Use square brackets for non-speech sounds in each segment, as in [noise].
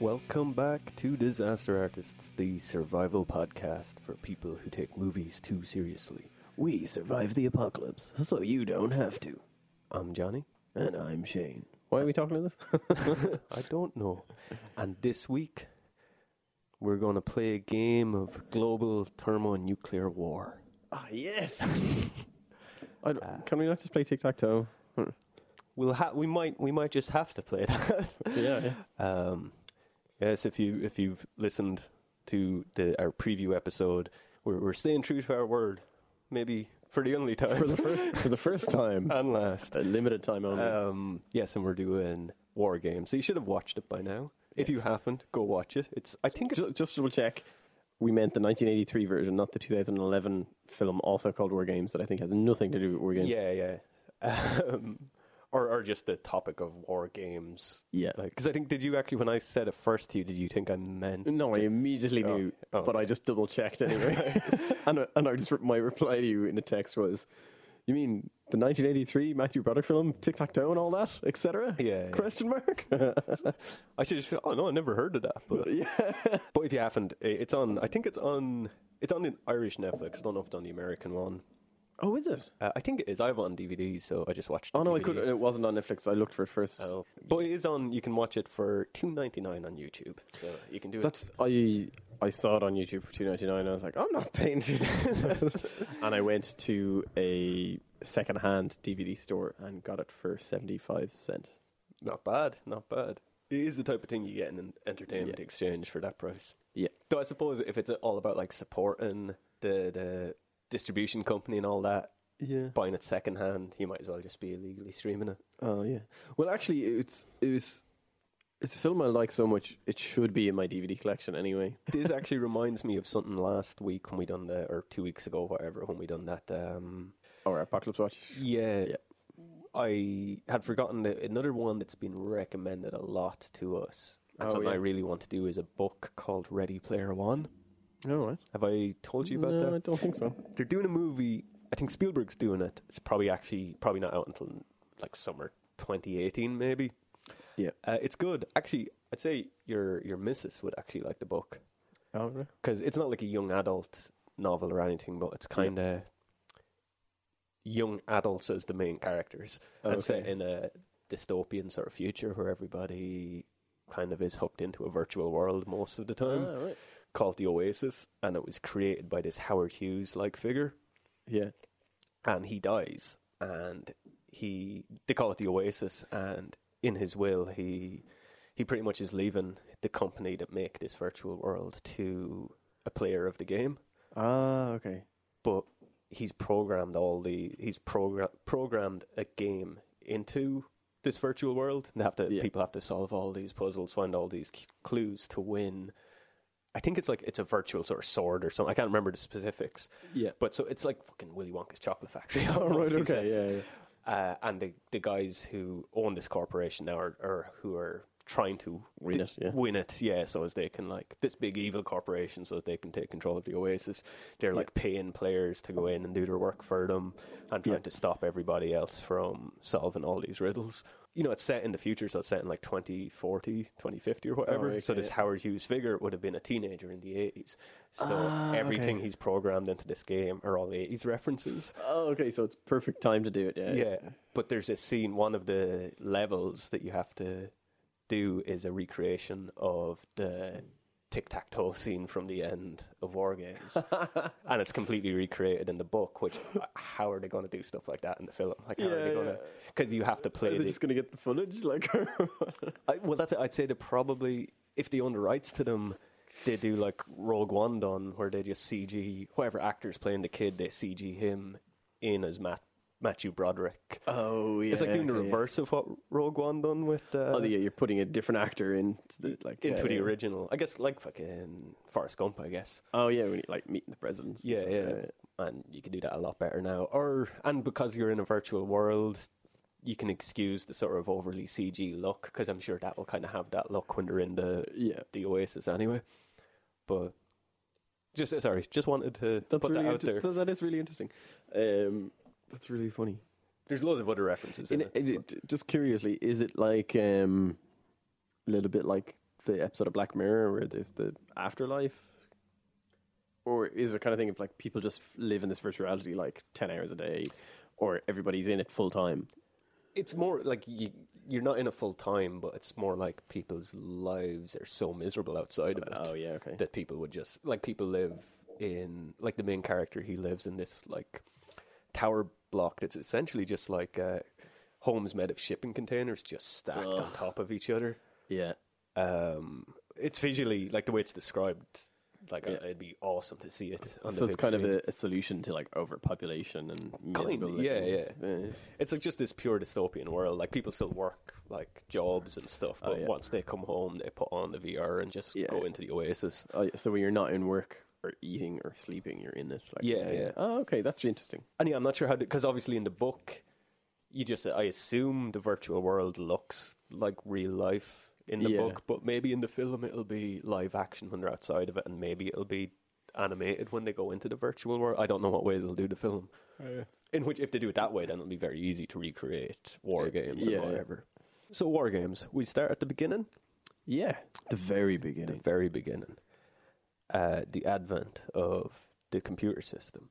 Welcome back to Disaster Artists, the survival podcast for people who take movies too seriously. We survived the apocalypse, so you don't have to. I'm Johnny. And I'm Shane. Why are we talking to this? [laughs] [laughs] I don't know. And this week, we're going to play a game of global thermonuclear war. Ah, yes. [laughs] Ah. I don't- can we not just play tic tac toe? We'll ha- we might we might just have to play that. [laughs] Yeah, yeah. Um, yes, if you if you've listened to the our preview episode, we're we're staying true to our word. Maybe for the only time For the first for the first [laughs] [laughs] time, Uh, and last. a limited time only. Um, yes, and we're doing war games. So you should have watched it by now. If you haven't, go watch it. It's I think it's just, just double check. We meant the 1983 version, not the 2011 film, also called War Games, that I think has nothing to do with War Games. yeah yeah, [laughs] um, or or just the topic of war games. Yeah. Like, because I think did you actually when I said it first to you, did you think I meant? No, I immediately Oh, knew, oh, but I just double checked anyway. [laughs] and I- and I just, my reply to you in a text was, "You mean the 1983 Matthew Broderick film, Tic Tac Toe, and all that, etc." Yeah, yeah. Question [laughs] mark. I should just say, oh no, I never heard of that. But But if you haven't, i- it's on. I think it's on. It's on the Irish Netflix. I don't know if it's on the American one. oh, is it? Uh, I think it is. I have it on DVD, so I just watched. the Oh no, I DVD. could. It wasn't on Netflix. I looked for it first. So- But it is on. You can watch it for two ninety nine on YouTube. So you can do it. That's I. I saw it on YouTube for two ninety nine. I was like, I'm not paying two. [laughs] and I went to a second hand DVD store and got it for seventy five cent. not bad. Not bad. It is the type of thing you get in an entertainment exchange for that price. Yeah. Though I suppose if it's all about like supporting the the distribution company and all that, Yeah. buying it secondhand, you might as well just be illegally streaming it. Oh yeah. Well, actually, it's it was. It's a film I like so much. It should be in my DVD collection anyway. this actually reminds me of something last week when we done the or two weeks ago whatever when we done that um Or Apocalypse Watch. yeah, i had forgotten that another one that's been recommended a lot to us and Oh, something i yeah. really want to do is a book called ready player one All right. have i told you about no, I that don't think so. they're doing a movie i think spielberg's doing it it's probably actually probably not out until like summer 2018 maybe Yeah. uh, it's good actually i'd say your your missus would actually like the book All right. because it's not like a young adult novel or anything, but it's kind of young adults as the main characters, and set Okay. in a dystopian sort of future where everybody kind of is hooked into a virtual world most of the time, All right. called the Oasis, and it was created by this Howard Hughes like figure, Yeah. and he dies, and he they call it the Oasis, and in his will he he pretty much is leaving the company that make this virtual world to a player of the game Ah, okay. but he's programmed all the he's program programmed a game into this virtual world. And they have to Yeah. people have to solve all these puzzles, find all these c- clues to win. I think it's like it's a virtual sort of sword or something. I can't remember the specifics. Yeah. But so it's like fucking Willy Wonka's chocolate factory. [laughs] All Oh, right. Makes Okay. sense. Yeah. yeah. Uh, and the the guys who own this corporation now are, are who are trying to Win it, yeah. win it, yeah, so as they can like this big evil corporation, so that they can take control of the Oasis. They're like paying players to go in and do their work for them, and trying Yeah. to stop everybody else from solving all these riddles. You know, it's set in the future, so it's set in like 2040, 2050 or whatever. okay, so this yeah. Howard Hughes figure would have been a teenager in the eighties. So Ah, everything okay. he's programmed into this game are all eighties references. Oh, okay. So it's perfect time to do it. Yeah. Yeah, but there's a scene. One of the levels that you have to do is a recreation of the tic tac toe scene from the end of War [laughs] Games, and it's completely recreated in the book. Which uh, how are they going to do stuff like that in the film? Like how are Yeah, they going to? Because you have to play. Are they The, just gonna get the footage? [laughs] Like, Uh, I, well, that's it. I'd say they probably if they own the rights to them. They do like Rogue One done, where they just CG whoever actor's playing the kid, they CG him in as Matt Matthew Broderick. oh yeah. It's like doing the reverse of what Rogue One done with uh, Oh yeah, you're putting a different actor in, the, like into yeah, the yeah. original. I guess like fucking Forrest Gump. I guess. Oh yeah, when you like meeting the presidents. and Yeah, stuff, yeah, And you can do that a lot better now. Or and because you're in a virtual world, you can excuse the sort of overly CG look because I'm sure that will kind of have that look when they're in the yeah. Yeah. the Oasis anyway. But just sorry, just wanted to That's put really that out inter- there. th- That is really interesting. Um, that's really funny. There's loads of other references in, In- it. it- it- just curiously, is it like um, a little bit like the episode of Black Mirror where there's the afterlife? Or is it kind of thing of like people just f- live in this virtuality like 10 hours a day or everybody's in it full time? It's more like you, you're not in it full time, but it's more like people's lives are so miserable outside of it. Oh, yeah, okay. That people would just like people live in like the main character. He lives in this like tower block that's essentially just like uh, homes made of shipping containers, just stacked on top of each other. Yeah. Um, it's visually like the way it's described. Like uh, it'd be awesome to see it. On So the it's big kind screen. of a, a solution to like overpopulation and Kind, miserable yeah, yeah. living. It's like just this pure dystopian world. Like people still work like jobs and stuff, but Oh, yeah. once they come home, they put on the VR and just Yeah. go into the oasis. Oh, yeah, so when you're not in work or eating or sleeping, you're in it. Like, Yeah, yeah. Oh, okay, that's interesting. And yeah, I'm not sure how because obviously in the book, you just I assume the virtual world looks like real life in the Yeah. book, but maybe in the film it'll be live action when they're outside of it, and maybe it'll be animated when they go into the virtual world. I don't know what way they'll do the film. Oh, In which, if they do it that way, then it'll be very easy to recreate war games yeah. and whatever. So, war games. We start at the beginning, Yeah. The very the beginning. very beginning, uh, the advent of the computer system.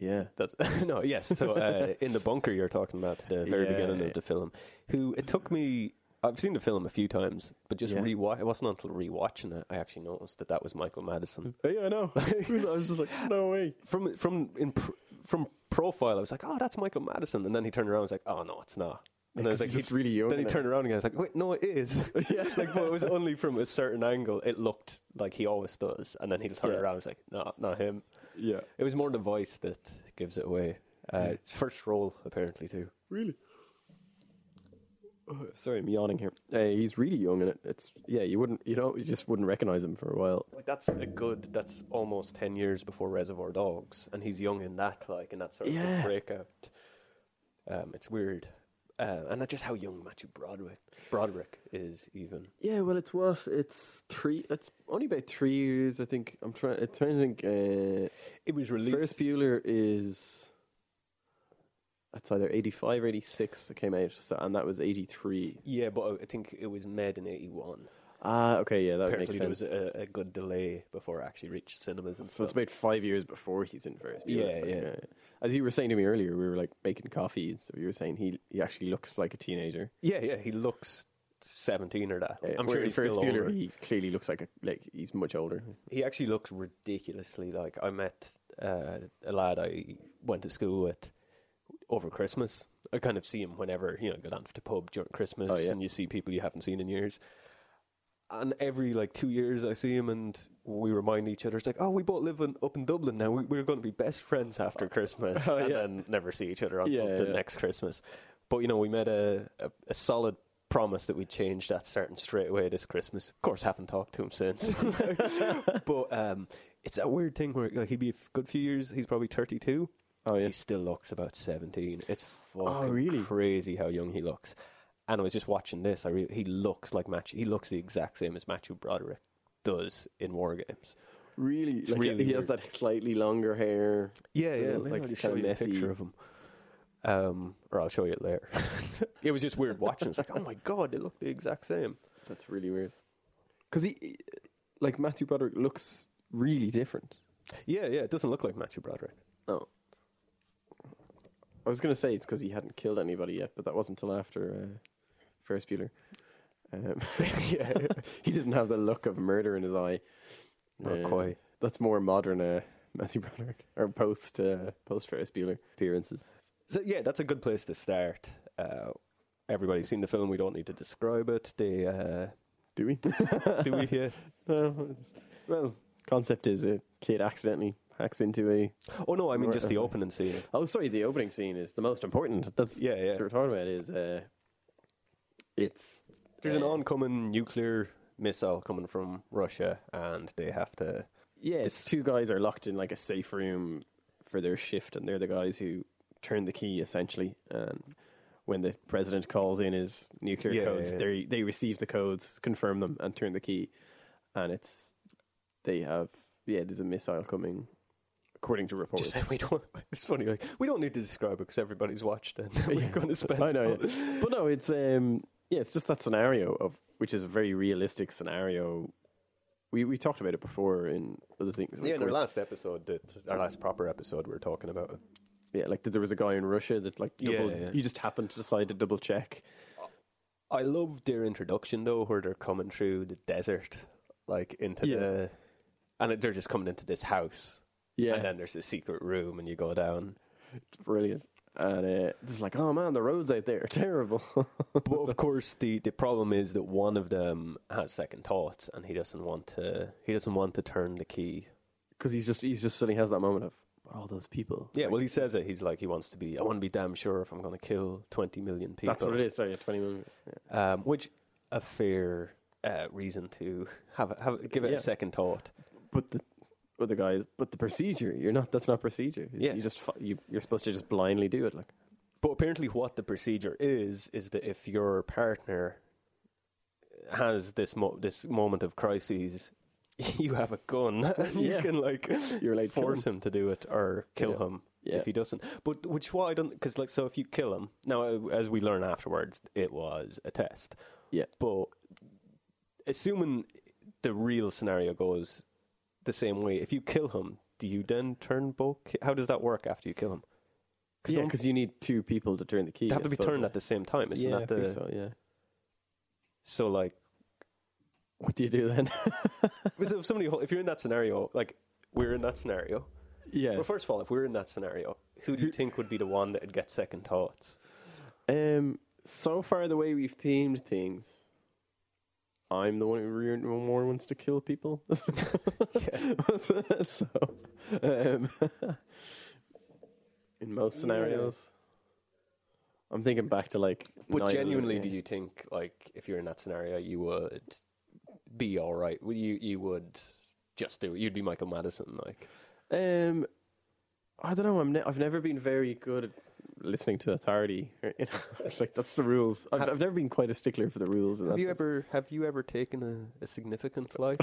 Yeah. That's [laughs] no, yes. So uh, in the bunker you're talking about, the very Yeah. beginning of the film, who it took me. I've seen the film a few times, but just Yeah. rewatch. It wasn't until rewatching it I actually noticed that that was Michael Madison. Oh, Yeah, [laughs] I know. I was just like, no way. From from in, pr- from profile, I was like, oh, that's Michael Madison, and then he turned around, and was like, oh no, it's not. And I was 'cause like, he's just really young Then he now. turned around again. I was like, wait, no, it [laughs] is. [laughs] like, but it was only from a certain angle. It looked like he always does, and then he turned Yeah. around. and was like, no, not him. Yeah. It was more the voice that gives it away. Uh, it's First role, apparently, too. Really? Oh, sorry, I'm yawning here. Hey, he's really young, and it, it's yeah. You wouldn't, you know, you just wouldn't recognize him for a while. Like that's a good. That's almost ten years before Reservoir Dogs, and he's young in that, like, and that's sort of his Yeah. breakout. Um, it's weird, uh, and that's just how young Matthew Broderick Broderick is, even. Yeah, well, it's what it's three. It's only about three years, I think. I'm trying. I'm trying to think. Uh, It was released. Ferris Bueller is that's either 85 or 86 that came out so, and that was 83 yeah, but I think it was made in '81. ah okay yeah that Apparently, there makes was sense a, a good delay before it actually reached cinemas and so it's stuff. about five years before he's in Ferris Bueller uh, Yeah, yeah. as you were saying to me earlier we were like making coffee and stuff you were saying he, he actually looks like a teenager Uh, yeah, yeah, he looks seventeen or that. I'm Where sure in he's Ferris still Bueller older. he clearly looks like a, like he's much older He actually looks ridiculously like I met uh, a lad I went to school with over Christmas. I kind of see him whenever you know go down to the pub during Christmas, Oh, yeah. and you see people you haven't seen in years. And every like two years, I see him, and we remind each other. It's like, oh, we both live in, up in Dublin now. We, we're going to be best friends after Christmas, [laughs] Oh, and yeah. then never see each other on Yeah, the yeah. next Christmas. But you know, we made a, a, a solid promise that we'd change that starting straight away this Christmas. Of course, haven't talked to him since. [laughs] but um, it's that weird thing where like, he'd be a f- good few years. He's probably thirty-two. oh yeah Oh, He still looks about seventeen. It's fucking really? crazy how young he looks. And I was just watching this. I re- he looks like Matthew. He looks the exact same as Matthew Broderick does in War Games. really, like, really he has weird. that slightly longer hair Yeah, yeah, yeah. maybe Like I'll kind just of show you a messy. picture of him. Um, or I'll show you it later. [laughs] it was just weird watching. It's like, oh my god, they look the exact same. that's really weird because he like Matthew Broderick looks really different Yeah, yeah. It doesn't look like Matthew Broderick. Oh. I was going to say it's because he hadn't killed anybody yet, but that wasn't until after uh, Ferris Bueller. Um, [laughs] yeah, he didn't have the look of murder in his eye. Not Uh, quite. That's more modern uh, Matthew Broderick or post uh, post Ferris Bueller appearances. So yeah, that's a good place to start. Uh, everybody's seen the film. We don't need to describe it. They uh, Do we? do we [laughs] hear? no, it's- [laughs] well, concept is a kid accidentally hacks into a. Oh no, I mean just the opening scene. Oh, sorry. The opening scene is the most important. That's Yeah, yeah. that's what we're talking about is uh, it's There's an uh, oncoming nuclear missile coming from Russia, and they have to. Yeah, This- it's two guys are locked in like a safe room for their shift, and they're the guys who turn the key essentially. And when the president calls in his nuclear Yeah, codes, yeah, they they receive the codes, confirm them, and turn the key. And it's they have yeah, there's a missile coming, according to reports. Just we don't. [laughs] It's funny. [laughs] Like we don't need to describe it because everybody's watched it. We're going to spend. I know, yeah. but no, it's um, yeah, it's just that scenario of which is a very realistic scenario. We we talked about it before in other things. like Yeah, in our going- last episode, that our last proper episode, we were talking about it. yeah, like there was a guy in Russia that like Yeah, double, yeah. you just happened to decide to double check. I love their introduction though, where they're coming through the desert, like into Yeah. the, and they're just coming into this house, Yeah, and then there's this secret room, and you go [laughs] down. brilliant. And uh, it's like, oh man, the roads out there are [laughs] terrible. But of course, the the problem is that one of them has second thoughts, and he doesn't want to. He doesn't want to turn the key. because he's just he's just suddenly has that moment of "But all those people. Yeah, well, he says it. He's like, he wants to be. I want to be damn sure if I'm going to kill twenty million people. that's what it is. Sorry, yeah, twenty million. Um, which a fair uh, reason to have, have give it Yeah. a second thought. But the other guys, but the procedure, you're not. That's not procedure. Yeah. you just fi- you, you're supposed to just blindly do it. Like, But apparently, what the procedure is is that if your partner has this mo- this moment of crises, [laughs] you have a gun [laughs] and you Yeah. can like [laughs] You're allowed to kill force him. to do it or kill Yeah. him Yeah. if he doesn't. But which why I don't because like so if you kill him now uh, as we learn afterwards it was a test. Yeah. But assuming the real scenario goes the same way, if you kill him, do you then turn both? ki- How does that work after you kill him? yeah, no- because you need two people to turn the key. they have I to be suppose. turned at the same time, isn't yeah, that I the think so, yeah. so [laughs] like What do you do then? so if somebody if you're in that scenario, like we're in that scenario. [laughs] yeah. Well, first of all, if we're in that scenario, who do you think would be the one that would get second thoughts? Um, so far the way we've themed things, I'm the one who re- more wants to kill people. [laughs] so, um, [laughs] in most scenarios, I'm thinking back to like. But 9/11, genuinely, yeah. do you think like if you're in that scenario, you would be all right? Would You you would just do it. You'd be Michael Madison, like Um, I don't know. I'm ne- I've never been very good at listening to authority. or, You know, [laughs] it's like that's the rules. I've, I've never been quite a stickler for the rules. And have you ever have you ever taken a, a significant life?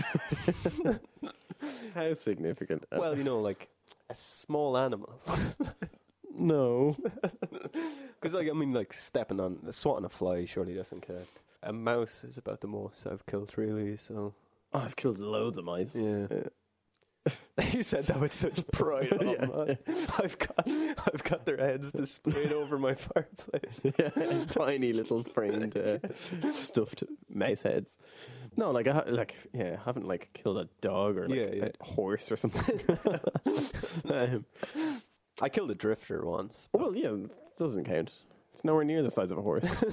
How significant? Uh, [laughs] well, you know, like a small animal. [laughs] no. Because like I mean, like stepping on, swatting a fly surely doesn't count. A mouse is about the most I've killed, really. [laughs] So Oh, I've killed loads of mice. yeah, [laughs] you said that with [laughs] such pride. Oh, Yeah. man. [laughs] I've got, I've got their heads displayed over my [laughs] fireplace. [laughs] Yeah, tiny little framed [laughs] uh, stuffed mouse heads. No, like I ha- like yeah, I haven't like killed a dog or like Yeah, yeah. a horse or something. [laughs] um, I killed a drifter once. well, yeah, it doesn't count. It's nowhere near the size of a horse.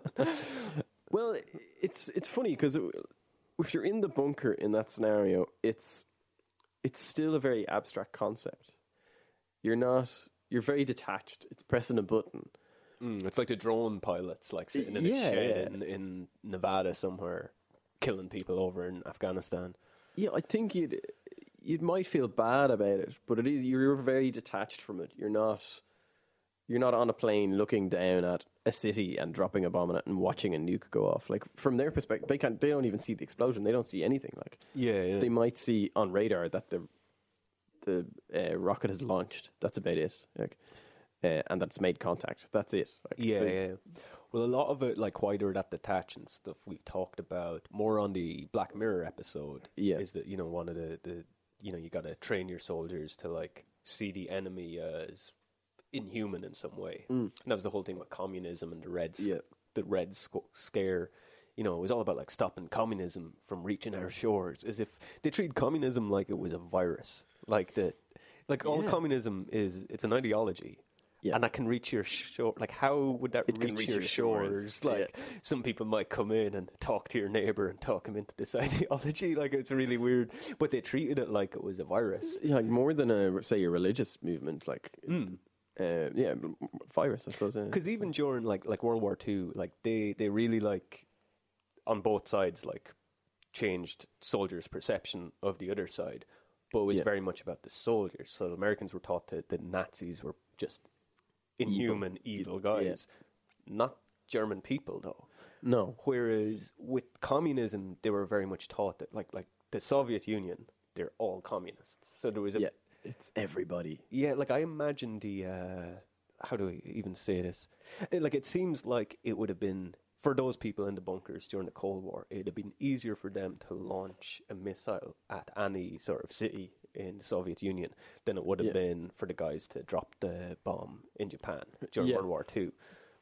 [laughs] well, it's it's funny because if you're in the bunker in that scenario, it's it's still a very abstract concept. You're not. You're very detached. It's pressing a button. Mm, it's like the drone pilots, like sitting in Yeah, a shed yeah. in, in Nevada somewhere, killing people over in Afghanistan. Yeah, I think you'd you might feel bad about it, but it is you're very detached from it. You're not you're not on a plane looking down at a city and dropping a bomb on it and watching a nuke go off. Like from their perspective, they can't. They don't even see the explosion. They don't see anything. Like Yeah, yeah. they might see on radar that the the uh, rocket has launched. That's about it. Like, uh, and that's made contact. That's it. Like, Yeah, they- yeah. Well, a lot of it, like why they're that detached and stuff, we've talked about more on the Black Mirror episode. Yeah. is that you know one of the, the you know you got to train your soldiers to like see the enemy as inhuman in some way. Mm. And that was the whole thing with communism and the red Sc- Yeah. the red sc- scare. You know, it was all about like stopping communism from reaching our shores, as if they treat communism like it was a virus, like that. Like all Yeah. communism is, it's an ideology, Yeah. and that can reach your shore. Like, how would that It can reach, reach your, your shores? shores, Like, some people might come in and talk to your neighbor and talk him into this [laughs] ideology. Like, it's really weird. But they treated it like it was a virus. Yeah, like more than a say a religious movement. Like, Hmm. uh, yeah, virus. I suppose. yeah. Because even during like like World War Two, like they they really like on both sides like changed soldiers' perception of the other side, but it was Yeah. very much about the soldiers. So the Americans were taught that the Nazis were just inhuman, evil, guys, not German people though. No. Whereas with communism, they were very much taught that like like the Soviet Union, they're all communists. So there was a Yeah. It's everybody. yeah, like I imagine the uh, how do we even say this? It- Like it seems like it would have been for those people in the bunkers during the Cold War, it'd have been easier for them to launch a missile at any sort of city in the Soviet Union than it would have Yeah. been for the guys to drop the bomb in Japan during Yeah. World War Two,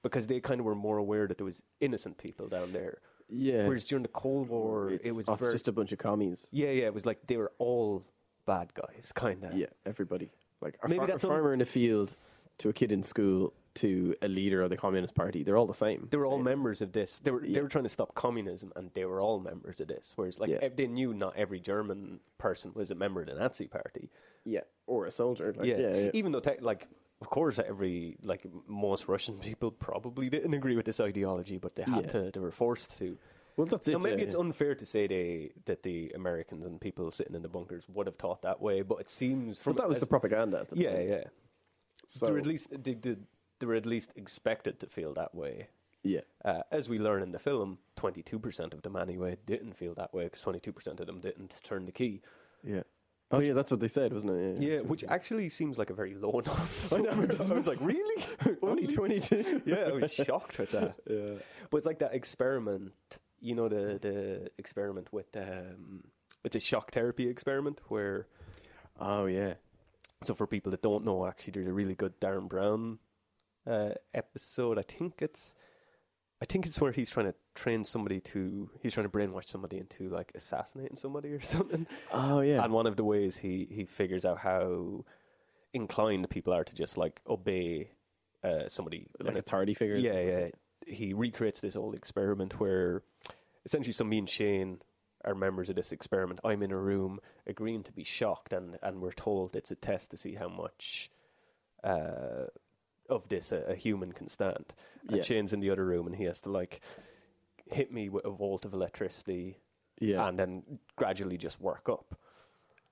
because they kind of were more aware that there was innocent people down there. Yeah. Whereas during the Cold War, it It's- was oh, it's very, just a bunch of commies. yeah, yeah, it was like they were all bad guys, kind of. Yeah, everybody. Like a, Maybe far- that's a on- farmer in a field to a kid in school to a leader of the Communist Party. They're all the same. They were all members of this. They were they were trying to stop communism, and they were all members of this. Whereas, like, Yeah. ev- they knew not every German person was a member of the Nazi Party. yeah, or a soldier. Like, Yeah, E- yeah, yeah. even though, tech like, of course, every like most Russian people probably didn't agree with this ideology, but they had Yeah. to. They were forced to. Well, that's it. Now, maybe yeah, it's yeah. unfair to say they that the Americans and people sitting in the bunkers would have thought that way, but it seems from but that was as- the propaganda. At the yeah, time. yeah. So, they were at least they, they, they were at least expected to feel that way. yeah, Uh, as we learn in the film, 22% of them anyway didn't feel that way because 22% of them didn't turn the key. yeah. Oh yeah, that's what they said, wasn't it? Yeah, which actually seems like a very low [laughs] number. I know, I was like, really? [laughs] only twenty two. [laughs] yeah, I was shocked at that. [laughs] Yeah. But it's like that experiment, you know, the, the experiment with, um, it's a shock therapy experiment where, Oh yeah. so for people that don't know, actually, there's a really good Darren Brown uh, episode. I think it's, I think it's where he's trying to train somebody to, he's trying to brainwash somebody into like assassinating somebody or [laughs] something. Oh yeah. And one of the ways he, he figures out how inclined people are to just like obey uh, somebody. like And a tardy figure. it- yeah, yeah. He recreates this old experiment where essentially, so me and Shane are members of this experiment. I'm in a room agreeing to be shocked, and, and we're told it's a test to see how much uh, of this a, a human can stand. And Yeah. Shane's in the other room, and he has to like hit me with a volt of electricity Yeah. and then gradually just work up.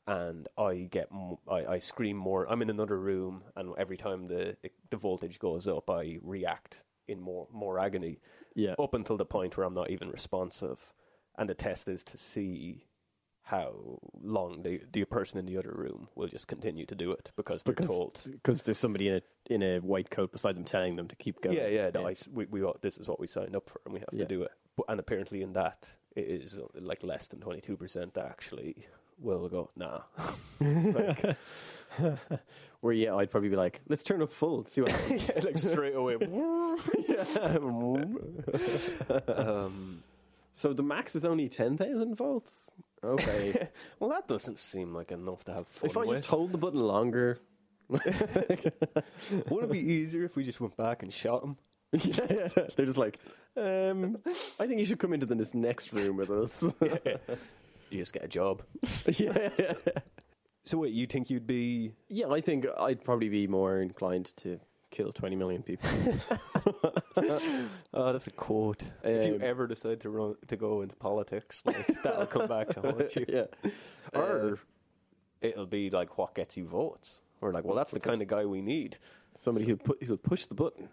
And I get, m- I, I scream more. I'm in another room, and every time the the voltage goes up, I react in more more agony, yeah. up until the point where I'm not even responsive. And the test is to see how long the the person in the other room will just continue to do it because they're told. because there's somebody in a in a white coat beside them telling them to keep going. Yeah, yeah. that I s we, we all- this is what we signed up for, and we have Yeah. to do it. But, and apparently, in that, it is uh, like less than twenty two percent that actually will go. [laughs] Nah, [laughs] Where yeah, I'd probably be like, let's turn up full, see what happens. Yeah, like straight [laughs] away. um, [laughs] So the max is only 10,000 volts? [laughs] Okay. well, that doesn't seem like enough to have fun if I with. just hold the button longer. Would it be easier if we just went back and shot him? yeah, [laughs] yeah. They're just like, um, I think you should come into the- this next room with us. You just get a job. yeah, [laughs] yeah. So wait, you think you'd be? [laughs] Yeah, I think I'd probably be more inclined to kill 20 million [laughs] people. Oh, that's a quote. if you Um, ever decide to run to go into politics, like that'll come back to haunt you. [laughs] yeah. Uh, Or it'll be like what gets you votes. We're like, well, that's [laughs] the kind of guy we need. Somebody who'll, pu- who'll push the [laughs] button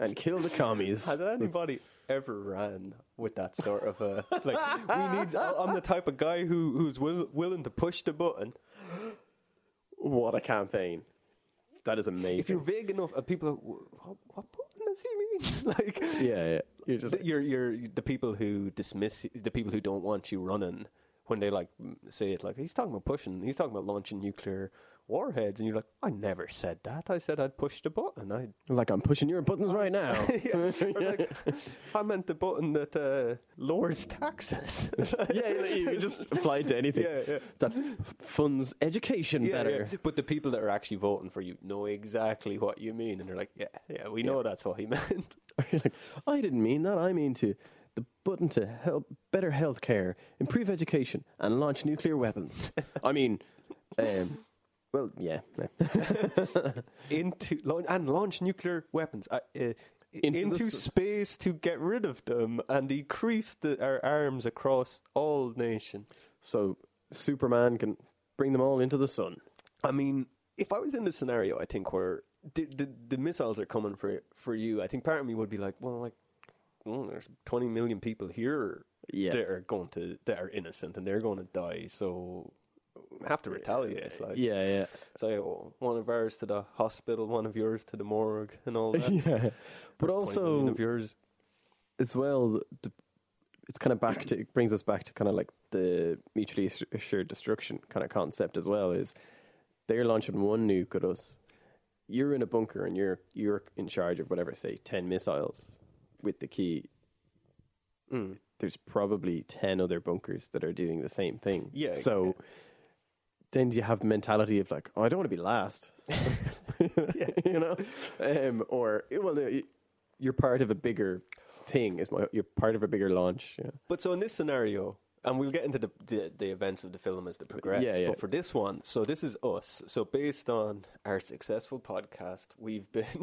and kill the commies. Has anybody ever ran with that sort of a like? We need. I'm the type of guy who who's will, willing to push the button. What a campaign. That is amazing. If you're vague enough, and people are, "Wh- what, what button does he mean? [laughs] like, yeah, yeah. You're just th- you're you're the people who dismiss the people who don't want you running when they like m- say it like he's talking about pushing, he's talking about launching nuclear warheads, and you're like, I never said that. I said I'd push the button. I like, I'm pushing your buttons right [laughs] now. [laughs] Yeah. Or like, [laughs] I meant the button that uh, lowers taxes. [laughs] [laughs] yeah, you can just apply it to anything Yeah, yeah. that f- funds [laughs] education Yeah, better. yeah. But the people that are actually voting for you know exactly what you mean, and they're like, "Yeah, yeah, we know that's what he [laughs] meant." [laughs] like, I didn't mean that. I mean to the button to help better health care, improve education, and launch nuclear [laughs] weapons. I mean, um, well, yeah, [laughs] yeah. Into laun- and launch nuclear weapons uh, uh, into, Into the s- space to get rid of them and decrease the, our arms across all nations. So Superman can bring them all into the sun. I mean, if I was in this scenario, I think where the, the, the missiles are coming for for you, I think part of me would be like, well, like, well, there's 20 million people here Yeah. that are going to that are innocent and they're going to die, so we have to retaliate. Like, Yeah, [laughs] yeah. so oh, one of ours to the [laughs] hospital, one of yours to the morgue, and all that. yeah. 20 But million also, of yours. as well, the, it's kind of back to it brings us back to kind of like the mutually ass- assured destruction kind of concept as well. Is they're launching one nuke at us. You're in a bunker and you're you're in charge of whatever, say ten missiles with the key. There's probably ten other bunkers that are doing the same thing. Yeah. So then you have the mentality of like, oh, I don't want to be last. [laughs] you know, um, or well, no, you- you're part of a bigger thing. Is my you're part of a bigger launch. Yeah. But so in this scenario, and we'll get into the the, the events of the film as they progress. Yeah, yeah. But for this one, so this is us. So based on our successful podcast, we've been [laughs]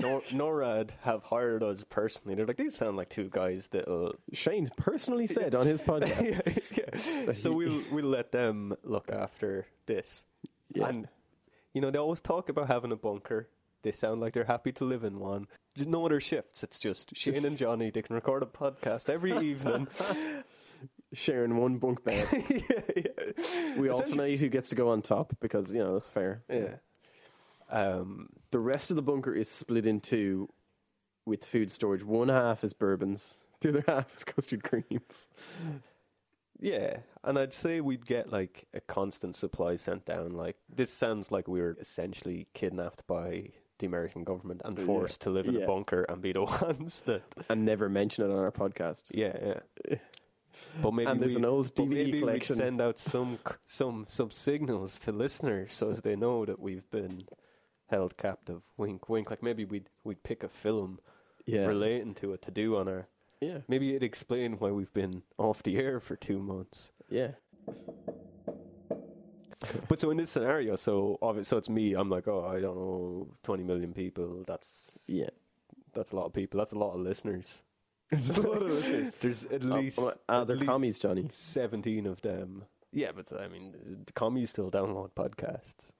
Nor- NORAD have hired us personally. They're like these sound like two guys uh, [laughs] that'll. Shane [laughs] personally said on his podcast, yeah, So we'll we'll let them look after this. Yeah. And you know they always talk about having a bunker. They sound like they're happy to live in one. There's no other shifts. It's just Shane and Johnny. They can record a podcast [laughs] every evening. sharing one bunk bed. [laughs] yeah, yeah. We alternate who gets to go on top because you know that's fair. Yeah. Um, The rest of the bunker is split in two with food storage. One half is bourbons. The other half is custard creams. yeah, and I'd say we'd get like a constant supply sent down. Like this sounds like we were essentially kidnapped by the American government and forced to live in Yeah. a bunker and be the [laughs] ones that. And never mention it on our podcast. Yeah, yeah. But maybe And there's we- an old but DVD maybe collection. We'd send out some some some signals to listeners so as they know that we've been held captive. Wink, wink. Like maybe we'd we'd pick a film Yeah. relating to it to do on our Yeah. Maybe it'd explain why we've been off the air for two months. Yeah. But so in this scenario, so obvi- so it's me. I'm like, oh, I don't know, 20 million people. That's [laughs] Yeah. that's a lot of people. That's a lot of listeners. It's [laughs] a lot of [laughs] listeners. [laughs] There's at Oh, least well, uh, at they're least commies, Johnny. 17 of them. Yeah, but I mean, the commies still download podcasts.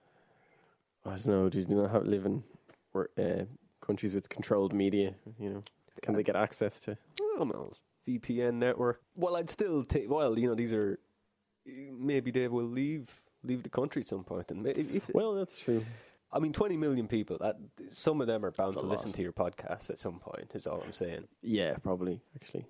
I don't know. Do you not have live in where, uh, countries with controlled media? You know, can they get access to? I don't know VPN network. Well, I'd still take. Well, you know, these are maybe they will leave leave the country at some point, and if, if, Well, that's true. I mean, 20 million people. That some of them are bound That's a to listen lot. to your podcast at some point. Is all I'm saying. Yeah, probably actually.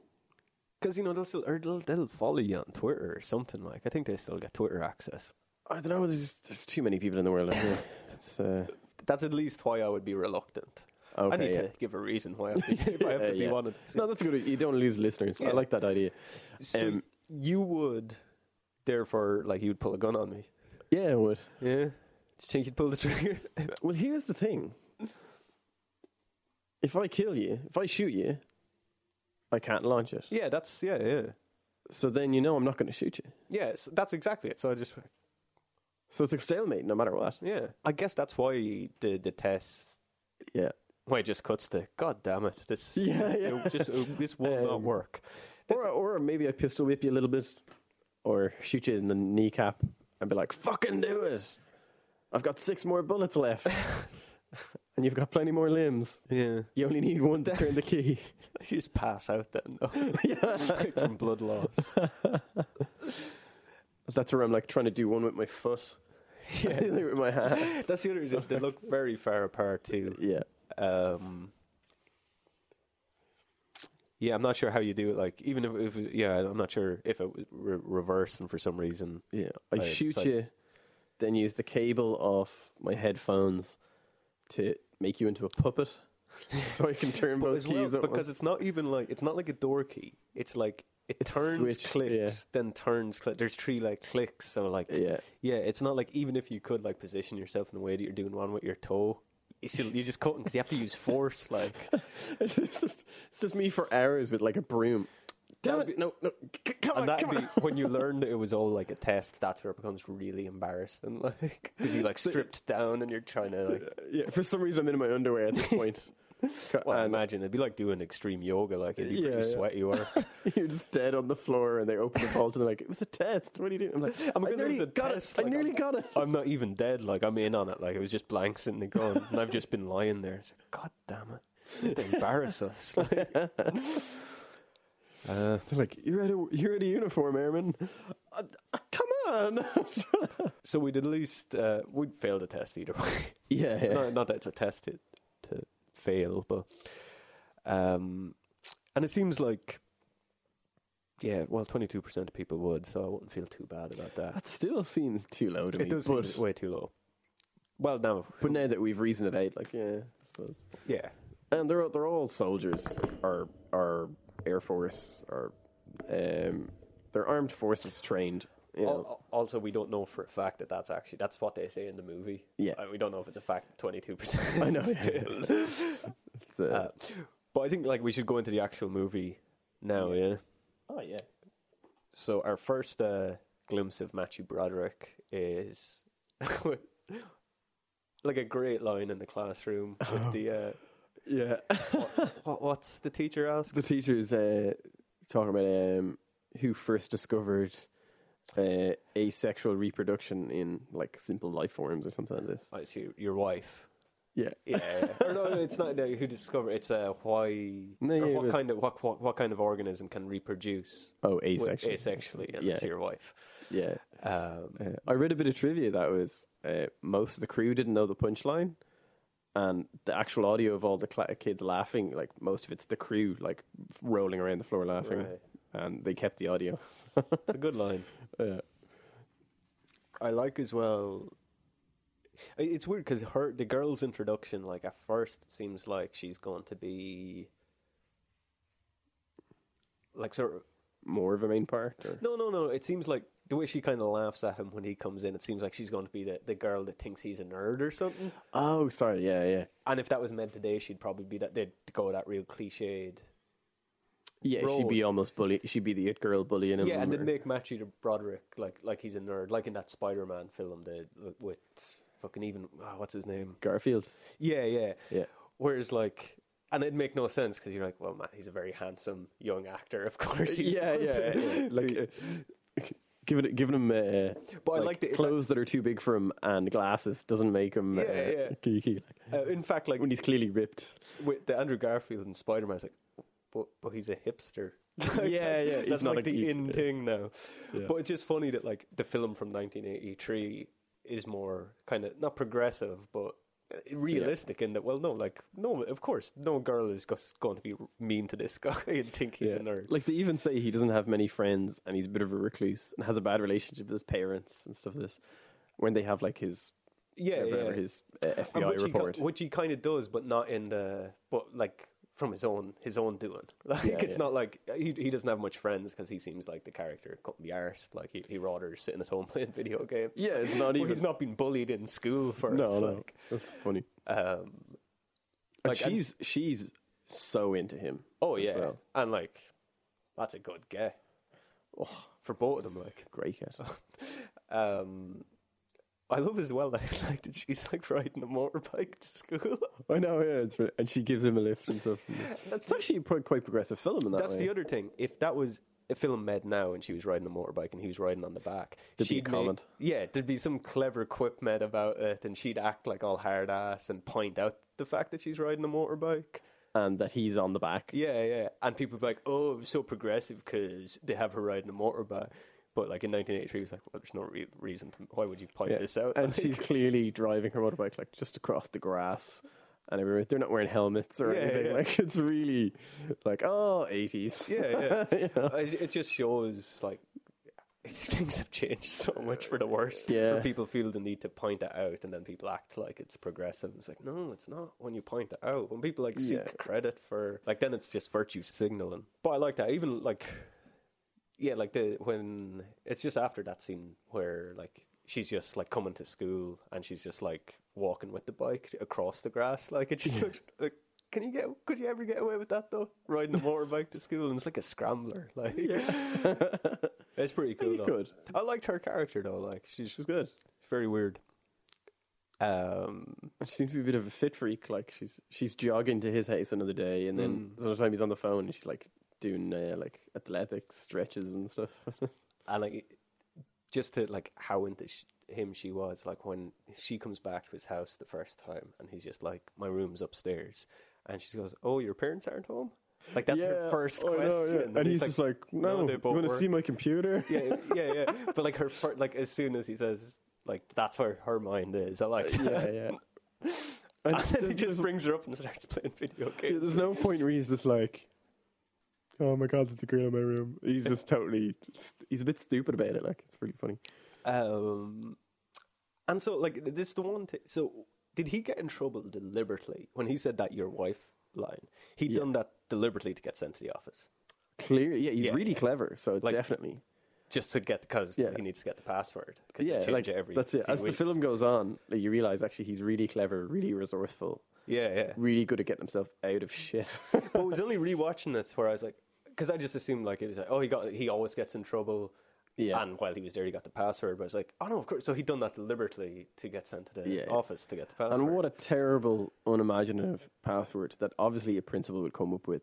Because you know they'll still or they'll, they'll follow you on Twitter or something like. I think they still get Twitter access. I don't know. There's there's too many people in the world. I [coughs] feel. It's uh, That's at least why I would be reluctant. okay. I need yeah. to give a reason why I [laughs] have to, if I have Yeah, to be yeah. one. Of, No, that's good. You don't lose listeners. I Yeah. like that idea. so um, you would, therefore, like you'd pull a gun on me. Yeah, I would. Yeah. Do you think you'd pull the trigger? [laughs] Well, here's the thing. If I kill you, if I shoot you, I can't launch it. yeah, that's yeah, yeah, So then you know I'm not going to shoot you. yeah. So that's exactly it. So I just So it's a stalemate, no matter what. yeah. I guess that's why the the test Yeah. Why it just cuts to God damn it! This [laughs] Yeah, yeah. it just it- this will not Um, work. Or, or maybe I pistol whip you a little bit, or shoot you in the kneecap and be like, "Fucking do it! I've got six more bullets [laughs] left, and you've got plenty more limbs. Yeah, You only need one to turn the key." you just pass out then [laughs] though. from blood [laughs] loss. [laughs] That's where I'm like trying to do one with my foot, [laughs] yeah, with my hand. That's the other reason they look very far apart too. Yeah, Um, yeah, I'm not sure how you do it. Like even if, if yeah, I'm not sure if it was re- reversed and for some reason. yeah. I Right, shoot so- you, then use the cable off my headphones to make you into a puppet, [laughs] so I can turn But both as well, keys at because once. it's not even like it's not like a door key. It's like it turns switch, clicks, then turns click. There's three like clicks, so like Yeah. Yeah, it's not like even if you could like position yourself in the way that you're doing one with your toe, you still, you're just cutting because you have to use force. Like, [laughs] it's just it's just me for hours with like a broom. Damn That'd it! No, no, c- [laughs] come on, and that'd come be on. when you learn that it was all like a test. That's where it becomes really embarrassing. [laughs] Like, because you like stripped down and you're trying to like. Yeah, for some reason I'm in my underwear [laughs] at this point. Well, I [laughs] and imagine it'd be like doing extreme yoga. Like, it'd be Yeah, pretty yeah. sweaty. [laughs] Or you're just dead on the floor, and they open the vault, and they're like, "It was a test. What are you doing?" I'm like, And "I because it was nearly a got test, it. like, I nearly I'm- got it." I'm not even dead. Like, I'm in on it. Like, it was just blanks in the gun, and I've just been lying there. It's like, [laughs] God damn it! They embarrass [laughs] us. [laughs] Like, uh, They're like, "You're out of you're out of uniform, airman." Uh, uh, come on. [laughs] so we'd at least uh, we'd fail the test either way. yeah, yeah. not, not that it's a test to, to fail, but um, And it seems like, yeah, well, 22% of people would, so I wouldn't feel too bad about that. That still seems too low to me. It does but, seem way too low. Well, now, but now that we've reasoned it out, like yeah, I suppose. yeah, And they're all- they're all soldiers, or or air force, or um, they're armed forces trained. You know, Al- Also, we don't know for a fact that that's actually that's what they say in the movie. Yeah. Uh, we don't know if it's a fact. Twenty two [laughs] percent. I know, [laughs] yeah. it's, Oh. uh, but I think like we should go into the actual movie now. Yeah. oh yeah, So our first uh, glimpse of Matthew Broderick is [laughs] like a great line in the classroom Oh. with the uh, yeah. [laughs] what, what's the teacher asks? the teacher's uh, talking about um, who first discovered uh, asexual reproduction in like simple life forms or something like this. Oh, it's your, your wife. Yeah, Yeah. [laughs] or no, it's not uh, who discovered. It's uh, why. No, or yeah, what but- kind of what, what what kind of organism can reproduce? Oh, with- asexual. asexually, and Yeah. it's your wife. Yeah. Um, Uh, I read a bit of trivia that was uh, most of the crew didn't know the punchline, and the actual audio of all the cla kids laughing, like most of it's the crew like f- rolling around the floor laughing, Right. and they kept the audio. [laughs] Uh, it's a good line. yeah. I like as well. I- It's weird because her the girl's introduction, like at first, it seems like she's going to be like sort of More of a main part. Or? no, no, no. It seems like the way she kind of laughs at him when he comes in. It seems like she's going to be the, the girl that thinks he's a nerd or something. Oh, sorry. Yeah, yeah, And if that was meant today, she'd probably be that. They'd go that real cliched. yeah. She'd be almost bully. She'd be the it girl bullying him. Yeah, and or- then make Matthew to Broderick like like he's a nerd, like in that Spider Man film the with fucking even oh, what's his name? [laughs] Garfield. [laughs] Yeah, yeah, Yeah. Whereas like, and it'd make no sense because you're like, well, Matt, he's a very handsome young actor, of [laughs] course. He's yeah, going yeah, to- yeah. Like uh, giving it- giving him. Uh, But I liked it. It's clothes that are too big for him and glasses doesn't make him Yeah, uh, yeah. geeky. [laughs] Uh, in fact, like when he's clearly ripped. with the Andrew Garfield and Spider Man, it's like, but, but he's a hipster. [laughs] Like, Yeah, that's, yeah, he's That's not like a the geek, in yeah. thing now. Yeah. But it's just funny that like the film from 1983 is more kind of not progressive, but uh, realistic in that. Well, no, like no, of course, no girl is just going to be mean to this guy [laughs] and think he's a nerd. Like they even say he doesn't have many friends and he's a bit of a recluse and has a bad relationship with his parents and stuff. like This when they have like his yeah, whatever, yeah. his uh, And FBI which report. He, ki- which he kind of does, but not in the but like from his own his own doing. [laughs] Like Yeah, it's yeah. not like he he doesn't have much friends because he seems like the character couldn't be arsed. Like he he rather sitting at home [laughs] playing video games. yeah, it's not [laughs] Well, even. he's not been bullied in school for it, [laughs] no, no, like, that's funny. Um, Like like, and- she's she's so into him. oh as yeah, well. and like that's a good guy for both of them. Like great cat. [laughs] um. I [laughs] love as well that like that she's like riding a motorbike to school. I know, yeah, it's re- and she gives him a lift [laughs] and stuff. That's it's actually a pro- quite progressive film in that That's way. the other thing. If that was a film made now and she was riding a motorbike and he was riding on the back, There'd be a she'd make- comment. yeah, there'd be some clever quip made about it, and she'd act like all hard ass and point out the fact that she's riding a motorbike. and that he's on the back. Yeah, yeah. And people would be like, "Oh, it was so progressive because they have her riding a motorbike." But like in 1983, it was like, "Well, there's no real reason. To, why would you point Yeah. this out?" [laughs] And she's clearly driving her motorbike like just across the grass and everywhere. They're not wearing helmets or Yeah, anything. yeah. Like it's really like oh eighties. [laughs] yeah, yeah. It, it just shows like [laughs] things have changed so much for the worse. Yeah. where people feel the need to point it out, and then people act like it's progressive. It's like no, it's not. When you point it out, when people like seek Yeah. credit for like, then it's just virtue signaling. But I like that. Even like, yeah, like the when it's just after that scene where like she's just like coming to school and she's just like walking with the bike across the grass, like it just looks like. Can you get? Could you ever get away with that though? Riding a motorbike to school and it's like a scrambler. [laughs] Like, it's pretty cool. Pretty though. good. I liked her character though. Like she's She was good. very weird. Um, And She seems to be a bit of a fit freak. Like she's she's jogging to his house another day, and then Hmm. another time he's on the phone and she's like doing uh, like athletic stretches and stuff. [laughs] and like just to like how into sh- him she was. Like when she comes back to his house the first time, and he's just like, "My room's upstairs," and she goes, "Oh, your parents aren't home." Like that's her Yeah, Oh, first I know, question, yeah. And, he's, just like, no, they you both want to work." see my computer? yeah, yeah, yeah. But like her, fir- like as soon as he says, like that's where her mind is. I like, that. [laughs] yeah, yeah. [laughs] And and then he there's- just brings her up and starts playing video [laughs] Yeah, games. there's no point where he's just like, Oh my god, there's a girl in my room. He's just totally. He's a bit stupid about it. Like it's really funny. Um, and so, like, this is the one thing. So, did he get in trouble deliberately when he said that your wife line? He'd done that deliberately to get sent to the office, Clearly, yeah, he's Yeah, really yeah. clever. So Like- definitely, just to get because Yeah. he needs to get the password. 'cause they yeah, change like it every that's it. few As weeks. the film goes on, like, you realize actually he's really clever, really resourceful, yeah, yeah. really good at getting himself out of shit. [laughs] but it was only rewatching this where I was like, because I just assumed like it was like, oh, he got he always gets in trouble. Yeah. And while he was there, he got the password. But I was like, oh no, of course. So he'd done that deliberately to get sent to the Yeah. office to get the password. and what a terrible, unimaginative password that obviously a principal would come up with,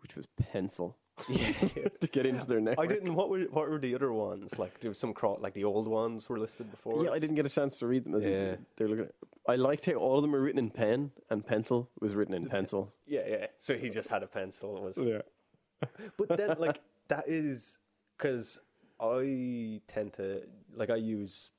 which was pencil [laughs] to get into their network. I didn't. What were what were the other ones like? There was some cro- like the old ones were listed before. Yeah, I didn't get a chance to read them. As Yeah. they're looking. At, I liked how all of them were written in pen and pencil was written in pencil. Yeah, yeah. So he just had a pencil. It was Yeah. But then, like, that is because I tend to like I use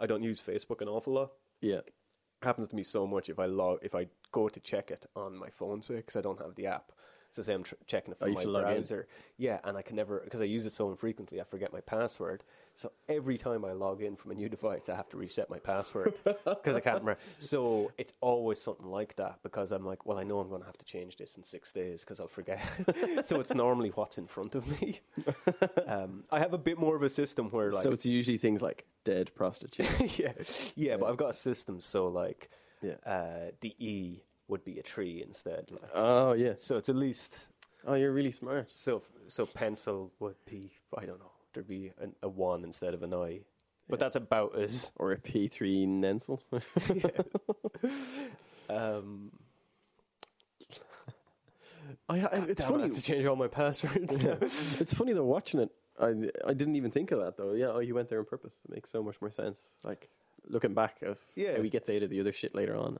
I don't use Facebook an awful lot. Yeah, It happens to me so much if I log if I go to check it on my phone, say because I don't have the app. So say I'm tr- checking it Oh, you from my have to log in. browser, yeah, and I can never because I use it so infrequently. I forget my password. So every time I log in from a new device, I have to reset my password [laughs] because I can't remember. So it's always something like that because I'm like, well, I know I'm going to have to change this in six days because I'll forget. [laughs] so it's normally what's in front of [laughs] me. Um, I have a bit more of a system where like so it's usually things like [laughs] dead prostitute. yeah, yeah, but I've got a system, so like, Yeah. uh, the E would be a tree instead. Like, oh yes. so it's at least Oh, you're really smart. so so pencil would be I don't know there'd be an, a one instead of an I, but that's about as Or a P3 [laughs] Nensel. um. I, I, it's damn, I funny. have to change all my passwords now. [laughs] it's funny though watching it. I I didn't even think of that though. Yeah. Oh, you went there on purpose. It makes so much more sense. Like looking back of Yeah. how he gets out of the other shit later on.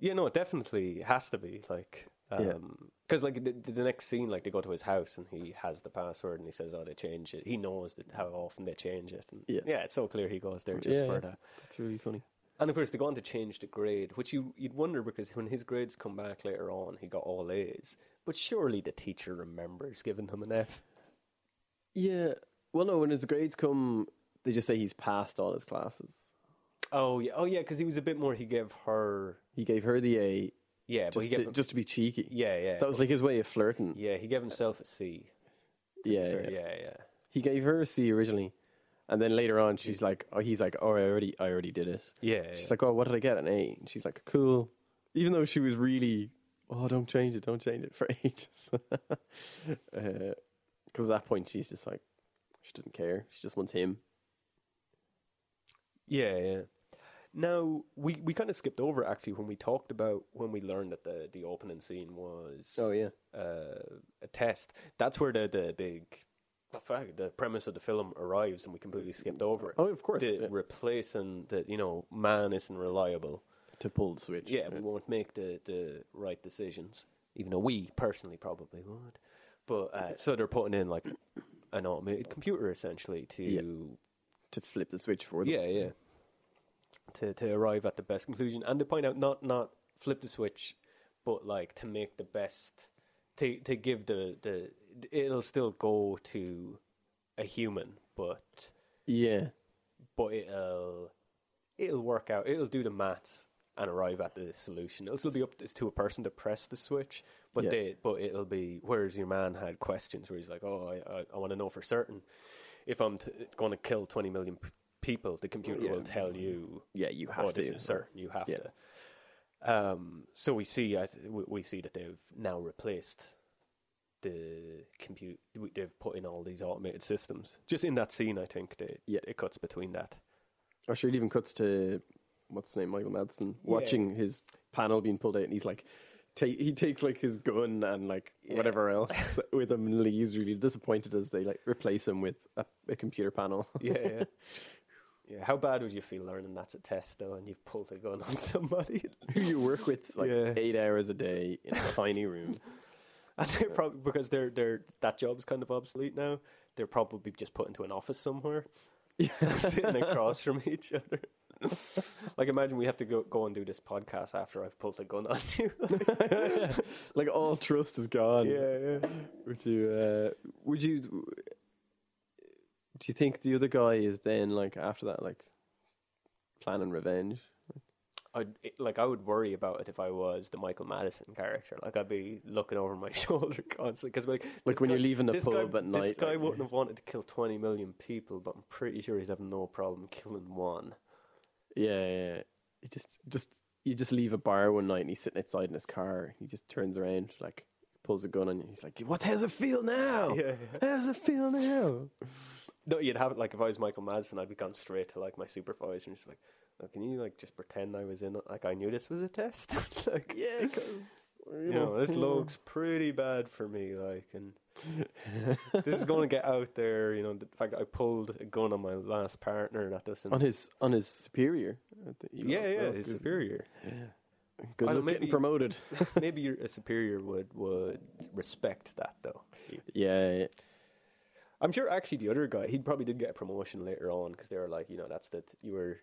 Yeah, no, it definitely has to be like. Yeah. Um 'cause because like the, the next scene, like they go to his house and he has the password and he says, "Oh, they change it." He knows that how often they change it, and Yeah. it's so clear he goes there just Yeah, for yeah. that. That's really funny. And of course, they go on to change the grade, which you, you'd wonder because when his grades come back later on, he got all A's. But surely the teacher remembers giving him an F. Yeah. Well, no. When his grades come, they just say he's passed all his classes. Oh yeah, oh yeah, because he was a bit more. He gave her, He gave her the A yeah, but he just, gave to, him, just to be cheeky. yeah, yeah, That was like his way of flirting. yeah. He gave himself a C. Yeah, Sure, yeah. yeah, yeah, yeah. He gave her a C originally, and then later on, she's like, "Oh, he's like, oh, I already, I already did it." She's like, "Oh, what did I get? An A?" And she's like, "Cool," even though she was really, "Oh, don't change it, don't change it" for [laughs] ages, because at that point she's just like, she doesn't care. She just wants him. Yeah, yeah. Now we, we kind of skipped over actually when we talked about when we learned that the, the opening scene was Oh, uh, a test. That's where the the big the fact- the premise of the film arrives, and we completely skipped over it. Oh, of course. the yeah. replacing the you know man isn't reliable. To pull the switch. Yeah, we won't make the, the right decisions, even though we personally probably would. But uh, so they're putting in like an automated computer essentially to Yeah. to flip the switch for them. yeah, yeah. To to arrive at the best conclusion and to point out not not flip the switch, but like to make the best to to give the the it'll still go to a human, but yeah. but it'll it'll work out. It'll do the maths and arrive at the solution. It'll still be up to a person to press the switch, but Yeah. they but it'll be. Whereas your man had questions where he's like, "Oh, I I, I want to know for certain if I'm t- going to kill twenty million p- people. The computer Yeah. will tell you. Yeah, you have oh, to. this is certain. You have Yeah. to." Um, so we see I th- we we see that they've now replaced the compute. They've put in all these automated systems. Just in that scene, I think they, Yeah. it cuts between that. Or sure, it even cuts to what's his name, Michael Madsen, watching his panel being pulled out, and he's like, take, he takes like his gun and like whatever else [laughs] with him and leaves, really disappointed as they like replace him with a, a computer panel. [laughs] yeah, yeah. [laughs] Yeah, how bad would you feel learning that's a test though, and you've pulled a gun on [laughs] somebody, Who you work with like Yeah. eight hours a day in a tiny room. [laughs] [laughs] and they're probably because they're they're that job's kind of obsolete now. [laughs] They're probably just put into an office somewhere, sitting across from each other. like, imagine we have to go, go and do this podcast after I've pulled a gun on [laughs] you. like all trust is gone. yeah, yeah. Would you? Uh, would you? Do you think the other guy is then like after that like planning revenge? I'd, it- like, I would worry about it if I was the Michael Madison character. Like, I'd be looking over my [laughs] shoulder constantly. Because, like, Like this when guy- you're leaving the this guy- pub at This night. guy like- wouldn't have wanted to kill 20 million people, but I'm pretty sure he'd have no problem killing one. Yeah, yeah. yeah. You just, just you just leave a bar one night and he's sitting outside in his car. He just turns around, like pulls a gun on you. He's like, "What? How's it feel now? Yeah, yeah. How's it feel now?" No, you'd have like if I was Michael Madsen, I'd be gone straight to like my supervisor and just like, "Oh, can you like just pretend I was in it? Like I knew this was a test. [laughs] like, yeah, because you know, this looks pretty bad for me. Like, [laughs] and this is going to get out there. You know, the fact that I pulled a gun on my last partner that doesn't. on his on his superior. yeah, yeah, his superior. Good I don't know, luck getting maybe- [laughs] promoted. [laughs] Maybe your a superior would would respect that though. yeah, yeah. I'm sure actually the other guy, he probably did get a promotion later on because they were like, you know, that's that you were.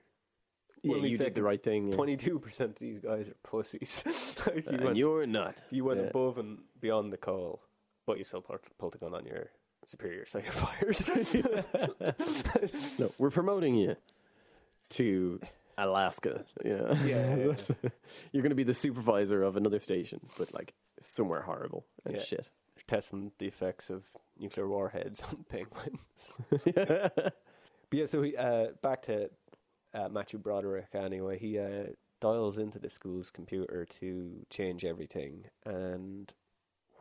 yeah Well, if you they did the could- right thing. yeah. Twenty-two percent of these guys are pussies. [laughs] like you and went, you're not. you went Yeah. above and beyond the call, but you still pulled, pulled a gun on your superior, so you're [laughs] fired. No, we're promoting you to Alaska. Yeah, Yeah, yeah, [laughs] you're going to be the supervisor of another station, but like somewhere horrible and Yeah. shit. [laughs] Testing the effects of nuclear warheads on [laughs] [laughs] penguins. But yeah, so he, uh, back to uh, Matthew Broderick anyway. He uh, dials into the school's computer to change everything. And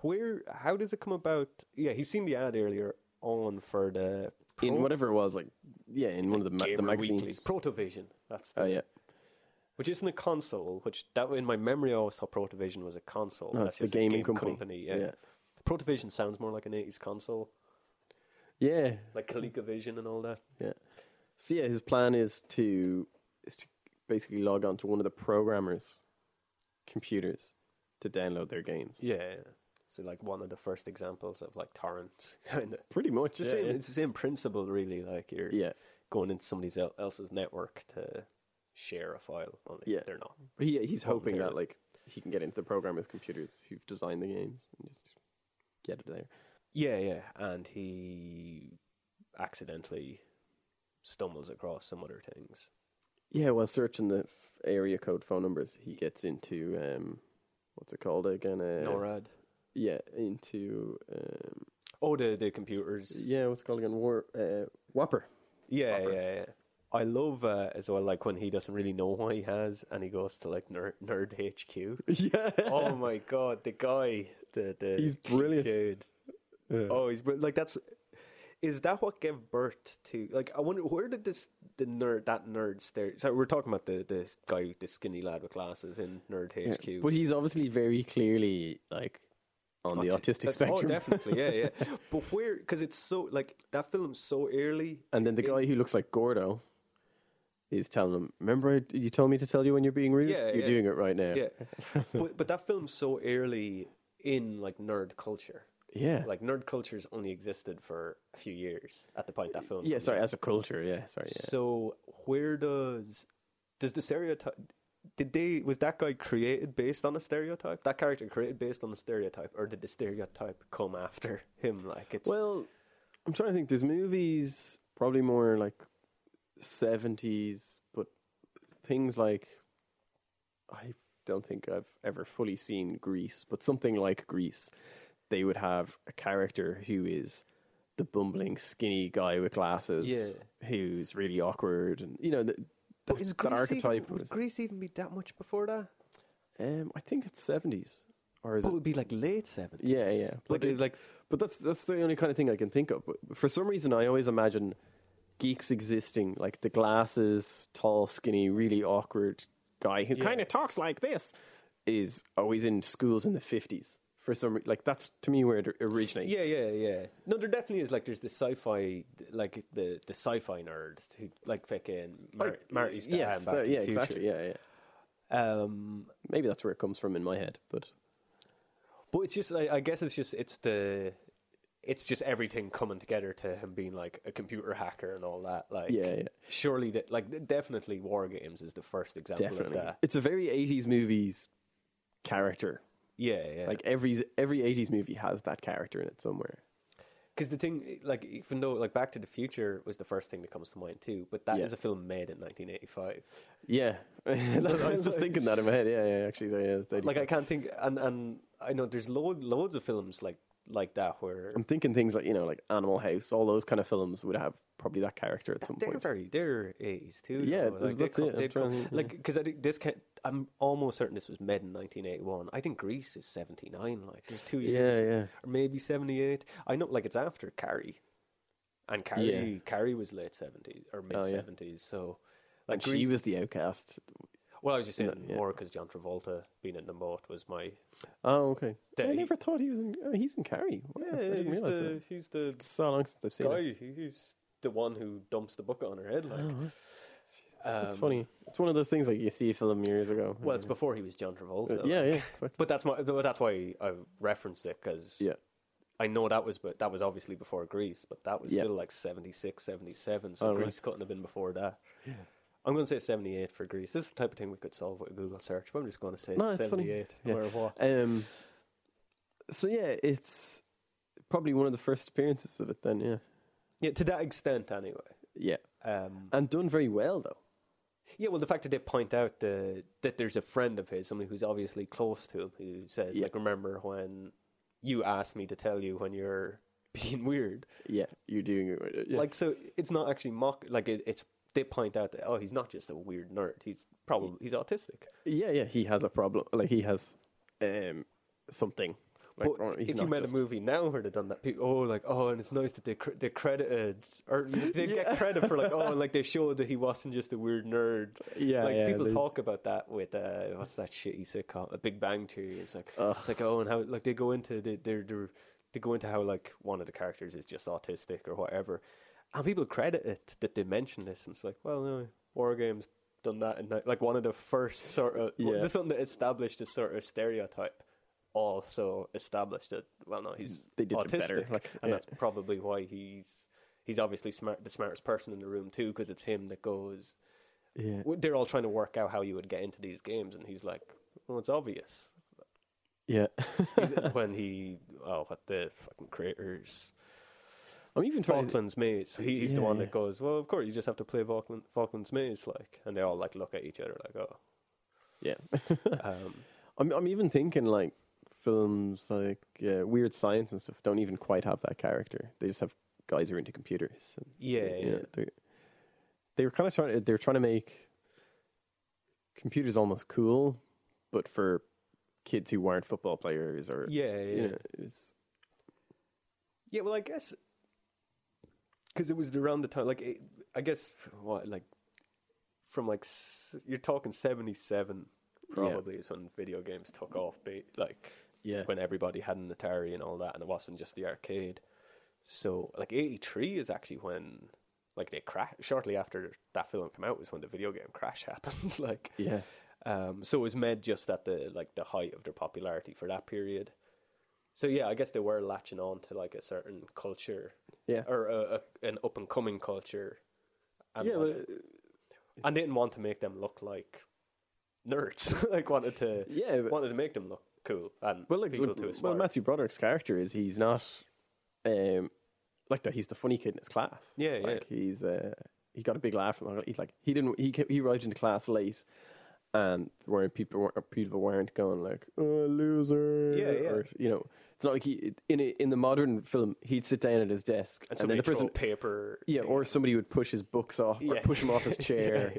where, how does it come about? Yeah, he's seen the ad earlier on for the. In whatever it was, like yeah, in one of the ma- the Gamer magazines. Weekly. Protovision. That's the, Oh yeah, which isn't a console. Which that in my memory, I always thought Protovision was a console. No, That's it's the just a gaming game company. yeah. Yeah. Protovision sounds more like an eighties console, yeah, like ColecoVision and all that. yeah. So yeah, his plan is to is to basically log on to one of the programmers' computers to download their games. Yeah. So like one of the first examples of like torrents, [laughs] kind of. pretty much. Just yeah, same, yeah. it's the same principle, really. Like you're yeah. going into somebody el- else's network to share a file. Only Yeah. they're not. But he, he's hoping that Voluntarily. like he can get into the programmers' computers who've designed the games and just get it there. Yeah, yeah. And he accidentally stumbles across some other things. Yeah, while searching the f- area code phone numbers, he gets into um, what's it called again? Uh, NORAD. Yeah, into um, Oh, the the computers. yeah, what's it called again? War uh, Whopper. [laughs] Yeah, Proper. yeah, yeah. I love uh, as well, like when he doesn't really know what he has, and he goes to like nerd, nerd [laughs] HQ. Yeah. oh my god, the guy, the the He's brilliant. cliched- Oh, he's brilliant. Like that's is that what gave birth to? Like, I wonder where did this the nerd that nerd stare? So we're talking about the the guy, the skinny lad with glasses in Nerd HQ. But he's obviously very clearly like on the autistic That's- spectrum. Oh, definitely, yeah, yeah. but where? Because it's so like that film's so early. [laughs] And then the guy who looks like Gordo is telling him, "Remember, I, you told me to tell you when you're being rude. Yeah, you're yeah. doing it right now. Yeah, [laughs] but but that film's so early in like nerd culture. yeah. Like nerd culture's only existed for a few years at the point that film. Yeah, comes sorry, out. as a culture. Yeah, sorry. Yeah. So where does does the stereotype? Did they was that guy created based on a stereotype? That character created based on a stereotype, or did the stereotype come after him? Like it's Well, I'm trying to think. There's movies probably more like 70s, but things like I don't think I've ever fully seen Grease, but something like Grease, they would have a character who is the bumbling skinny guy with glasses, Yeah. who's really awkward, and you know the, but that, is that Grease archetype. Even, would Grease even be that much before that? um, I think it's 70s, or is But it it? would be like late seventies. Yeah, yeah. Like But it- like But that's that's the only kind of thing I can think of. But for some reason, I always imagine geeks existing like the glasses, tall, skinny, really awkward guy who kind of talks like this is always in schools in the fifties. For some re- like that's to me where it originates. yeah, yeah, yeah. No, there definitely is like there's the sci-fi, like the the sci-fi nerd who like fucking Mar- Like, Marty Stahan yes, back that- to yeah, the future. exactly. Yeah, yeah. Um, Maybe that's where it comes from in my head. But But it's just, I, I guess it's just, it's the, it's just everything coming together to him being like a computer hacker and all that. Like, Yeah, yeah. surely that like definitely War Games is the first example Definitely, of that. it's a very '80s movies character. Yeah, yeah. Like every every '80s movie has that character in it somewhere. Because the thing, like, even though like Back to the Future was the first thing that comes to mind too, but that is Yeah. a film made in 1985. Yeah, [laughs] I was [laughs] just Like- thinking that in my head. Yeah, yeah, actually, yeah. it's Like, 85. I can't think, and and I know there's load, loads of films like like that where I'm thinking things like you know, like Animal House, all those kind of films would have probably that character at some they're point. very they're 80s too. Yeah, though. that's- they that's come- it. I'm they'd trying come- to think, yeah. Like, because I think this can, I'm almost certain this was made in 1981. I think Greece is 79. Like, there's two years, yeah, yeah. or maybe 78. I know, like, it's after Carrie, and Carrie Carrie was late 70s or mid Oh, yeah. 70s. So, like, And she Grease- was the outcast. Well, I was just saying more yeah. 'cause more because John Travolta being in the boat was my. Oh, okay. Yeah, I he- never thought he was in. Oh, he's in Carrie. Wow, I didn't realize that. [laughs] he's the It's so long since I've seen it. guy. He's the one who dumps the bucket on her head. Oh, Like, Um, It's funny. It's one of those things like you see a film years ago. Well, it's before he was John Travolta. yeah, like. yeah, exactly. But that's my. but That's why I referenced it because yeah. I know that was, but that was obviously before Greece. But that was Yeah. still like 76, 77. So Oh, right. Greece couldn't have been before that. I'm going to say 78 for Greece. This is the type of thing we could solve with a Google search. But I'm just going to say No, it's funny. 78. Yeah. Where what? Um. So yeah, it's probably one of the first appearances of it. Then yeah, Yeah, to that extent, anyway. yeah, Um, and done very well though. Yeah, well, the fact that they point out the, that there's a friend of his, somebody who's obviously close to him, who says, Yeah. like, remember when you asked me to tell you when you're [laughs] being weird. Yeah, you're doing it. right. Yeah. Like, so it's not actually mock. Like, it, it's they point out that oh, he's not just a weird nerd. He's probably he's autistic. Yeah, yeah, he has a problem. Like he has um something. Like, But or he's if you not made just- a movie now where they've done that, people, oh, like, oh, and it's nice that they cr- they credited [laughs] or they get credit for like, oh, and like they showed that he wasn't just a weird nerd. Yeah, like yeah, people they- talk about that with uh, what's that shitty sitcom, A Big Bang Theory. It's like it's like oh, and how like they go into the, they're, they're they go into how like one of the characters is just autistic or whatever, and people credit it that they mention this, and it's like, well, no, War Games done that, and like one of the first sort of Yeah. this something that established a sort of stereotype also established that well no he's They did it autistic better, like, and yeah. that's probably why he's he's obviously smart the smartest person in the room too because it's him that goes Yeah. w- they're all trying to work out how you would get into these games and he's like well it's obvious Yeah. [laughs] [laughs] He's- when he oh what the fucking creators I'm even trying to Falklands Maze so he, he's the Yeah, one yeah. that goes well of course you just have to play Falkland, Falklands Maze like and they all like look at each other like [laughs] oh Yeah. um, I'm I'm even thinking like films like uh, weird science and stuff don't even quite have that character. They just have guys who are into computers. And, yeah, you yeah. know, they they were kind of trying they're trying to make computers almost cool, but for kids who weren't football players or yeah, yeah. you know, it's Yeah, well, I guess because it was around the time, like it, I guess what, like from like s- you're talking seventy seven, probably is when video games took off, be, like Yeah. when everybody had an Atari and all that, and it wasn't just the arcade. So, like eighty three is actually when like they crashed. Shortly after that film came out was when the video game crash [laughs] happened. like, yeah. um, so it was made just at the like the height of their popularity for that period. So yeah, I guess they were latching on to like a certain culture, Yeah. or a, a, an up and coming culture, and, Yeah, like- but and they didn't want to make them look like nerds. [laughs] like wanted to, Yeah, but- wanted to make them look cool and Well, look, people well, to aspire. well, Matthew Broderick's character is he's not um, like that. He's the funny kid in his class. Yeah, yeah. like, He's uh, he got a big laugh from he's like he didn't he kept, he arrived into class late, and where people weren't, people weren't going like oh, loser. Yeah, yeah. Or, you know, it's not like he in a, in the modern film he'd sit down at his desk and somebody the person throw paper, yeah, or somebody would push his books off or Yeah. push him off [laughs] his chair.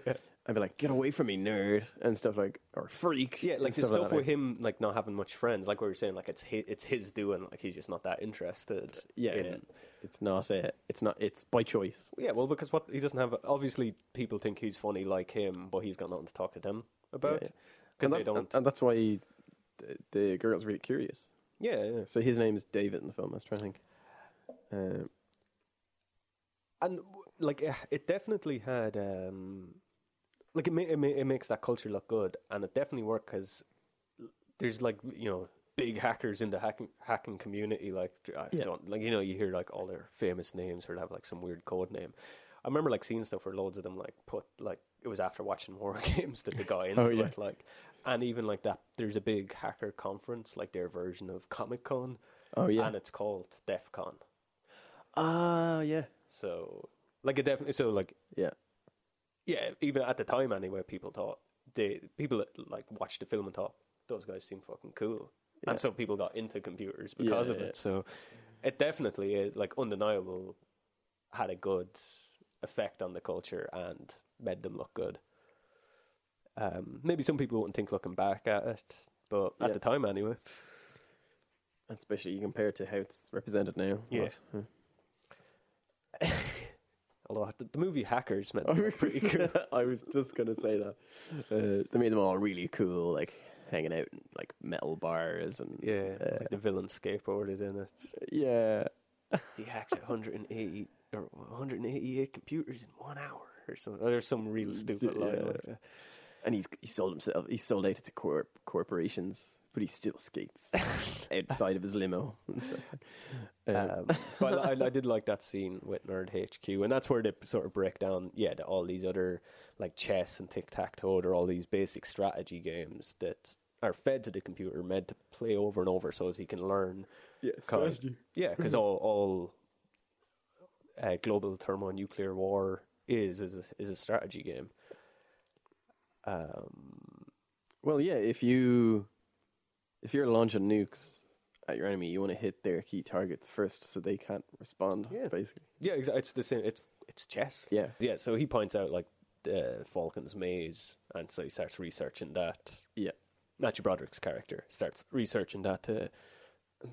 And be like, "Get away from me, nerd!" and stuff like, or freak. yeah, and like the stuff like that. with him, like not having much friends, like we were saying, like it's his, it's his doing, like he's just not that interested. yeah, in, yeah. it's not uh, it's not it's by choice Yeah, well, because what he doesn't have, obviously, people think he's funny like him, but he's got nothing to talk to them about Yeah, because and, they that- don't. and that's why the, the girl's really curious yeah, yeah, so his name is david in the film i was trying to think um, and like it, it definitely had, um like it, ma- it, ma- it makes that culture look good, and it definitely worked because there's like you know big hackers in the hacking hacking community. Like I Yeah. don't like you know you hear like all their famous names or have like some weird code name. I remember like seeing stuff where loads of them like put like it was after watching [laughs] war games that they [laughs] got into Oh, yeah. it like, and even like that there's a big hacker conference like their version of Comic Con. Oh, yeah. and it's called DEF CON. Ah, yeah. So like it definitely so like Yeah. yeah, even at the time anyway, people thought they people that, like watched the film and thought those guys seem fucking cool, Yeah. and so people got into computers because Yeah, of yeah. it. So it definitely is like undeniable had a good effect on the culture and made them look good. Um, maybe some people wouldn't think looking back at it, but at Yeah. the time anyway. And especially you compare it to how it's represented now. [laughs] Yeah. Although the, the movie Hackers Oh, meant they were pretty [laughs] cool. I was just gonna say that uh, they made them all really cool, like hanging out in like metal bars and Yeah, uh, like the villain skateboarded in it. yeah. he hacked 180 or 188 computers in one hour or something. There's some real stupid line. Yeah. Like that. And he's he sold himself. He sold out to corp, corporations, but he still [laughs] skates outside of his limo. It's like, uh, Um, [laughs] but I, I did like that scene with Nerd HQ, and that's where they sort of break down. Yeah, that all these other like chess and tic tac toe, are all these basic strategy games that are fed to the computer, meant to play over and over, so as he can learn. yeah, Cause- yeah, because all all uh, global thermonuclear war is is a, is a strategy game. Um, Well, yeah. If you if you're launching nukes at your enemy, you want to hit their key targets first, so they can't respond. Yeah. basically. Yeah, exactly. It's the same. It's it's chess. Yeah. yeah. So he points out like uh, Falcon's maze, and so he starts researching that. Yeah. Matthew Broderick's character starts researching that. uh, To,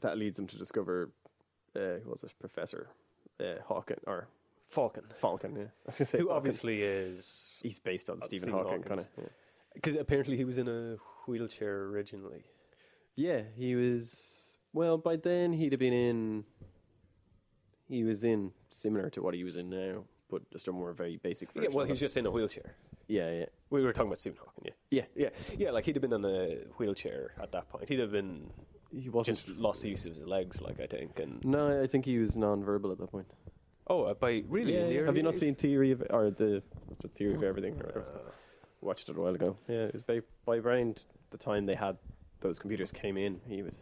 that leads him to discover uh, who was it, Professor uh, Hawking or Falcon, Falcon? Yeah, I was gonna say who Falcon. obviously is he's based on Stephen Stephen Hawking, kind Hawking's- of. Yeah. because apparently he was in a wheelchair originally. Yeah, he was. Well, by then he'd have been in. He was in similar to what he was in now, but just a more very basic version. Yeah, well, of he's it. just in a wheelchair. yeah, yeah, We were talking about Stephen Hawking, yeah, yeah, yeah, yeah. Like he'd have been in a wheelchair at that point. He'd have been He wasn't. just lost the use of his legs, like I think. And no, I think he was non-verbal at that point. oh, uh, by really, in the have early you not days? seen Theory of or the what's it, Theory of Everything? Or whatever? Watched it a while ago. Yeah, it was by by around the time they had those computers came in. He would.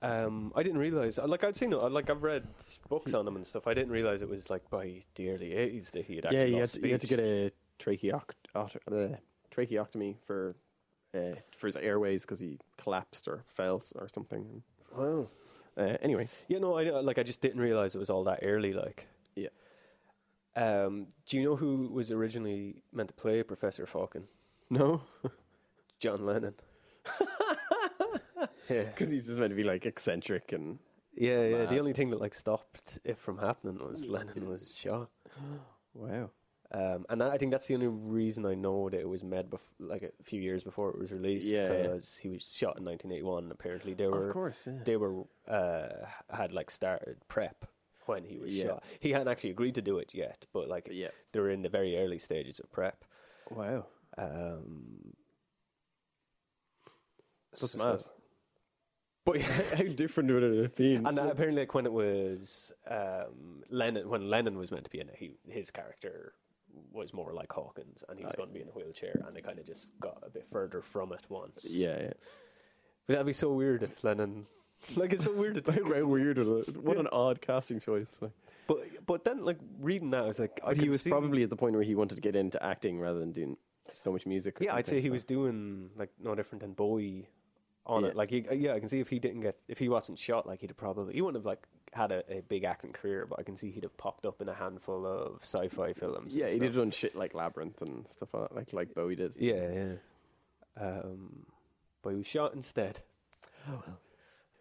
Um, I didn't realize. Like I'd seen, it, like I've read books on him and stuff. I didn't realize it was like by the early eighties that he had actually yeah, you had, lost to, you had to speech. get a tracheoct- ot- uh, tracheotomy for uh, for his airways because he collapsed or fell s- or something. Wow. Uh, anyway, Yeah, no, I uh, like I just didn't realize it was all that early. Like, yeah, um, do you know who was originally meant to play Professor Falcon? no, John [laughs] Lennon. yeah, because he's just meant to be like [gasps] eccentric and yeah, yeah. Mad. The only thing that like stopped it from happening was Lennon was shot. wow. Um, and I I think that's the only reason I know that it was made bef- like a few years before it was released Yeah, yeah. because he was shot in 1981. Apparently, they were Of course, yeah. they were uh, had like started prep when he was Yeah. shot. He hadn't actually agreed to do it yet, but like Yeah. they were in the very early stages of prep. wow, Um, that's so- mad. But yeah, How different would it have been? and uh, apparently, like when it was um, Lennon, when Lennon was meant to be in it, he, his character was more like Hawkins, and he was going to be in a wheelchair, and they kind of just got a bit further from it once. yeah, yeah. but that'd be so weird if Lennon, like, it's so [laughs] weird to think. How weird! would it- What an odd casting choice. Like, But but then, like, reading that, I was like, I he could was see- probably at the point where he wanted to get into acting rather than doing so much music. or yeah, I'd say something, he so- was doing like no different than Bowie on Yeah. it. Like, he, yeah, I can see if he didn't get if he wasn't shot, like he'd have probably he wouldn't have like had a, a big acting career, but I can see he'd have popped up in a handful of sci-fi films. and Yeah, he stuff. did on shit like Labyrinth and stuff like that, like like Bowie did. Yeah, yeah. Um, but he was shot instead.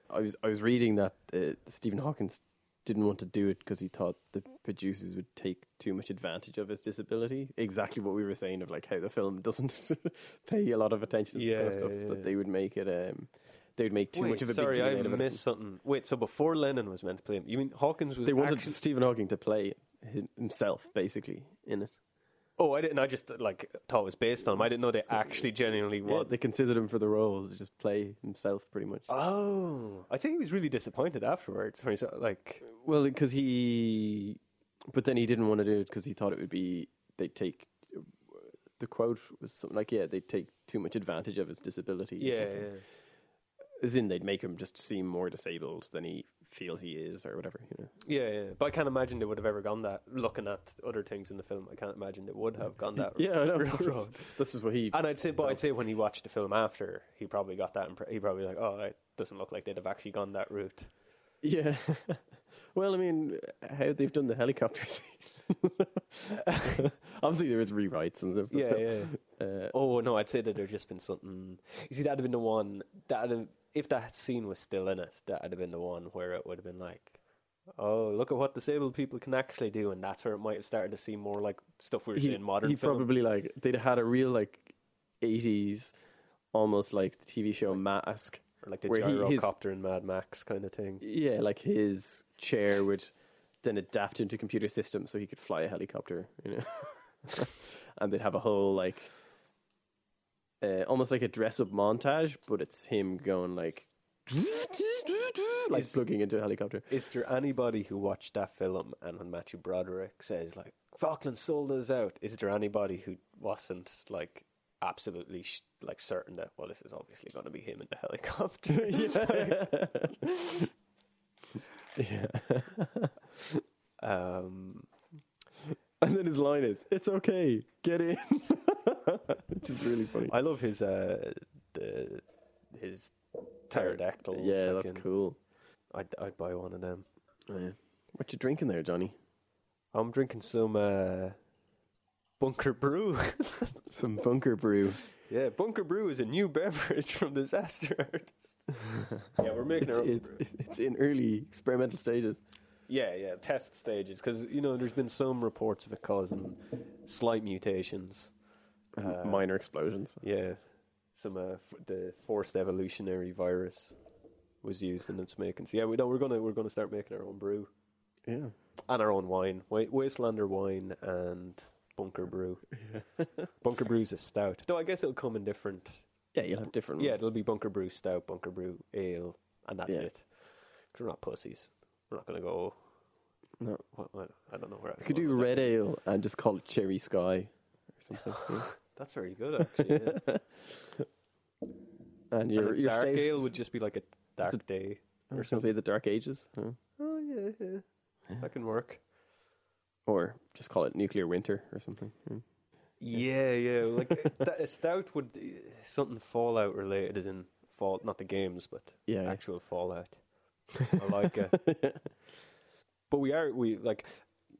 I was I was reading that uh, Stephen Hawkins didn't want to do it because he thought the producers would take too much advantage of his disability. Exactly what we were saying of like how the film doesn't [laughs] pay a lot of attention to this kind of Yeah, stuff. yeah, That yeah. they would make it um they would make too much of a sorry, big deal I out of it. missed something. Wait, so before Lennon was meant to play him, you mean Hawkins was? They wanted actu- Stephen Hawking to play him- himself basically in it. Oh, I didn't. I just like thought it was based on him. I didn't know they actually genuinely Yeah, won. they considered him for the role to just play himself pretty much. oh, I'd say he was really disappointed afterwards. When he's uh, like, Well, because he, but then he didn't want to do it because he thought it would be they take. The quote was something like, "Yeah, they take too much advantage of his disability." or yeah, something. as in they'd make him just seem more disabled than he feels he is, or whatever. You know, yeah, yeah. But I can't imagine they would have ever gone that. Looking at other things in the film, I can't imagine they would have gone [laughs] that. Yeah, I know. road. [laughs] this is what he. And I'd say, but I'd say when he watched the film after, he probably got that. Impre- he probably like, oh, it doesn't look like they'd have actually gone that route. Yeah. [laughs] well, I mean, how they've done the helicopter scene. [laughs] Obviously, there is rewrites and stuff. but so- Uh, Oh no, I'd say that there'd just been something. You see, that'd have been the one that have, if that scene was still in it, that'd have been the one where it would have been like, oh, look at what disabled people can actually do, and that's where it might have started to seem more like stuff we were he, seeing in modern. he film. probably like they'd had a real like '80s, almost like the TV show Mask. or like the where he- his- gyrocopter in Mad Max kind of thing. Yeah, like his chair would then adapt into computer systems so he could fly a helicopter, you know. [laughs] and they'd have a whole like uh, almost like a dress up montage, but it's him going like like Is- plugging into a helicopter. Is there anybody who watched that film and when Matthew Broderick says like Falkland sold us out? Is there anybody who wasn't like absolutely sh- like certain that well this is obviously going to be him in the helicopter? [laughs] Yeah. [laughs] um, And then his line is, It's okay, get in [laughs] Which is really funny. I love his uh, the his pterodactyl. Yeah, that's fucking- cool. I'd, I'd buy one of them. Oh, What you drinking there, Johnny? I'm drinking some uh, Bunker Brew. [laughs] Some bunker brew. yeah, Bunker Brew is a new [laughs] beverage from Disaster Artist. [laughs] yeah, we're making It's, our own. it's, it's in early experimental stages. Yeah, yeah, test stages because you know there's been some reports of it causing slight mutations. Uh, Minor explosions. Yeah, some uh, f- the forced evolutionary virus was used in its making. So yeah, we, no, we're gonna we're gonna start making our own brew Yeah. and our own wine, Wa- Wastelander wine and Bunker [laughs] Brew. Bunker Brew's a stout, though I guess it'll come in different. Yeah, you'll have different Yeah, it'll be Bunker Brew stout, Bunker Brew ale, and that's Mm. Yeah. it. 'Cause we're not pussies. We're not gonna go. No. What, what, I don't know where I was You could going do with that. red ale and just call it Cherry Sky or something. That's very good, actually. yeah. [laughs] and And [laughs] your, a your dark stout- ale would just be like a dark it- day. I was going to say the Dark Ages. huh? Oh yeah, yeah. that can work. Or just call it Nuclear Winter or something. Hmm. Yeah, yeah. [laughs] Like that, a stout would something Fallout related, as in fall, not the games, but Yeah. yeah. actual Fallout. I like [laughs] it. But we are we like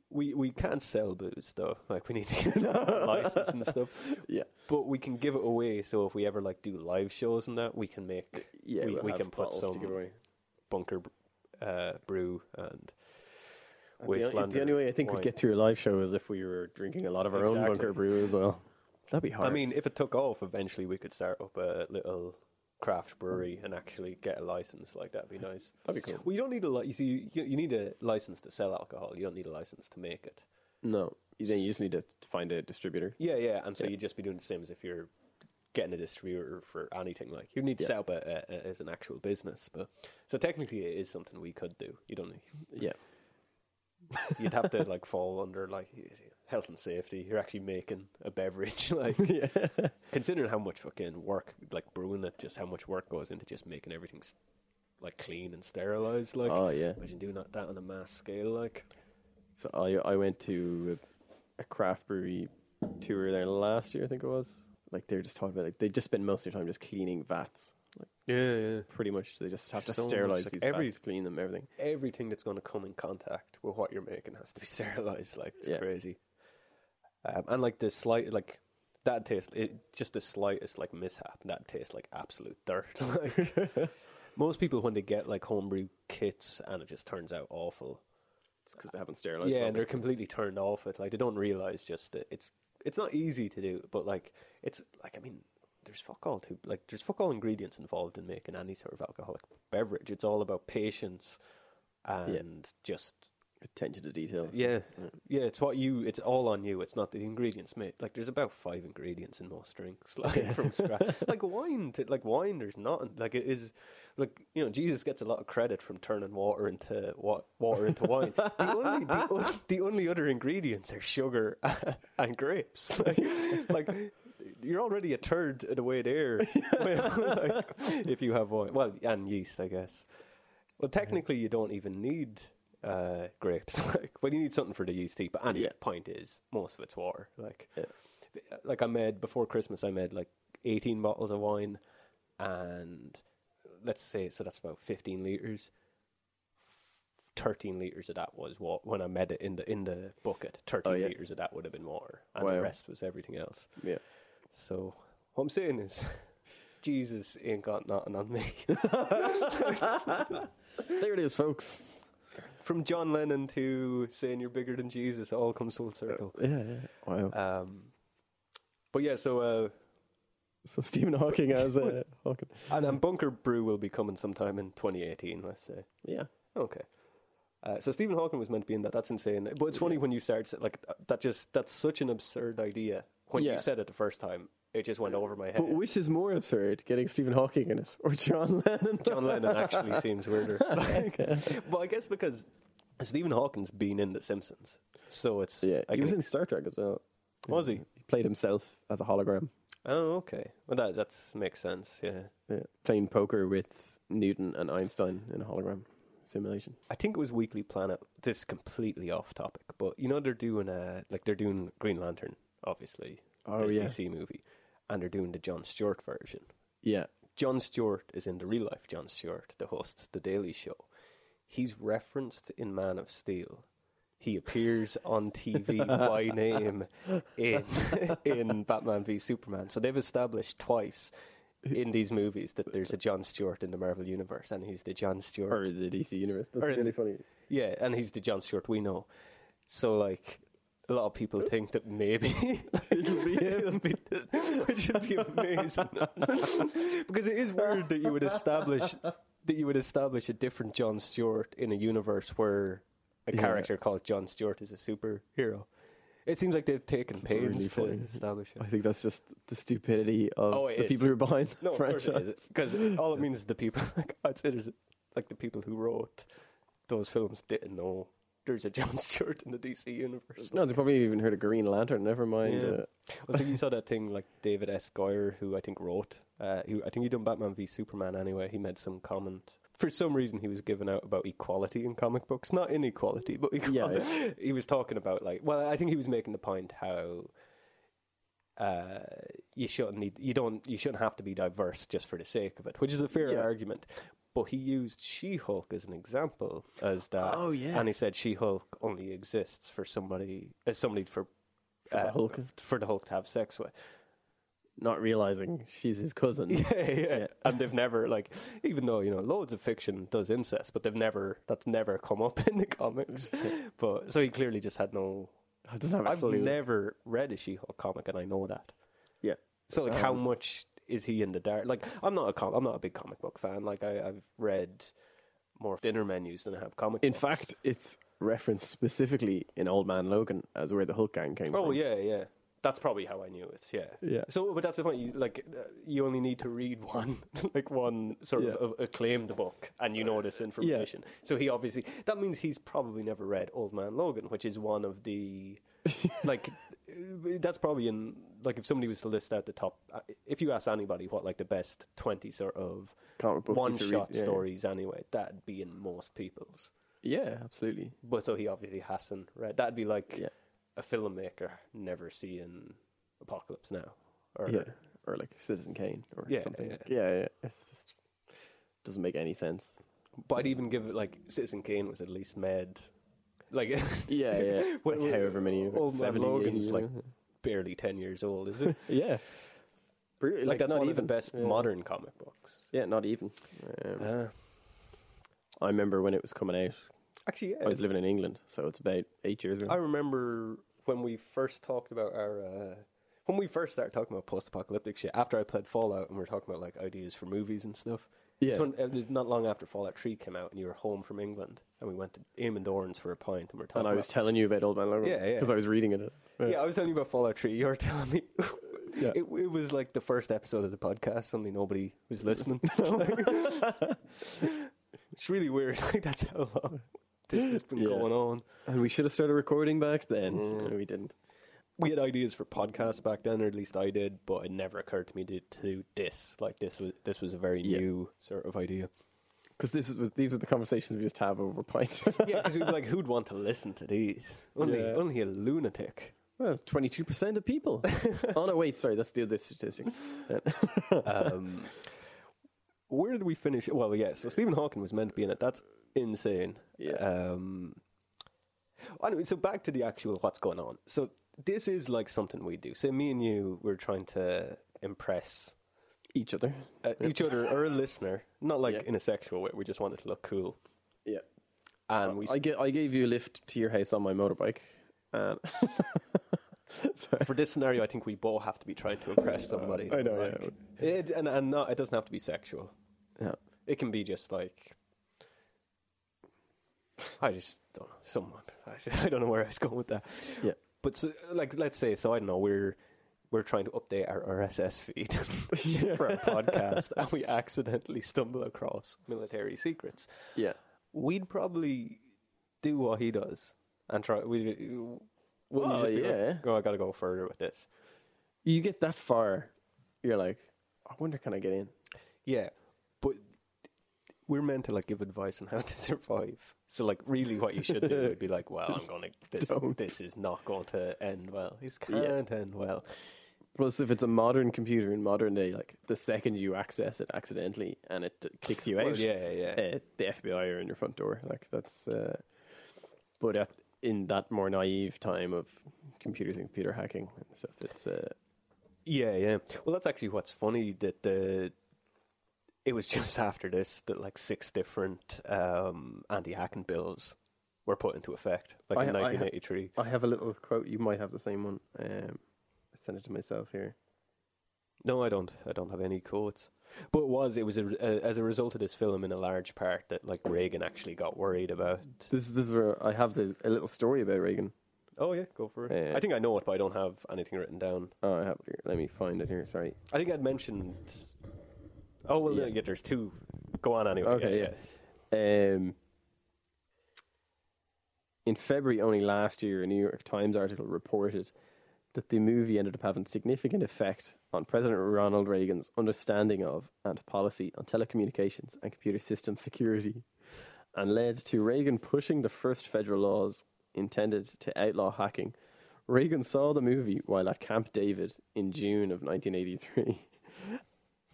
we we can't sell booze though. Like we need to [laughs] get a license and stuff. Yeah. But we can give it away. So if we ever like do live shows and that, we can make Yeah, we, we'll we have can put bottles to some give away. bunker uh, brew and And the only- The, Wastelander only way I think wine. we'd get through a live show is if we were drinking a lot of our own Exactly. bunker brew as well. That'd be hard. I mean, if it took off, eventually we could start up a little craft brewery and actually get a license. Like that'd be nice. that'd be cool. Well, you don't need a li- you see you, you need a license to sell alcohol. You don't need a license to make it. No, you, then you just need to find a distributor. Yeah, yeah. And so you'd just be doing the same as if you're getting a distributor for anything. Like you need to Yeah. set up a, a, a- as an actual business. But so technically, it is something we could do. You don't. Yeah. You'd have [laughs] to like fall under like health and safety. You're actually making a [laughs] beverage. [laughs] Like yeah. considering how much fucking work like brewing it just how much work goes into just making everything s- like clean and sterilized like Oh, yeah. imagine doing that, that on a mass scale like So I I went to a, a craft brewery tour there last year, I think it was. Like they were just talking about like they just spend most of their time just cleaning vats. Like yeah yeah pretty much they just have to So much, sterilize like, these every- vats, clean them, everything. everything that's going to come in contact with what you're making has to be [laughs] sterilized like it's Yeah. crazy um, and like the slight like that tastes it, just the slightest like mishap that tastes like absolute dirt [laughs] like most people when they get like homebrew kits and it just turns out awful It's because they haven't sterilized. yeah, and properly. they're completely turned off it. Like they don't realize just that it's it's not easy to do, but like it's like I mean, there's fuck all to like there's fuck all ingredients involved in making any sort of alcoholic beverage. It's all about patience and just Attention to detail. Yeah, yeah. It's what you. It's all on you. It's not the ingredients, mate. Like there's about five ingredients in most drinks, [laughs] like from scratch. Like wine, to, like wine. There's nothing. Like it is. Like you know, Jesus gets a lot of credit from turning water into wa- water into wine. The only the, o- the only other ingredients are sugar [laughs] and grapes. [laughs] Like, like you're already a third of the way there [laughs] like, if you have wine. Well, and yeast, I guess. Well, technically, you don't even need uh, grapes. [laughs] Like, well, you need something for the yeast tea. But anyway, Yeah. point is, most of it's water. Like, like I made before Christmas, I made like eighteen bottles of wine, and let's say so that's about fifteen liters. Thirteen liters of that was water when I made it in the in the bucket. Thirteen Oh, yeah. liters of that would have been water, and Wow. the rest was everything else. Yeah. So what I'm saying is, [laughs] Jesus ain't got nothing on me. [laughs] There it is, folks. From John Lennon to saying you're bigger than Jesus, it all comes full circle. Yeah, yeah. Wow. Um, but yeah, so uh, So Stephen Hawking as [laughs] uh, Hawking. and, and Bunker Brew will be coming sometime in 2018. Let's say Yeah. okay. Uh, so Stephen Hawking was meant to be in that. That's insane. But it's funny when you start sa- like uh, that. Just that's such an absurd idea. When Yeah. you said it the first time, it just went over my head. But which is more absurd, getting Stephen Hawking in it or John Lennon? John Lennon [laughs] actually seems weirder. Like, well, I guess because Stephen Hawking's been in The Simpsons, so it's Yeah, I he was can- in Star Trek as well. was he? He played himself as a hologram, Oh, okay. Well, that that's makes sense. Yeah, yeah. playing poker with Newton and Einstein in a hologram simulation. I think it was Weekly Planet. This is completely off topic, but you know they're doing uh like they're doing Green Lantern, obviously. Oh, the yeah. DC movie, and they're doing the John Stewart version. Yeah, John Stewart is in the real life. John Stewart, the hosts the Daily Show. He's referenced in Man of Steel. He appears on TV by name in [laughs] in Batman v Superman. So they've established twice in these movies that there's a John Stewart in the Marvel universe, and he's the John Stewart or the DC universe. That's Or in- really funny. yeah, and he's the John Stewart we know. So like a lot of people think that maybe [laughs] it'll be him, which would be amazing. [laughs] because it is weird that you would establish that you would establish a different John Stewart in a universe where a character called John Stewart is a superhero. It seems like they've taken really pains funny. to establish it. I think that's just the stupidity of Oh, it the is. people who are behind the [laughs] No, of course franchise. it is. Because [laughs] all it means is the people. it's, it is like the people who wrote those films didn't know there's a John [laughs] Stewart in the DC universe. No, they probably even heard of Green Lantern. Never mind. Yeah. Uh, [laughs] I think you saw that thing like David S. Goyer, who I think wrote. Uh, who I think he done Batman v Superman anyway. He made some comment. For some reason, he was giving out about equality in comic books, not inequality, but equality. [laughs] he was talking about like. Well, I think he was making the point how uh, you shouldn't need, you don't, you shouldn't have to be diverse just for the sake of it, which is a fair argument. But he used She-Hulk as an example, as that. Oh, yeah. and he said She-Hulk only exists for somebody, as somebody for, uh, the Hulk. for the Hulk to have sex with. not realizing she's his cousin. yeah, [laughs] yeah. [laughs] And they've never like, even though you know, loads of fiction does incest, but they've never that's never come up [laughs] in the comics. But so he clearly just had no. I don't have a I've clue. never read a She-Hulk comic, and I know that. yeah. So like, how much is he in the dark? Like, I'm not a com- I'm not a big comic book fan. Like, I, I've read more dinner menus than I have comic. In books. fact, it's referenced specifically in Old Man Logan as where the Hulk gang came from. oh yeah, yeah. That's probably how I knew it. Yeah, Yeah. So, but that's the point. You, like, uh, you only need to read [laughs] one, like one sort Yeah. of a- acclaimed book, and you know this information. So he obviously that means he's probably never read Old Man Logan, which is one of [laughs] the like. uh, That's probably in like if somebody was to list out the top. uh, If you ask anybody what like the best twenty sort of Comic books you one should read, shot yeah, yeah. stories anyway, that'd be in most people's. Yeah, absolutely. But so he obviously hasn't read. That'd be like Yeah. a filmmaker never seeing Apocalypse Now. Or, Yeah. Or like Citizen Kane or Yeah, something. yeah. like- Yeah. yeah, It's just doesn't make any sense. But I'd even give it like Citizen Kane was at least made. Like, [laughs] [laughs] Yeah, yeah. Well, like however many years, like Old Man 70, Logan's 80, like barely 10 years old, is it? yeah. [laughs] Pretty- like, that's not one even of the best Yeah. modern comic books. Yeah, not even. Um, Uh, I remember when it was coming out. actually, yeah. I was living in England, so it's about eight years ago. I remember when we first talked about our uh, when we first started talking about post apocalyptic shit after I played Fallout and we were talking about like ideas for movies and stuff. Yeah. So it was not long after Fallout 3 came out, and you were home from England, and we went to Eamon Doran's for a pint, and we are talking and I was about- telling you about Old Man Logan. Yeah, yeah. Because I was reading it. yeah, I was telling you about Fallout 3. You were telling me [laughs] Yeah. it, it was like the first episode of the podcast. Suddenly, nobody was listening. [laughs] [laughs] it's really weird. [laughs] Like that's how long [laughs] this has been Yeah. going on. And we should have started recording back then. And we didn't. We had ideas for podcasts back then, or at least I did, but it never occurred to me to, to do this. Like this was this was a very Yeah. new sort of idea. Because this was these were the conversations we just have over [laughs] pints. Yeah, because we'd be like, who'd want to listen to these? Only Yeah. only a lunatic. well, twenty-two percent of [laughs] people. oh no, wait, sorry, that's the other statistic. Um, [laughs] where did we finish? Well, yeah, so Stephen Hawking was meant to be in it. That's insane. Yeah. Um, anyway, so back to the actual what's going on. So this is like something we do. Say, me and you were trying to impress Each other. uh, each other or a listener, not like Yeah. in a sexual way. We just wanted to look cool, Yeah. and we I, ga- I gave you a lift to your house on my motorbike. Uh, And for this scenario, I think we both have to be trying to [laughs] impress somebody. I know, like, it, and and not, it doesn't have to be sexual. [laughs] yeah. It can be just like I just don't know. Someone [laughs] I, I don't know where I was going with that. Yeah. But so, like, let's say so. I don't know. We're we're trying to update our RSS feed [laughs] for our podcast, and we accidentally stumble across military secrets. Yeah. We'd probably do what he does and try. We wouldn't Oh, you just be yeah. like, oh, I got to go further with this. You get that far, you're like, I wonder can I get in? Yeah, but we're meant to like give advice on how [laughs] to survive. So like, really, what you should do would be like, well, I'm [laughs] gonna this this is not going to end well. This can't end well. Plus, if it's a modern computer in modern day, like the second you access it accidentally and it kicks you out, Well, yeah, yeah. uh, the FBI are in your front door. Like that's. Uh, but at, in that more naive time of computers and computer hacking and stuff, it's uh, Yeah, yeah. Well, that's actually what's funny that the it was [laughs] just after this that like six different um, anti-hacking bills were put into effect, like I- in I ha- 1983. I have a little quote. You might have the same one. Um, I sent it to myself here. No, I don't. I don't have any quotes. But it was it was a, a, as a result of this film in a large part that like Reagan actually got worried about. This this is where I have the, a little story about Reagan. Oh yeah, go for it. Yeah. I think I know it, but I don't have anything written down. Oh, I have it here. Let me find it here. Sorry. I think I'd mentioned. Oh well, yeah. there's two. Go on anyway. Okay, yeah, yeah. Um, in February only last year, a New York Times article reported that the movie ended up having significant effect on President Ronald Reagan's understanding of and policy on telecommunications and computer system security, and led to Reagan pushing the first federal laws intended to outlaw hacking. Reagan saw the movie while at Camp David in June of 1983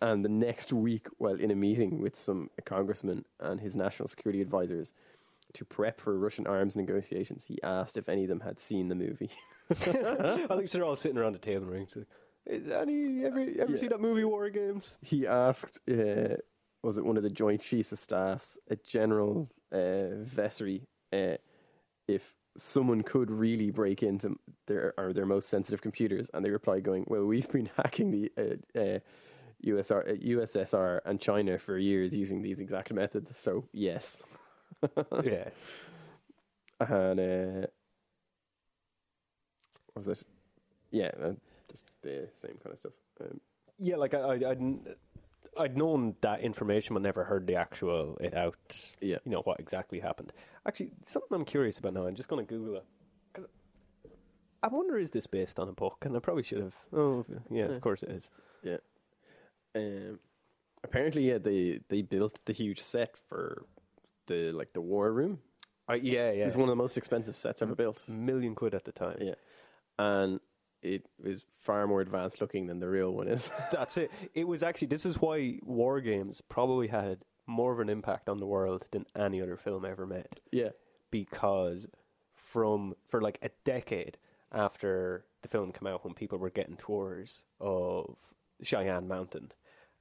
and the next week while in a meeting with some congressman and his national security advisors to prep for Russian arms negotiations, he asked if any of them had seen the movie. [laughs] yeah. [laughs] I think they're all sitting around the table and rings. Like, "Is any ever ever see that movie War Games? he asked, uh, was it one of the Joint Chiefs of Staffs, a General uh, Vessery, uh, if someone could really break into their or their most sensitive computers? And they replied, going, "Well, we've been [laughs] hacking the uh, uh, USR, uh, USSR and China for years using these exact methods." So yes, [laughs] yeah, and uh, what was it? Yeah, uh, just the same kind of stuff. Um, yeah. Like I, I, I'd, I'd known that information, but never heard the actual it out. Yeah. you know what exactly happened. Actually, something I'm curious about now. I'm just going to Google it because I wonder is this based on a book? And I probably should have. Oh, yeah, of course it is. Yeah. Uh, Um, apparently, yeah, they they built the huge set for the like the war room. Uh, yeah, yeah. Mm-hmm. It's one of the most expensive sets ever built. million quid at the time. Yeah, and it was far more advanced looking than the real one is. [laughs] That's it. It was actually this is why War Games probably had more of an impact on the world than any other film ever made yeah, because from for like a decade after the film came out when people were getting tours of Cheyenne Mountain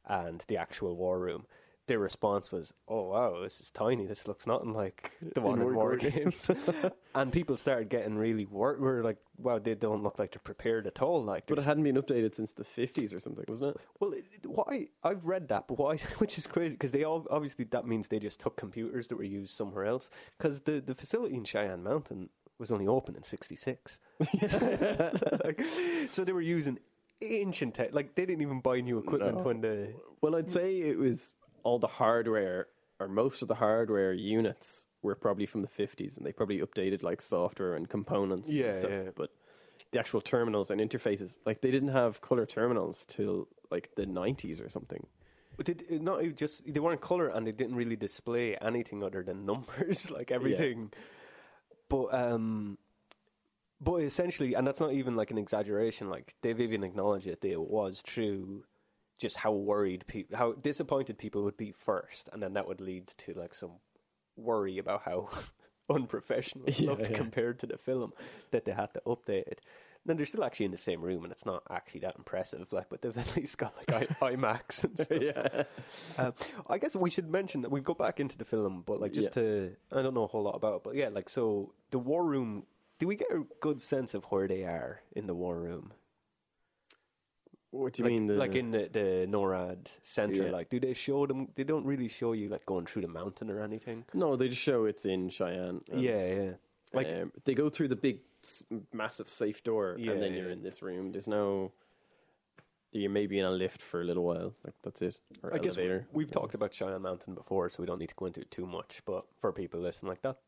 and the actual war room their response was, "Oh wow, this is tiny. This looks nothing like the one in War- War War Games." [laughs] and people started getting really worried. We were like, "Wow, they don't look like they're prepared at all." Like, But it there's- hadn't been updated since the 50s or something, wasn't it? well, it- it- why? I've read that, but why? [laughs] Which is crazy because they all obviously that means they just took computers that were used somewhere else because the the facility in Cheyenne Mountain was only open in '66, [laughs] Like, so they were using ancient tech. Like they didn't even buy new equipment No. when the Well, I'd say it was all the hardware, or most of the hardware units were probably from the 50s, and they probably updated like software and components Yeah, and stuff. yeah. But the actual terminals and interfaces, like they didn't have color terminals till like the 90s or something. But Did uh, not it just they weren't color and they didn't really display anything other than numbers, [laughs] like everything. But um, but essentially, and that's not even like an exaggeration. Like they've even acknowledged it. That it was true. Just how worried people, how disappointed people would be first, and then that would lead to like some worry about how [laughs] unprofessional it Yeah, looked yeah. compared to the film that they had to update it. Then they're still actually in the same room, and it's not actually that impressive. Like, but they've [laughs] at least got like I- IMAX and stuff. [laughs] yeah. Um, I guess we should mention that we go back into the film, but like just Yeah. to, I don't know a whole lot about it, but yeah, like so the war room. Do we get a good sense of where they are in the war room? What do you like, mean? The, like in the, the NORAD center? Yeah. Like, do they show them? They don't really show you like going through the mountain or anything. no, they just show it's in Cheyenne. and, yeah, yeah. Like, um, they go through the big, s- massive safe door, Yeah, and then yeah. you're in this room. There's no. You may be in a lift for a little while. Like that's it. Or I guess we- elevator. we've talked about Cheyenne Mountain before, so we don't need to go into it too much. But for people listening, like that,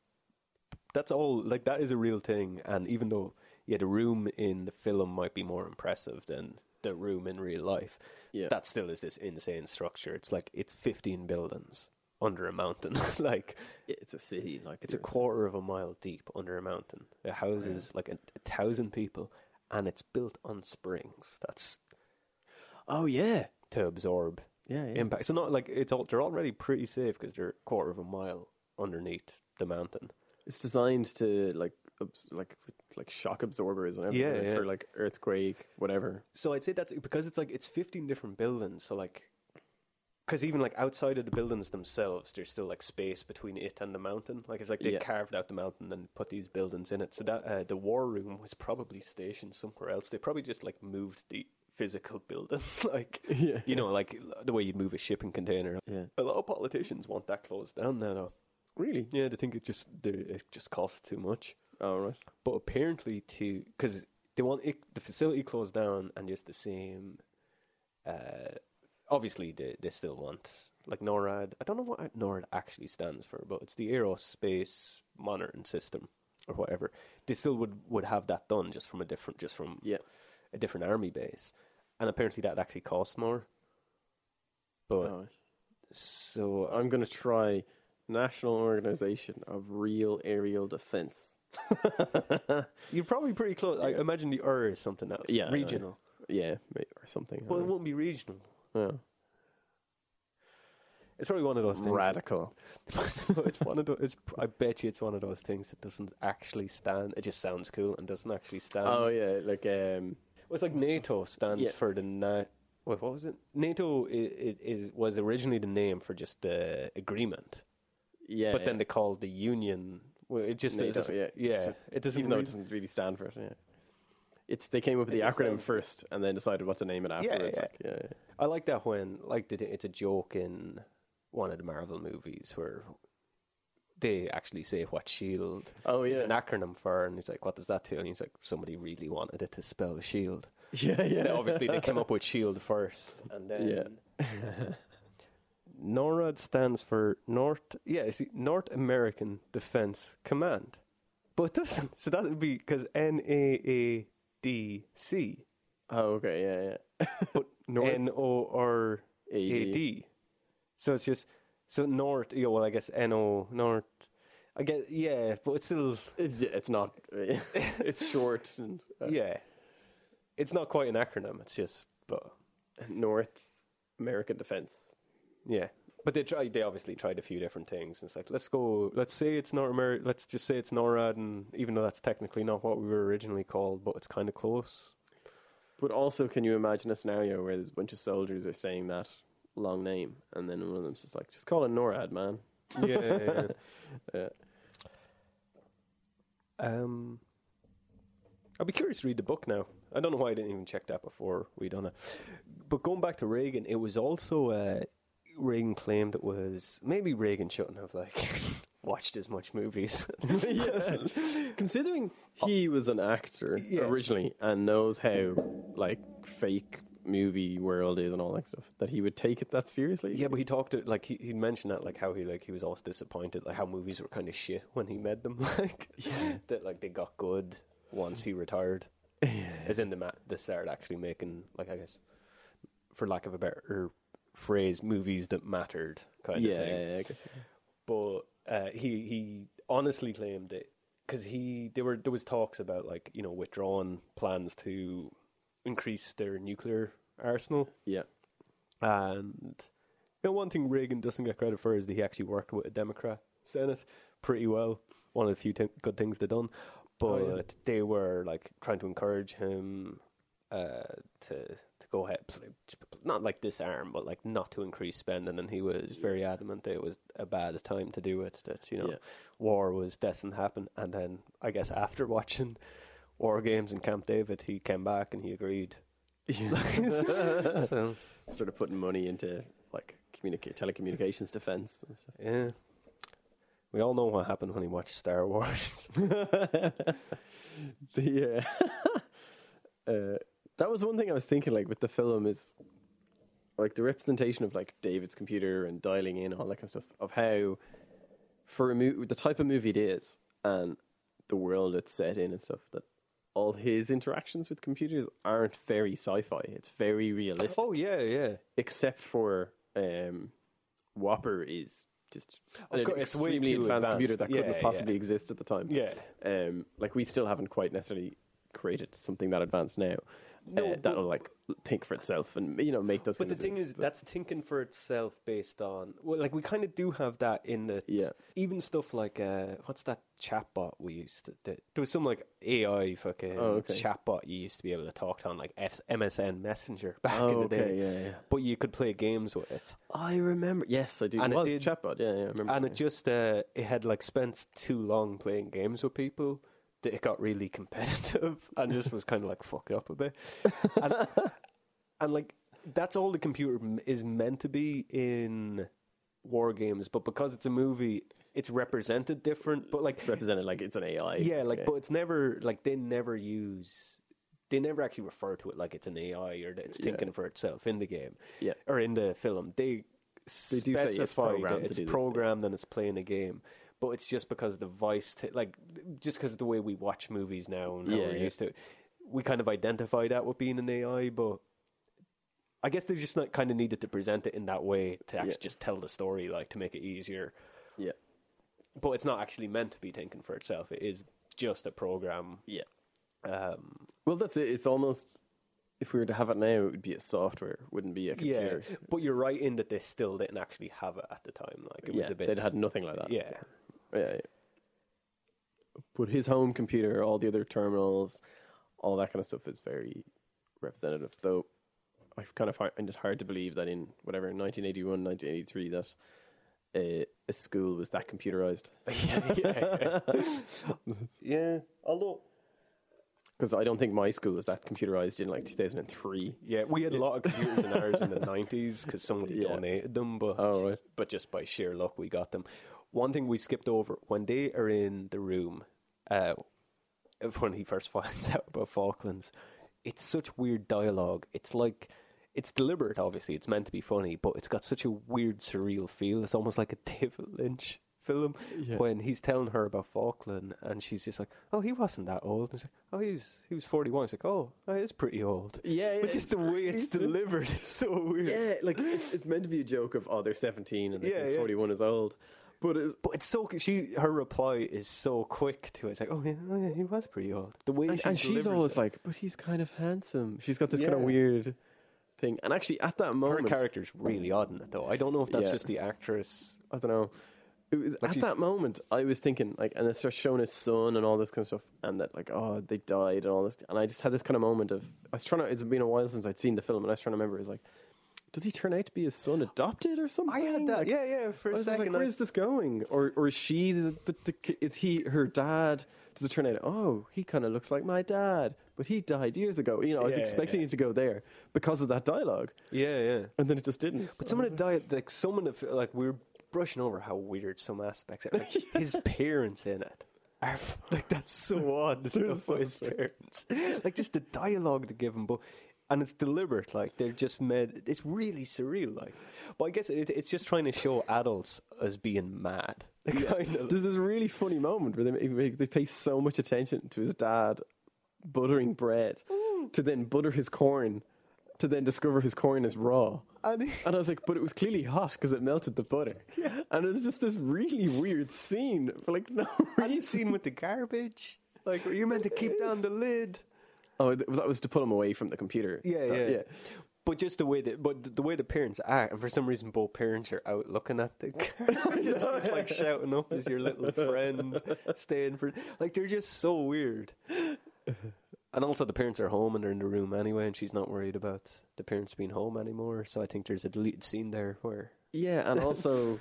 that's all. Like that is a real thing. And even though, yeah, the room in the film might be more impressive than the room in real life, Yeah. that still is this insane structure. It's like it's 15 buildings under a mountain. [laughs] like It's a city. Like it's a quarter of a mile deep under a mountain. It houses like a, a thousand people, and it's built on springs. That's Oh yeah, to absorb yeah, yeah. impact. So not like it's all, they're already pretty safe because they're a quarter of a mile underneath the mountain. It's designed to like abs- like with, like shock absorbers and everything Yeah, like, yeah. for like earthquake [laughs] whatever. So I'd say that's because it's like it's 15 different buildings. So like because even like outside of the buildings themselves, there's still like space between it and the mountain. Like it's like they Yeah. carved out the mountain and put these buildings in it. So that uh, the war room was probably stationed somewhere else. They probably just like moved the physical [laughs] building, like Yeah. you know, like the way you'd move a shipping container. Yeah. A lot of politicians want that closed down now, though. Really? Yeah, they think it just they- it just costs too much. Oh right. But apparently, to because they want it, the facility closed down and just the same. Uh, obviously, they they still want like NORAD. I don't know what NORAD actually stands for, but it's the Aerospace Monitoring System or whatever. They still would would have that done just from a different just from Yeah. a different army base, and apparently that actually costs more. But All right. so I'm gonna try National Organization of Real Aerial Defense. You're probably pretty close. I imagine the R is something else. Yeah, regional. Yeah, ma- or something. Well, it won't be regional. Oh. It's probably one of those things. Radical. That, [laughs] it's one of those. It's, I bet you it's one of those things that doesn't actually stand. It just sounds cool and doesn't actually stand. Oh well, yeah, like um, it's like NATO stands Yeah. for the. Na- Wait, what was it? NATO i it is was originally the name for just the agreement, yeah. but then yeah. they called the union. Well, it just NATO, it doesn't, yeah, yeah, just- yeah, just- it doesn't. even though really- it doesn't really stand for it. Yeah. It's they came up with It the just acronym sounds- first and then decided what to name it afterwards. yeah. Like, yeah, yeah. I like that when like the, it's a joke in one of the Marvel movies where they actually say what Shield Oh is yeah. an acronym for, and he's like, "What does that tell?" And he's like, "Somebody really wanted it to spell [laughs] Shield." [laughs] yeah, yeah. [laughs] They- obviously, they came up with Shield first, and then Yeah. [laughs] NORAD stands for North. Yeah, see, North American Defense Command. But it doesn't so that would be because N A A D C, Oh, okay, yeah, yeah. [laughs] but N O R. AD. AD. So it's just so north. Yeah, well, I guess NO north. I guess yeah, but it's still It's, yeah, it's not. [laughs] it's short and uh, yeah. It's not quite an acronym. It's just but North American defense. yeah. But they tried. They obviously tried a few different things. It's like let's go. Let's say it's North America. Let's just say it's NORAD, and even though that's technically not what we were originally called, but it's kind of close. But also, can you imagine a scenario where there's a bunch of soldiers are saying that, long name, and then one of them's just like, just call it NORAD, man. [laughs] Yeah. yeah, Yeah. Um, I'll be curious to read the book now. I don't know why I didn't even check that before we done it. But going back to Reagan, it was also uh, Reagan claimed it was maybe Reagan shouldn't have like [laughs] watched as much [laughs] movies. Considering he was an actor Yeah. originally and knows how like fake movie world is and all that stuff, that he would take it that seriously. yeah, but he talked to, like he, he mentioned that like how he like he was always disappointed like how movies were kind of shit when he made them [laughs] like that like they got good once he retired. As in the ma- they started actually making like I guess for lack of a better phrase movies that mattered kind yeah, of thing. yeah, I guess. but uh, he he honestly claimed it because he there were there was talks about like you know withdrawing plans to increase their nuclear arsenal yeah. and you know one thing Reagan doesn't get credit for is that he actually worked with a Democrat Senate pretty well one of the few thi- good things they done but Oh, they were like trying to encourage him uh, to to go ahead pl- not like disarm but like not to increase spending and he was very adamant that it was a bad time to do it that you know Yeah. war was destined to happen and then I guess after [laughs] watching war games in Camp David he came back and he [laughs] agreed yeah. [laughs] so Started putting money into like communica- telecommunications defense and stuff. Yeah. We all know what happened when he watched Star [laughs] Wars. [laughs] the uh, [laughs] uh, that was one thing I was thinking like with the film is like the representation of like David's computer and dialing in all that kind of stuff of how for a movie the type of movie it is and the world it's set in and stuff that all his interactions with computers aren't very sci-fi it's very realistic oh yeah, yeah. except for um, Whopper is just Of an course, it's way extremely too advanced, advanced. computer that Yeah, couldn't yeah. possibly exist at the time. Yeah. um, like we still haven't quite necessarily created something that advanced now. uh, but- that'll like think for itself and you know make those. But the kinds of thing things, is, but- that's thinking for itself based on well, like we kind of do have that in the Yeah. Even stuff like uh, what's that chatbot we used to? do? There was some like AI fucking Oh, okay. chatbot you used to be able to talk to on like F- MSN Messenger [laughs] back Oh, in the okay, day. yeah, yeah. But you could play games with it. I remember. Yes, I do. And And it it was did- chatbot. Yeah, yeah, I remember. and it just uh, it had like spent too long playing games with people that it got really [laughs] competitive and just was kind of like fucked up a bit and, and like that's all the computer m- is meant to be in war games but because it's a movie it's represented different but like It's represented like it's an AI. yeah like but it's never like they never use they never actually refer to it like it's an AI or that it's Yeah. thinking for itself in the game Yeah. or in the film. They, They do say it's specify programmed that to it's do this, yeah. programmed and it's playing a game. But it's just because the vice, t- like, just because of the way we watch movies now and how Yeah, we're yeah. used to it, we kind of identify that with being an AI. But I guess they just not kind of needed to present it in that way to actually Yeah. just tell the story, like, to make it easier. yeah, But it's not actually meant to be thinking for itself. It is just a program. yeah. Um, Well, that's it. It's almost if we were to have it now, it would be a software, it wouldn't be a computer. Yeah, but you're right in that they still didn't actually have it at the time. Like it was a bit. They'd had nothing like [laughs] that. yeah, yeah, yeah. But his home computer, all the other terminals, all that kind of stuff is very representative. Though I kind of find it hard to believe that in whatever 1981, 1983, that uh, a school was that computerized. [laughs] yeah, yeah. Although, Because I don't think my school was that computerized in like 2003. yeah, we had a lot of computers in ours [laughs] in the nineties because somebody Yeah. donated them, but Oh, right. but just by sheer luck we got them. One thing we skipped over when they are in the room, uh, [laughs] when he first [laughs] finds out about Falklands, it's such weird dialogue. It's like. It's deliberate, obviously. It's meant to be funny, but it's got such a weird, surreal feel. It's almost like a [laughs] David Lynch film when he's telling her about Falkland, and she's just like, "Oh, he wasn't that old." And he's like, "Oh, he was he was forty one." It's like, "Oh, that is pretty old." Yeah, yeah, but just it's the way it's crazy. delivered, it's so weird. [laughs] Yeah, like [laughs] it's, it's meant to be a joke of oh they're 17 and Yeah, they're yeah. 41 is old, but it's, But it's so she her reply is so quick to it. It's like, oh yeah, oh, yeah, he was pretty old. The way and, she and she's delivers always it. like, but he's kind of handsome. She's got this kind Yeah. of weird thing. And actually, at that her moment, character's really odd in it though. I don't know if that's Yeah. just the actress. I don't know. It was at she's- that moment I was thinking like, and they start showing his son and all this kind of stuff, and that like, oh, they died and all this, and I just had this kind of moment of I was trying to. It's been a while since I'd seen the film, and I was trying to remember. It's like, does he turn out to be his son adopted or something? I had that. Like, yeah, yeah. For I a was like, second, where is this going? Or or is she the, the, the ki- is he her dad? Does it turn out oh he kind of looks like my dad, but he died years ago. You know, I was Yeah, expecting yeah. it to go there because of that dialogue, yeah, yeah. and then it just didn't. [laughs] But some of the diet, like some of the, f- like we're brushing over how weird some aspects are. Like, His parents in it. Are, f- like that's so odd. The stuff with his parents, like just the dialogue they give him, but and it's deliberate. Like they're just made. It's really surreal. Like, but I guess it, it's just trying to show adults as being mad. Kind of. There's this really funny moment where they make, they pay so much attention to his dad buttering bread to then butter his corn to then discover his corn is raw. And- [laughs] And I was like, but it was clearly hot because it melted the butter. Yeah. And it's just this really weird scene for like [laughs] no Have you reason. seen with the garbage? Like you're meant to keep down the lid. Oh, th- that was to pull him away from the computer. Yeah, Uh, yeah, But just the way that, but th- the way the parents act, and for some reason, both parents are out looking at the garbage, and [laughs] just like shouting up as your little friend staying for, like they're just so weird. And also, the parents are home and they're in the room anyway, and she's not worried about the parents being home anymore. So I think there's a deleted scene there where Yeah, and [laughs] also,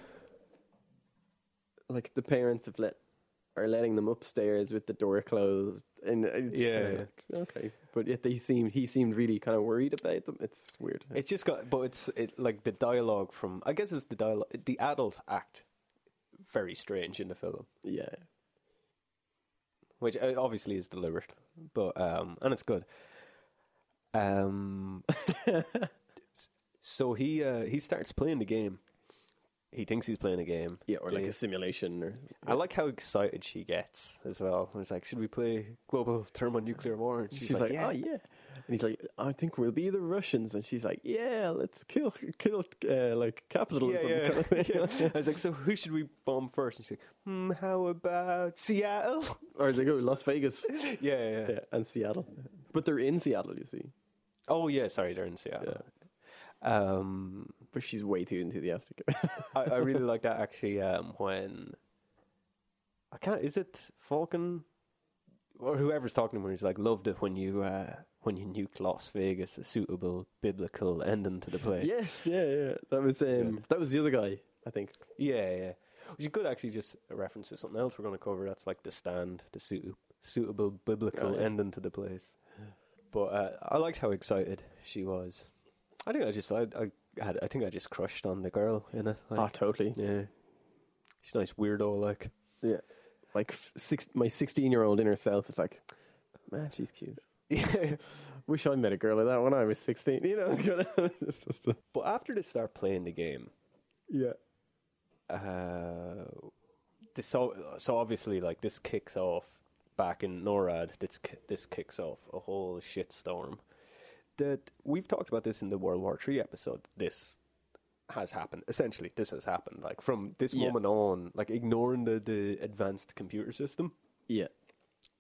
like the parents have let are letting them upstairs with the door closed, and it's Yeah, kinda like, okay. But yet they seem he seemed really kind of worried about them. It's weird. It's just got, but it's it like the dialogue from. I guess it's the dialogue. The adults act very strange in the film, yeah, which uh, obviously is deliberate, but um, and it's good. Um, [laughs] so he uh, he starts playing the game. He thinks he's playing a game. yeah, or like Yeah. a simulation, or I like how excited she gets as well. It's like, should we play global thermonuclear war? And she's, like, oh yeah, and he's like, I think we'll be the Russians, and she's like, yeah, let's kill kill uh, like capitalism. Yeah, yeah. [laughs] yeah. [laughs] I was like, so who should we bomb first? And she's like, hmm, how about Seattle? [laughs] or they go Las Vegas yeah, yeah, yeah. yeah, and Seattle, but they're in Seattle, you see. Oh yeah, sorry, they're in Seattle. Um, But she's way too enthusiastic. [laughs] I, I really like that actually. Um, when I can't, is it Falcon or whoever's talking to him? He's like, loved it when you uh, when you nuked Las Vegas, a suitable biblical ending to the play. Yes, yeah, yeah. That was um, that was the other guy, I think. yeah, yeah. Which is good actually. Just a reference to something else we're going to cover. That's like the stand, the suit, suitable biblical Oh, yeah. ending to the place. But uh, I liked how excited she was. I think I just I, I had I think I just crushed on the girl in it. Like, Ah, totally. Yeah. She's a nice weirdo, like. Yeah, like f- six, my sixteen-year-old inner self is like, man, she's cute. Yeah. Wish I met a girl like that when I was sixteen. You know, [laughs] kind of- it's just a- [laughs] But after they start playing the game, yeah, uh, this, so, so obviously, like, this kicks off back in NORAD, this, ki- this kicks off a whole shitstorm. That we've talked about this in the World War Three episode. This has happened. Essentially, this has happened. Like, from this Yeah. moment on, like, ignoring the, the advanced computer system, yeah,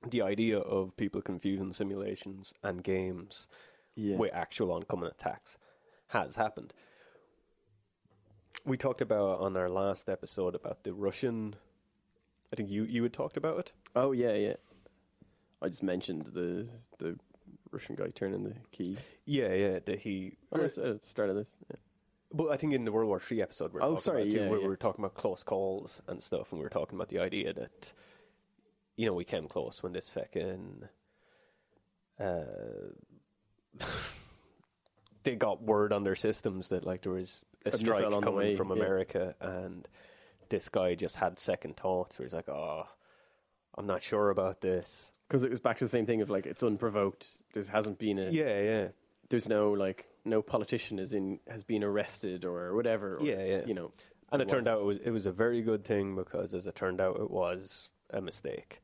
the idea of people confusing simulations and games yeah. with actual oncoming attacks has happened. We talked about on our last episode about the Russian. I think you you had talked about it. Oh yeah, yeah. I just mentioned the the Russian guy turning the key. Yeah, yeah. That he. Oh, I said at the start of this. Yeah. But I think in the World War Three episode, we we're Oh, talking sorry, about too, yeah, where yeah. we were talking about close calls and stuff, and we were talking about the idea that you know we came close when this fucking uh, [laughs] they got word on their systems that like there was a, missile strike on the coming way, from yeah. America, and this guy just had second thoughts where he's like, "Oh, I'm not sure about this." Because it was back to the same thing of like it's unprovoked. There hasn't been a Yeah, yeah, there's no like no politician is in has been arrested or whatever. Or, Yeah, yeah. You know, and it turned out it was it was a very good thing because, as it turned out, it was a mistake.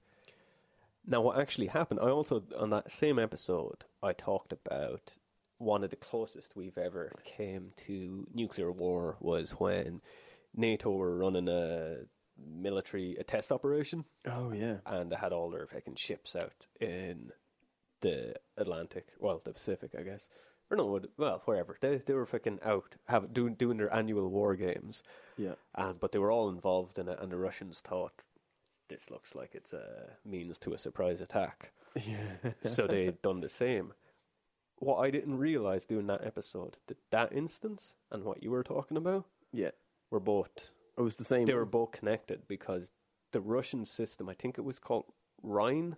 Now, what actually happened? I also on that same episode I talked about one of the closest we've ever came to nuclear war was when NATO were running a military a test operation Oh yeah, and they had all their fucking ships out in the Atlantic, well, the Pacific, I guess, or no, what- well, wherever they they were fucking out, have doing doing their annual war games, yeah. and but they were all involved in it, and the Russians thought this looks like it's a means to a surprise attack, so they done the same. what I didn't realize doing that episode that that instance and what you were talking about Yeah, were both it was the same. they were both connected because the Russian system, I think it was called Rhine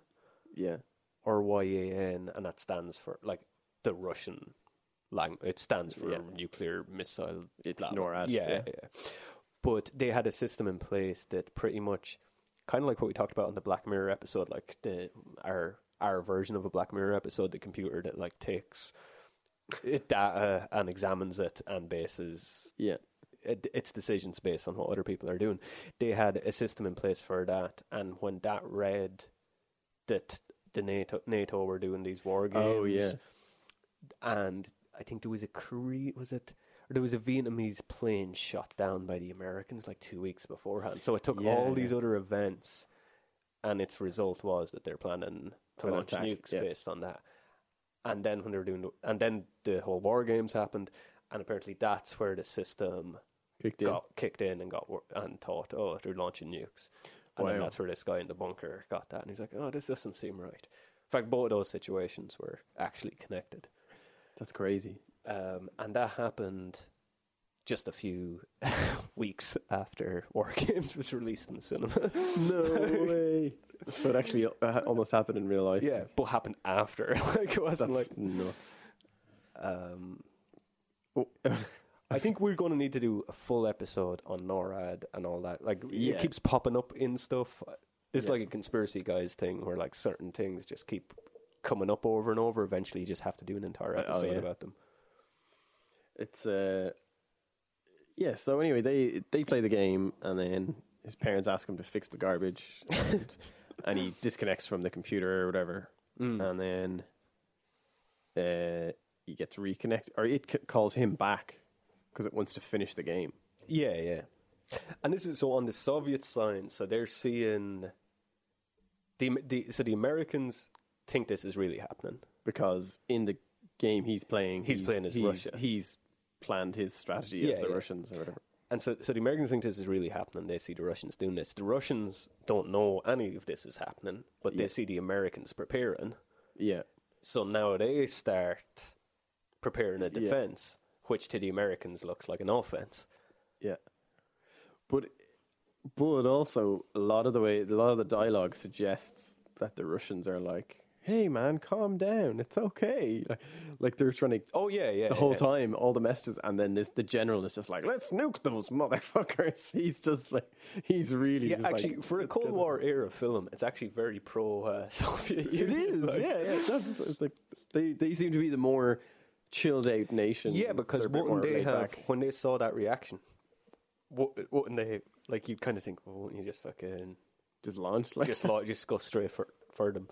yeah, or YAN, and that stands for like the Russian language. It stands for Yeah. nuclear missile. It's blah, blah. NORAD, Yeah, yeah. yeah. But they had a system in place that pretty much, kind of like what we talked about on the Black Mirror episode, like the our our version of a Black Mirror episode, the computer that like takes it data and examines it and bases yeah. it, its decisions based on what other people are doing. They had a system in place for that, and when that read that the NATO NATO were doing these war games, Oh, yeah. and I think there was a Korea, was it? Or there was a Vietnamese plane shot down by the Americans like two weeks beforehand. So it took Yeah, all yeah. these other events, and its result was that they're planning to An launch attack, nukes yeah. based on that. And then when they were doing, the, and then the whole war games happened, and apparently that's where the system Kicked in. got kicked in and got wor- and thought, oh, they're launching nukes, and then Wow. that's where this guy in the bunker got that, and he's like, oh, this doesn't seem right. In fact, both of those situations were actually connected, That's crazy. um, and that happened just a few [laughs] weeks after War [laughs] Games was released in the [laughs] cinema. No way. [laughs] So it actually uh, almost happened in real life. yeah, but happened after. [laughs] like it that's wasn't like. [laughs] nuts. Um, Oh, I think we're going to need to do a full episode on NORAD and all that. Like, Yeah. it keeps popping up in stuff. It's Yeah. like a conspiracy guys thing where like certain things just keep coming up over and over. Eventually, you just have to do an entire Oh, episode yeah. about them. it's uh, yeah. So anyway, they they play the game, and then his parents ask him to fix the garbage, [laughs] and, and he disconnects from the computer or whatever, Mm. and then uh, he gets reconnected, or it c- calls him back because it wants to finish the game. Yeah, yeah. And this is so on the Soviet side, so they're seeing the, the so the Americans think this is really happening. because in the game he's playing, He's playing as he's, Russia. He's planned his strategy Yeah, as the yeah. Russians or whatever. And so, so the Americans think this is really happening. They see the Russians doing this. The Russians don't know any of this is happening, but they Yeah. see the Americans preparing. Yeah, So now they start preparing a Yeah. defense, which to the Americans looks like an offense. yeah. But but also a lot of the way, a lot of the dialogue suggests that the Russians are like, "Hey man, calm down. It's okay." Like, like they're trying to. Oh yeah, yeah. The whole time, all the messages, and then this the general is just like, "Let's nuke those motherfuckers." [laughs] He's just like, he's really Yeah, just like- actually, for a Cold War era film, it's actually very pro uh, [laughs] Soviet It Union, [laughs] is, like- yeah, yeah. That's, [laughs] it's like they they seem to be the more chilled out nation. Yeah, because They're a bit more wouldn't they laid have back. when they saw that reaction? What, wouldn't they like? You kind of think, well, wouldn't you just fucking just launched like [laughs] just like, just go straight for for them.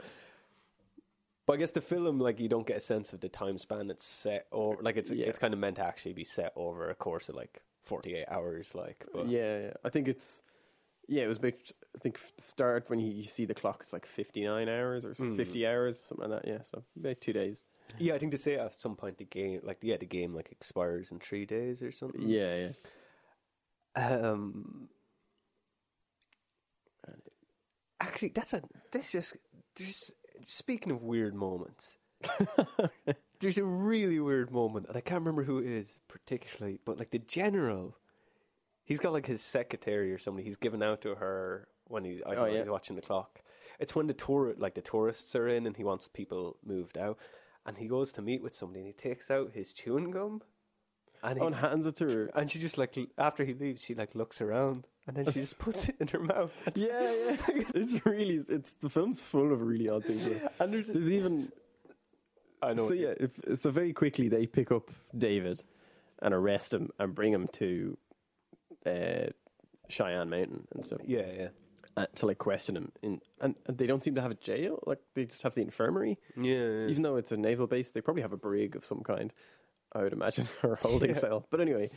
But I guess the film, like, you don't get a sense of the time span it's set or like it's Yeah. it's kind of meant to actually be set over a course of like forty eight hours, like. But yeah, yeah. I think it's yeah, it was big. I think f- the start when you, you see the clock, it's like fifty nine hours or s- fifty hours, something like that. Yeah, so about two days. yeah, I think they say at some point the game, like, yeah, the game like expires in three days or something. Yeah, yeah. Um, actually, that's a this just there's speaking of weird [laughs] moments. there's a really weird moment, and I can't remember who it is particularly, but like the general, he's got like his secretary or somebody he's giving out to her when he I don't Oh, know, yeah. he's watching the clock. It's when the tour like the tourists are in, and he wants people moved out, and he goes to meet with somebody, and he takes out his chewing gum, and he On hands it to her. and she just like l- after he leaves, she like looks around and then she [laughs] just puts it in her mouth. Yeah, yeah. [laughs] it's really it's the film's full of really odd things. And there's, There's even I know. so yeah, if, so very quickly they pick up David and arrest him and bring him to uh, Cheyenne Mountain and stuff yeah, yeah, uh, to like question him. In, and, and they don't seem to have a jail; like they just have the infirmary. yeah. Even though it's a naval base, they probably have a brig of some kind. I would imagine [laughs] or a holding cell. But anyway,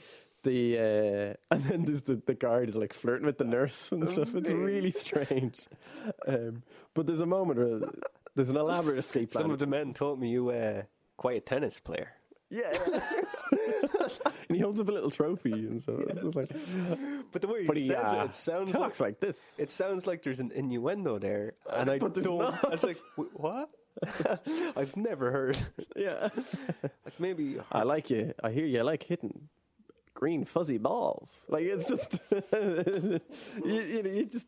the uh, [laughs] and then there's the the guard is like flirting with the nurse and stuff. It's really strange. Um, but there's a moment where there's an elaborate escape plan. Some of the men told me you were quite a tennis player. Yeah. [laughs] and he holds up a little trophy and so it's just like But the way he But says he uh, it, it sounds like, talks like, this. it sounds like Uh, there's an innuendo there, and I But there's don't. not. I was like, "Wh- what? [laughs] I've never heard. Yeah. Like maybe uh, I like you. I hear you like hitting green fuzzy balls. Like it's just [laughs] you, you, know, you just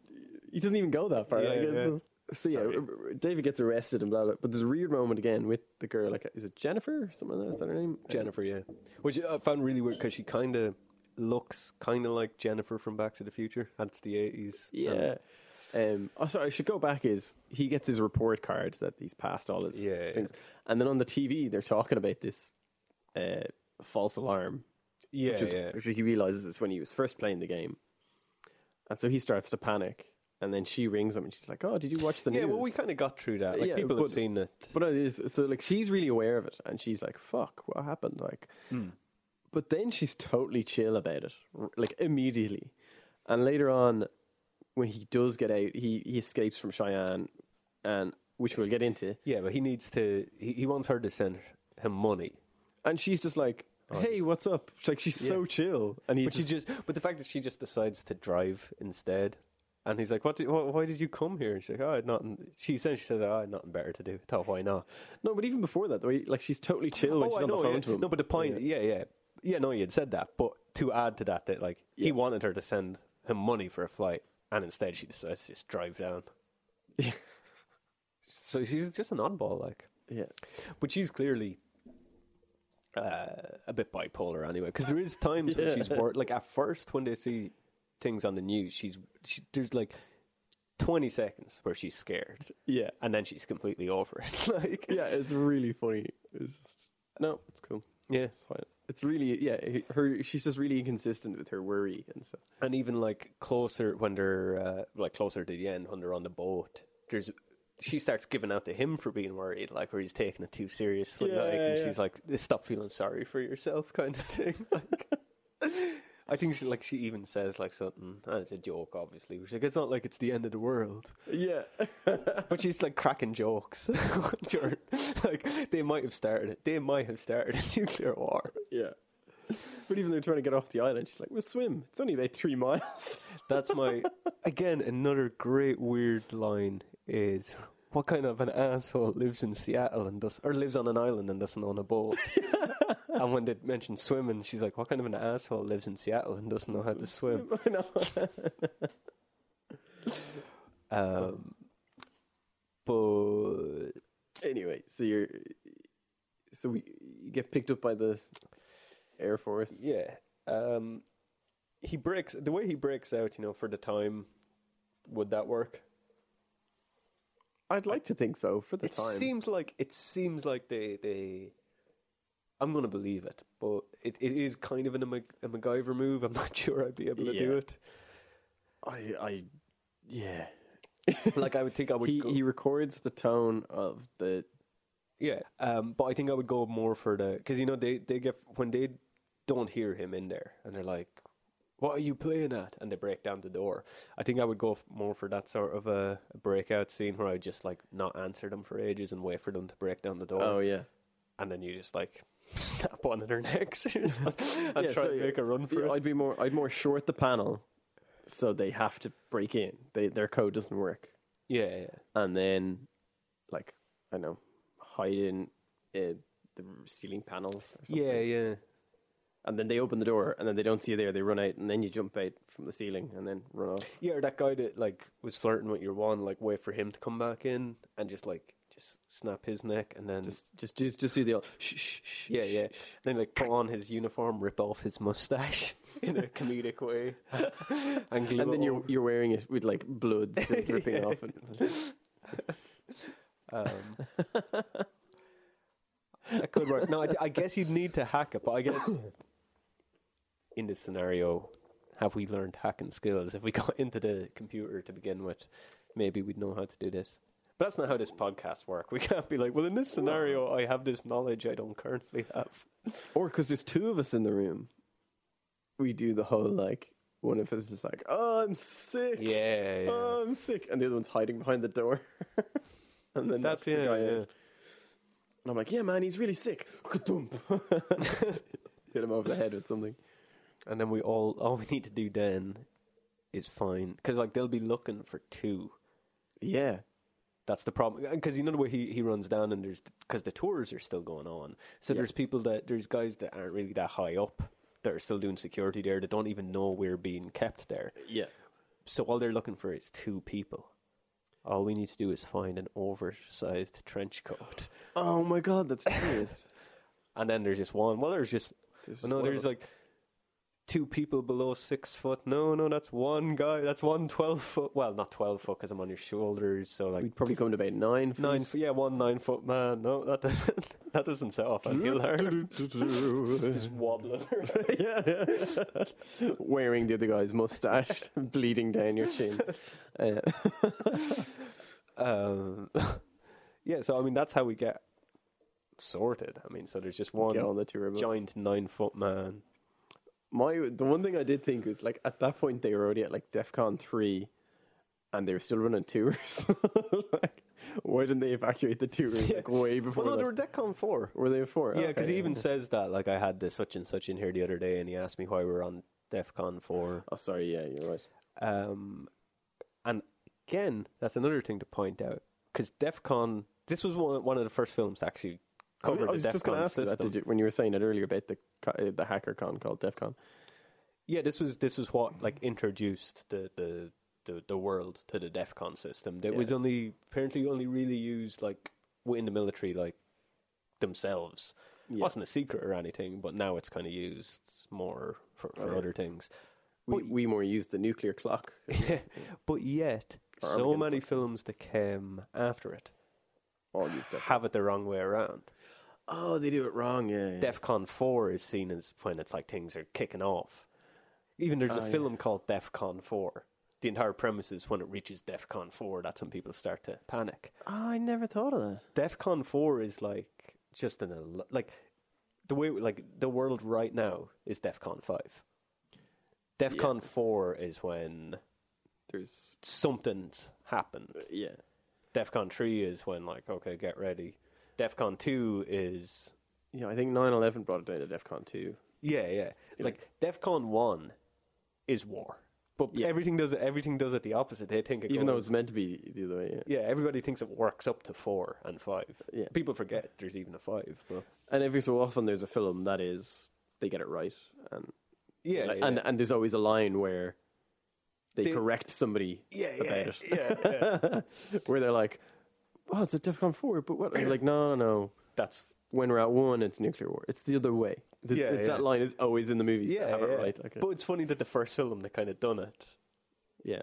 he doesn't even go that far. Yeah, like, it's yeah. just- so yeah, Sorry. r- r- David gets arrested and blah blah. But there's a weird moment again with the girl. Like, is it Jennifer? Or something like that? Is that her name? Jennifer, yeah, which I found really weird because she kind of looks kind of like Jennifer from Back to the Future. That's the eighties. Yeah. Um, oh, sorry. I should go back. Is he gets his report card that he's passed all his Yeah, yeah. things, and then on the TV they're talking about this uh, false alarm, yeah, which, is, yeah. which he realizes is when he was first playing the game, and so he starts to panic, and then she rings him and she's like, "Oh, did you watch the Yeah, news?" well, we kind of got through that. Like Yeah, people but- have seen it. But it is so like she's really aware of it, and she's like, "Fuck, what happened?" Like, Hmm. but then she's totally chill about it, r- like immediately. And later on, when he does get out, he he escapes from Cheyenne, and which we'll get into. Yeah, but he needs to. He, he wants her to send him money, And she's just like, "Hey, Oh, just- what's up?" Like she's so chill, and he's but she just. But the fact that she just decides to drive instead, and he's like, "What? Did, wh- why did you come here?" And she's like, "Oh, I had nothing." She says, "She says, oh, I had nothing better to do." [laughs] Thought, why not? no. But even before that, the way, like she's totally chill when she's Oh, I on the know, phone yeah. to him. No, but the point, yeah, yeah, yeah, No, you had said that, but to add to that, that like he wanted her to send him money for a flight, and instead she decides to just drive [laughs] down. Yeah. so she's just an oddball, like, yeah, but she's clearly uh, a bit bipolar anyway, because there is times when she's wor- like at first when they see things on the news, she's she, there's like. 20 seconds where she's scared yeah, and then she's completely over it [laughs] like yeah. It's really funny. It's just no, it's cool. yeah It's fine. It's really yeah. Her she's just really inconsistent with her worry and stuff. and even like closer when they're uh, like closer to the end when they're on the boat there's she starts giving out to him for being worried like where he's taking it too seriously Yeah, like and yeah. she's like stop feeling sorry for yourself [laughs] kind of thing like I think she like she even says like something and it's a joke obviously but she's like it's not like it's the end of the world Yeah, but she's like cracking jokes [laughs] during, like they might have started it they might have started a nuclear war [laughs] yeah. But even they're trying to get off the island. She's like, "We'll swim. It's only about three [laughs] miles." That's my again another great weird line is what kind of an asshole lives in Seattle and does or lives on an island and doesn't own a boat. and when they mention swimming, she's like, "What kind of an asshole lives in Seattle and doesn't know how to swim?" I know. Um, but anyway, so you're so we you get picked up by the air force. yeah, um, he breaks the way he breaks out. You know, for the time, would that work? I'd like to think so for the It time. seems like it seems like they they. I'm gonna believe it, but it, it is kind of an, a Mac- a MacGyver move. I'm [laughs] not sure I'd be able to do Yeah. it. I, I, yeah. [laughs] Like I would think I would. He go, he records the tone of the yeah, um, but I think I would go more for the because you know they they get when they don't hear him in there and they're like, "What are you playing at?" and they break down the door. I think I would go f- more for that sort of a, a breakout scene where I would just like not answer them for ages and wait for them to break down the door. oh yeah and then you just like [laughs] snap one of their necks [laughs] or something and Yeah, try so to yeah. make a run for Yeah, it. I'd be more. I'd more short the panel, so they have to break in. They their code doesn't work, Yeah, yeah. and then, like I don't know, hide in uh, the ceiling panels. Or something. Yeah, yeah. and then they open the door, and then they don't see you there. They run out, and then you jump out from the ceiling, and then run off. Yeah, or that guy that like was flirting with your one, like wait for him to come back in and just like just snap his neck and then Just just just, just do the old shh shh shh. yeah, shh. yeah. Then like put on his uniform, rip off his mustache in a comedic [laughs] way, [laughs] and glue And then it you're over. you're wearing it with like blood still [laughs] dripping Yeah. off. And, [laughs] Um, that could work. No, I, I guess you'd need to hack it, but I guess in this scenario, have we learned hacking skills? If we got [laughs] into the computer to begin with, maybe we'd know how to do this. But that's not how this podcast work. We [laughs] can't be like, well, in this scenario, I have this knowledge I don't currently have. or because there's two of us in the room, we do the whole like one of us is like, oh, I'm sick. Yeah, [laughs] Oh, I'm sick. And the other one's hiding behind the door. [laughs] and then that's that's, the guy. yeah, in. yeah. And I'm like, yeah, man, he's really sick. Ka-thump. [laughs] Hit him over the head with something. And then we all all we need to do then is find because like they'll be looking for two. Yeah. That's the problem. Because you know the way he, he runs down, and there's because the tours are still going on. So there's people that there's guys that aren't really that high up that are still doing security there that don't even know we're being kept there. Yeah. So all they're looking for is two people. All we need to do is find an oversized trench coat. Oh my god, that's [laughs] serious. And then there's just one. Well, there's just There's no. just There's one like two people below six foot. No, no, that's one guy. That's one 12 foot. Well, not twelve foot because I'm on your shoulders. So like We'd probably come to about nine. feet. [laughs] nine. Yeah, one nine foot man. No, that doesn't. [laughs] That doesn't set off any alarms. [laughs] just wobbling. around. yeah, yeah. [laughs] Wearing the other guy's mustache, [laughs] bleeding down [laughs] your chin. Uh, Um, [laughs] yeah. So I mean, that's how we get sorted. I mean, so there's just one get on the tour bus. giant nine foot man. My the one thing I did think was like at that point they were already at like DefCon three, and they were still running tours. [laughs] like, why didn't they evacuate the tours [laughs] like way before? Well, no, that? they were were, Decon four. they four? Yeah, because Okay. he even says that. Like, I had this such and such in here the other day, and he asked me why we are on DEF CON 4. Oh, sorry. Yeah, you're right. Um, and again, that's another thing to point out. Because DEF CON, this was one, one of the first films to actually cover I was the DEF just going CON to ask you that system. did you, when you were saying it earlier about the co- uh, the hacker con called DefCon. Yeah, this was this was what like introduced the the, the, the world to the DEF CON system. That was Yeah. only apparently only really used like in the military, like themselves. Yeah. wasn't a secret or anything, but now it's kind of used more for, for Right. other [laughs] things. We, we more used the nuclear clock. but yet, Or so Armageddon many films that came after it All used DefCon. have it the wrong way around. Oh, they do it wrong. Yeah. yeah. DEF CON 4 is seen as when it's like things are kicking off. Even Oh, there's a film called DEF CON 4. The entire premise is when it reaches DEF CON 4, that's when people start to panic. oh, I never thought of that. DEF CON 4 is like just an, al- like, the way, like, the world right now is DEF CON 5. DEF Yeah. CON 4 is when There's something's happened. yeah. DEFCON 3 is when, like, okay, get ready. DEFCON 2 is. Yeah, I think 9-11 brought it down to DefCon two. Yeah, yeah. Like, DEFCON 1 is war. But Yeah. everything does everything does it the opposite. They think it Even though goes- it's meant to be the other way. Yeah. yeah, everybody thinks it works up to four and five. Yeah. People forget there's even a five. But And every so often, there's a film that is they get it right, and yeah, like, and and there's always a line where they, They- correct somebody yeah, about yeah, it, yeah, yeah. [laughs] where they're like, "Oh, it's a DefCon four, but what?" And you're like, "No, no, no. That's When we're at one, it's nuclear war. It's the other way." The- Yeah, that yeah. line is always in the movies. yeah, Yeah, have yeah. it right. Okay. But it's funny that the first film that kind of done it yeah,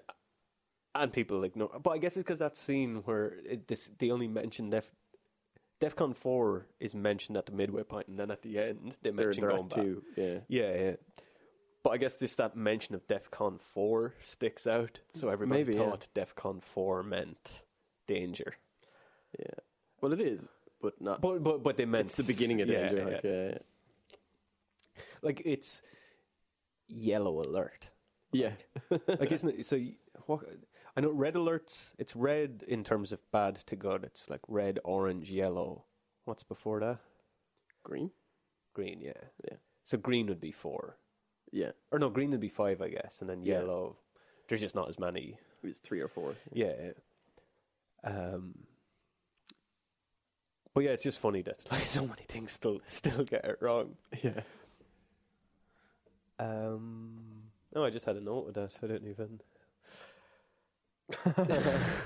and people ignore. But I guess it's because that scene where it, this they only mention Def DefCon Four is mentioned at the midway point, and then at the end they they're, mention they're going at back. two. Yeah, Yeah, yeah. But I guess just that mention of DefCon Four sticks out, so everybody Maybe, yeah. thought DefCon Four meant danger. yeah. Well, it is, but not. But but but they meant it's the uh, beginning of yeah, danger. yeah, like, yeah. yeah, Like it's yellow alert. yeah. yeah. Like isn't it? So y- what? I know red alerts. It's red in terms of bad to good. It's like red, orange, yellow. What's before that? Green. Green, yeah. Yeah. So green would be four. Yeah, Or no, green would be five, I guess. And then Yeah. yellow. There's just not as many. it's three or four. Yeah. Um But yeah, it's just funny that [laughs] like so many things still still get it wrong. Yeah. [laughs] Um No, I just had a note of that. I don't even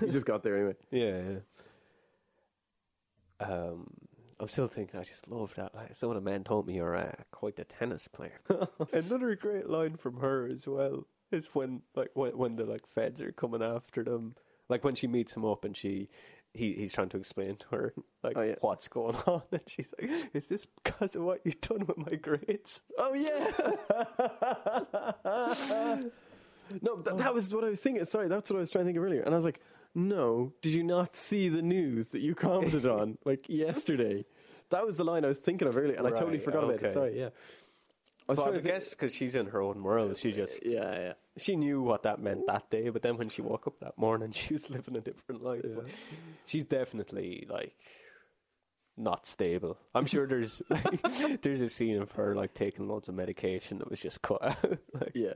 you just got there anyway. Yeah, yeah. Um I'm still thinking I just love that. Like someone a man told me you're uh, quite the tennis player. [laughs] Another great line from her as well is when like when, when the like feds are coming after them, like when she meets him up and she he he's trying to explain to her like Oh, yeah. what's going [laughs] on, and she's like, "Is this because of what you've done with my grades?" Oh yeah. no, that, that was what I was thinking. Sorry, that's what I was trying to think of earlier. And I was like, no, did you not see the news that you commented [laughs] on like yesterday? That was the line I was thinking of earlier, and I totally Right, forgot about okay. it. Sorry, yeah. I But was trying I to think- guess because she's in her own world, she just Yeah, yeah. she knew what that meant that day, but then when she woke up that morning, [laughs] she was living a different life. She's definitely like not stable. I'm sure there's [laughs] like, there's a scene of her like taking loads of medication that was just cut out. Yeah.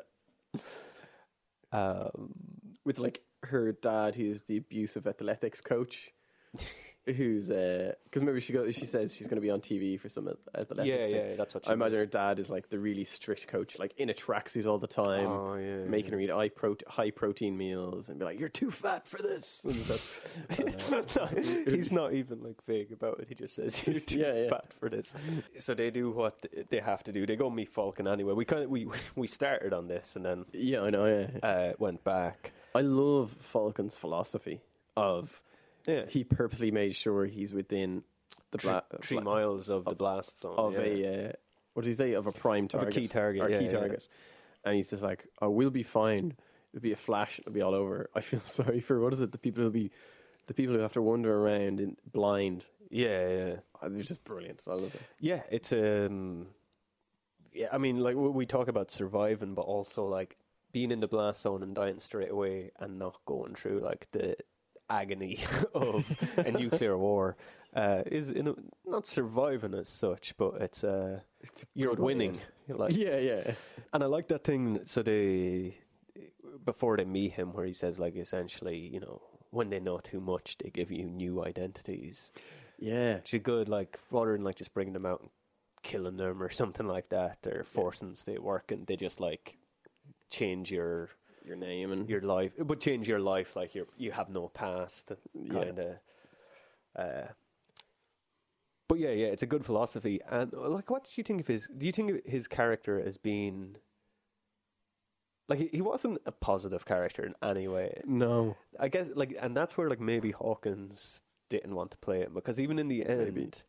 um, With like her dad, who's the abusive [laughs] athletics coach, who's because maybe she goes, she says she's going to be on TV for some ath- athletics. Yeah, thing. yeah, that's what she I imagine her was. dad is like the really strict coach, like in a tracksuit all the time, Oh, yeah, making her eat high, pro- high protein meals, and be like, "You're [laughs] too fat for [laughs] this." And stuff. [laughs] No, he's not even like vague about it. He just says you're too Yeah, yeah. fat for this. So they do what th- they have to do. They go meet Falcon anyway. We kind of we [laughs] we started on this and then yeah, I know. Yeah, uh, went back. I love Falcon's philosophy of Yeah, he purposely made sure he's within the three, bla- three bla- miles of the blast zone of yeah. a uh, what did he say of a prime a target key target, or a yeah, key yeah. target, and he's just like, "Oh, we'll be fine. It'll be a flash. It'll be all over." I feel [laughs] sorry for what is it? The people who be the people who have to wander around in blind. yeah, yeah. Oh, they're just brilliant. I love it. Yeah, it's um, yeah. I mean, like we, we talk about surviving, but also like being in the blast zone and dying straight away, and not going through like the agony [laughs] of a nuclear war uh, is in a, not surviving as such, but it's uh, It's you're winning. You're like, [laughs] Yeah, yeah, and I like that thing. So they before they meet him, where he says like essentially, you know, when they know too much, they give you new identities yeah. actually good, like rather than like just bringing them out and killing them or [laughs] something like that, or forcing them to stay at work, and they just like change your Your name and your life. It would change your life, like you you have no past, kind of. Uh, but yeah, yeah, it's a good philosophy. And like, what do you think of his? Do you think of his character as being like he, he wasn't a positive character in any way? no. I guess like, and that's where like maybe Hawkins didn't want to play it because even in the end,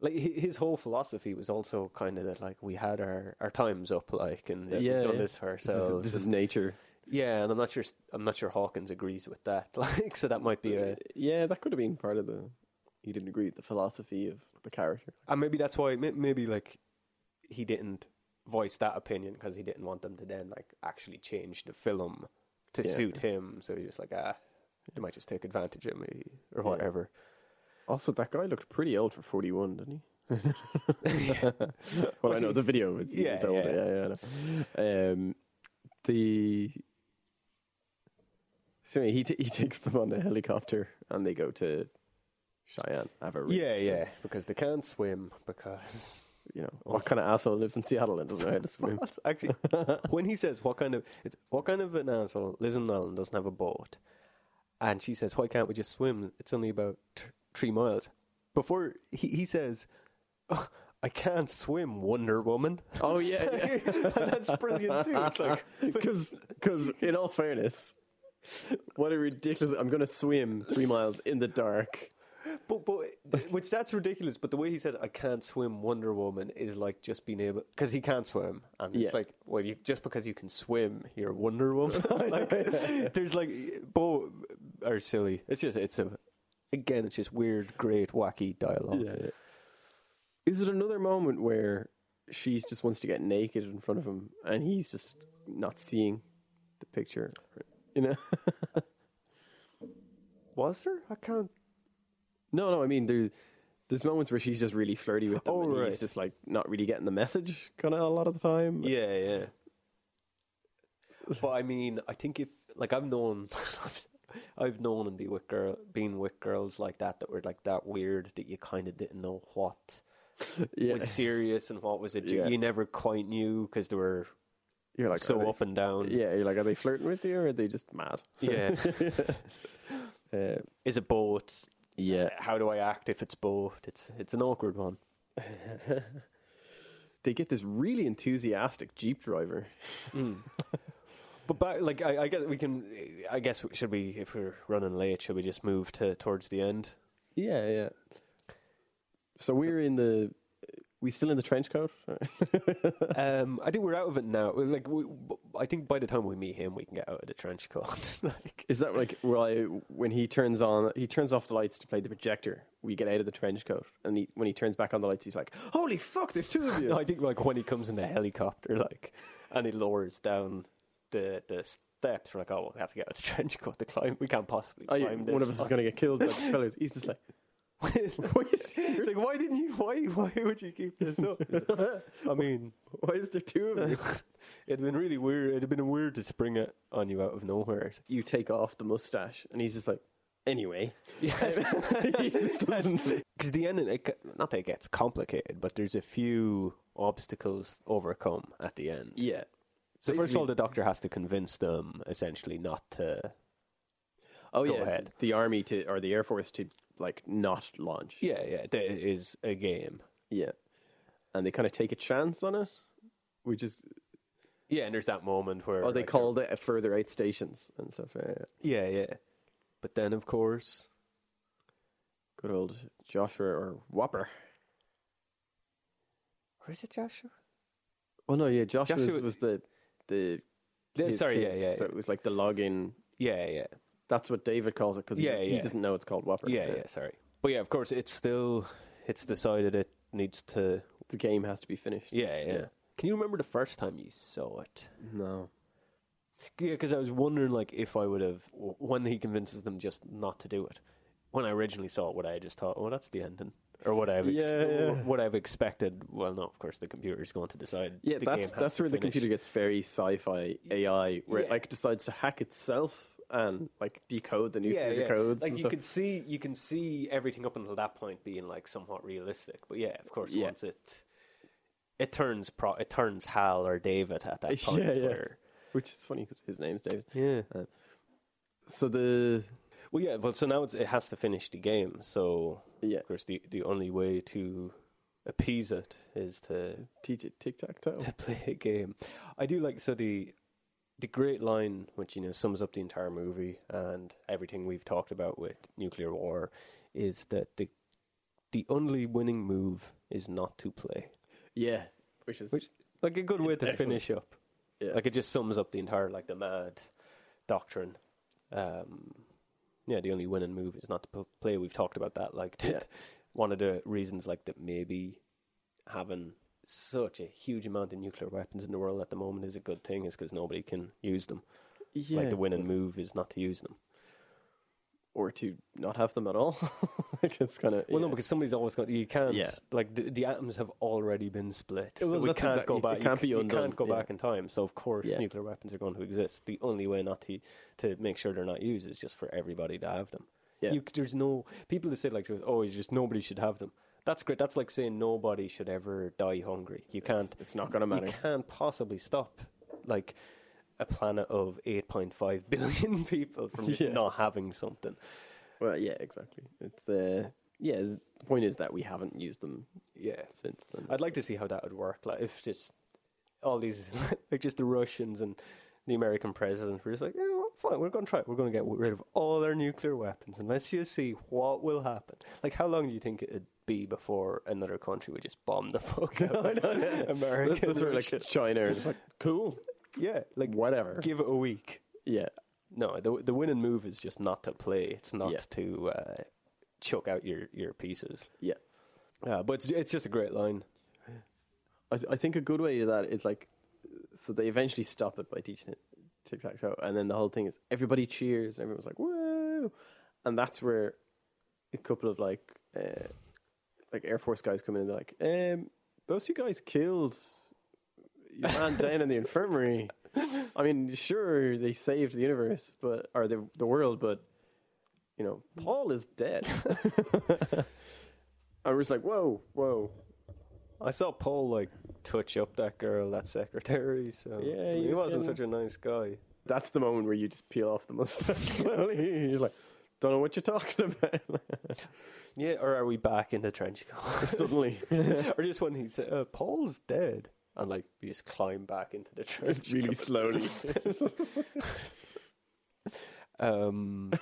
like hi- his whole philosophy was also kind of that like we had our our times up, like, and that Yeah, we've done yeah. this for This is, ourselves. this is nature. yeah, and I'm not sure I'm not sure Hawkins agrees with that. [laughs] Like, so that might be a Yeah, that could have been part of the. He didn't agree with the philosophy of the character. and maybe that's why may- maybe like he didn't voice that opinion because he didn't want them to then like actually change the film to Yeah. suit him. So he's just like ah. They might just take advantage of me or Yeah. whatever. Also, that guy looked pretty old for 41, didn't [laughs] he? [laughs] well, I Was know he- the video. It's, Yeah, it's older. yeah. Yeah, yeah. I know. Um, the so anyway, he t- he takes them on a helicopter and they go to Cheyenne. Have a race Yeah, to- yeah, because they can't swim. Because You know what kind of asshole lives in Seattle and doesn't know how [laughs] to swim? That's actually, when he says what kind of it's, what kind of an asshole lives in an island doesn't have a boat, and she says why can't we just swim? It's only about t- three miles. Before he he says, "Ugh, I can't swim, Wonder Woman. [laughs] oh yeah, [laughs] yeah. That's brilliant too. It's like because because in all fairness, what a ridiculous! I'm going to swim three miles in the dark. But, but which that's ridiculous. But the way he says "I can't swim," Wonder Woman is like just being able because he can't swim, and Yeah. it's like, well, you, just because you can swim, you're [laughs] Wonder Woman. [laughs] like, there's like, both are silly. It's just it's a again, it's just weird, great, wacky dialogue. yeah. Is it another moment where she just wants to get naked in front of him and he's just not seeing the picture? You know? [laughs] Was there? I can't. no, no, I mean there's there's moments where she's just really flirty with them Oh, and right. he's just like not really getting the message kinda a lot of the time. Yeah, yeah. But I mean, I think if like I've known, [laughs] I've known and be with girl, been with girls like that that were like that weird that you kind of didn't know what. [laughs] Yeah. was serious and what was it? Yeah. You never quite knew because they were You're like so are they- up and down. Yeah, you're like, are they flirting with you or are they just mad? Yeah. [laughs] Uh, Is it both? yeah. How do I act if it's both? It's it's an awkward one. They get this really enthusiastic Jeep driver. But back, like I, I guess we can. I guess we- should we, if we're running late, should we just move to towards the [laughs] end? Yeah, yeah. So we're in the we still in the trench coat? um, I think we're out of it now. We're Like we, I think by the time we meet him, we can get out of the trench coat. [laughs] like Is that like where I, when he turns on he turns off the lights to play the projector? We get out of the trench coat, and he, when he turns back on the lights, he's like, "Holy fuck, there's two [laughs] of you!" No, I think like when he comes in the helicopter, like, and he lowers down the the steps, we're like, oh, we have to get out of the [laughs] trench, got to climb. We can't possibly I- climb this. Oh, one of [laughs] us [laughs] is going to get killed by these fellows. He's just like, it's like, why [laughs] didn't you? Why? Why would you keep this up? I mean, "Why is there two of you?" It'd been really weird. It'd have been weird to spring it on you out of nowhere. It's [laughs] You take off the mustache, and he's just like, [laughs] anyway. [laughs] because the ending, it, g- not that it gets complicated, but there's a few obstacles overcome at the end. Yeah. So first of basically- all, the doctor has to convince them essentially not to. Oh Go yeah. ahead. The army to or the air force to like not launch. Yeah, yeah, there is a game. Yeah. And they kind of take a chance on it, which is Yeah, and there's that moment where or they like, called it further out stations and stuff. Yeah, yeah. Yeah, yeah. But then, of course, Good old Joshua or Whopper. where is it, Joshua? Oh no, yeah, Joshua, Joshua- was the the. Yeah, his sorry, kid, yeah, yeah, So it was like the login. Yeah, yeah, That's what David calls it because he, Yeah, doesn't- he yeah. doesn't know it's called Whopper. yeah, yeah. Sorry, but yeah, of course, it's still it's decided it needs to. The game has to be finished. Yeah, yeah. Yeah. Can you remember the first time you saw it? No. Yeah, because I was wondering, like, if I would have when he convinces them just not to do it. When I originally saw it, what I just thought, oh, that's the ending, or what I've ex- Yeah, yeah. what I've expected. Well, no, of course, the computer is going to decide. Yeah, the that's game has that's to where the finish. computer gets very sci-fi AI, where it Yeah. like decides to hack itself and like decode the [laughs] yeah, nuclear yeah. codes. Like and you stuff. could see, you can see everything up until that point being like somewhat realistic. But yeah, of course, Yeah. once it it turns pro, it turns Hal or David at that [laughs] Yeah, point. yeah. Where, which is funny because his name's David. yeah. So the Well, yeah. Well, so now it's, it has to finish the game. So yeah, of course, the the only way to appease it is to teach it tic tac toe. [laughs] to play a game. I do like so the the great line which you know sums up the entire movie and everything we've talked about with nuclear war is that the the only winning move is not to play. [laughs] Yeah, which is Which- Like a good way to excellent. finish up. Yeah. Like it just sums up the entire like the mad doctrine. Um yeah, the only winning move is not to p- play. We've talked about that. Like Yeah. one of the reasons like that maybe having such a huge amount of nuclear weapons in the world at the moment is a good thing is because nobody can use them. yeah. Like the winning move is not to use them. or to not have them at all. [laughs] like it's kind of Well, no, because somebody's always going. You can't. Yeah. Like the, the atoms have already been split, Well, so we that's can't exactly- go back. it can't be you, you undone, can't go yeah. back in time. So of course, Yeah. nuclear weapons are going to exist. The only way not to to make sure they're not used is just for everybody to have them. Yeah. You c there's no people that say like, oh, it's just nobody should have them. That's great. That's like saying nobody should ever die hungry. You can't. it's not [laughs] gonna matter. You can't possibly stop like a planet of 8.5 [laughs] billion people from just Yeah. not having something. well, yeah, exactly. It's uh, yeah. The point is that we haven't used them Yeah. since then. I'd like to see how that would work. Like if just all these, [laughs] like just the Russians and the American president were just like, yeah, well, fine, we're going to try it. We're going to get rid of all our nuclear weapons and let's just see what will happen. Like, how long do you think it'd be before another country would just bomb the [laughs] fuck out [laughs] of [laughs] America? that's, that's where like China is [laughs] like cool, yeah, like whatever. give it a week. Yeah, No, the the winning move is just not to play. It's not Yeah. to uh, choke out your your pieces. yeah. Uh, but it's, it's just a great line. I, I think a good way to that is like, so they eventually stop it by teaching it tic tac toe, and then the whole thing is everybody cheers and everyone's like whoa, and that's where a couple of like uh, like Air Force guys come in and they're like, um, those two guys killed your man down in the infirmary. I mean, sure they saved the universe, but or the the world, but you know Paul is dead. [laughs] I was like, whoa, whoa, I saw Paul like touch up that girl, that secretary. So Yeah, I mean, he he was wasn't getting- such a nice guy. that's the moment where you just peel off the mustache [laughs] slowly. You're like, don't know what you're talking about. [laughs] Yeah, or are we back in the trench [laughs] coat? [laughs] Suddenly, or just when he said, uh, "Paul's dead," and like we just climb back into the trench. really coat. slowly. [laughs] Um,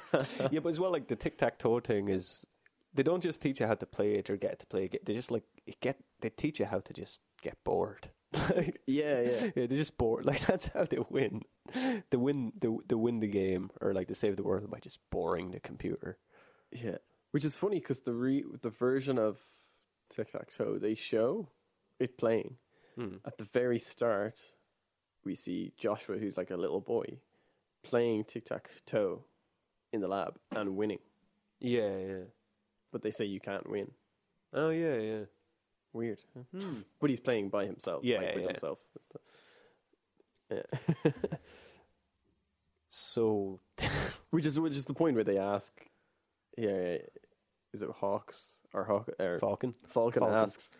yeah, but as well, like the tic tac toe thing is, they don't just teach you how to play it or get to play it. They just like it get they teach you how to just get bored. [laughs] like, [laughs] yeah, yeah. yeah, they're just bored. Like [laughs] that's how they win. They win. They, they win the game or like they save the world by just boring the computer. Yeah, which is funny because the re- the version of Tic Tac Toe they show it playing Hmm. at the very start. We see Joshua, who's like a little boy, playing Tic Tac Toe in the lab and winning, Yeah, yeah. but they say you can't win. Oh yeah, yeah. Mm-hmm. Weird, but he's playing by himself. Yeah, like, with yeah. himself. Yeah. So which is which is the point where they ask, yeah, is it Hawks or Hawk or Falcon. Falcon, Falcon. asks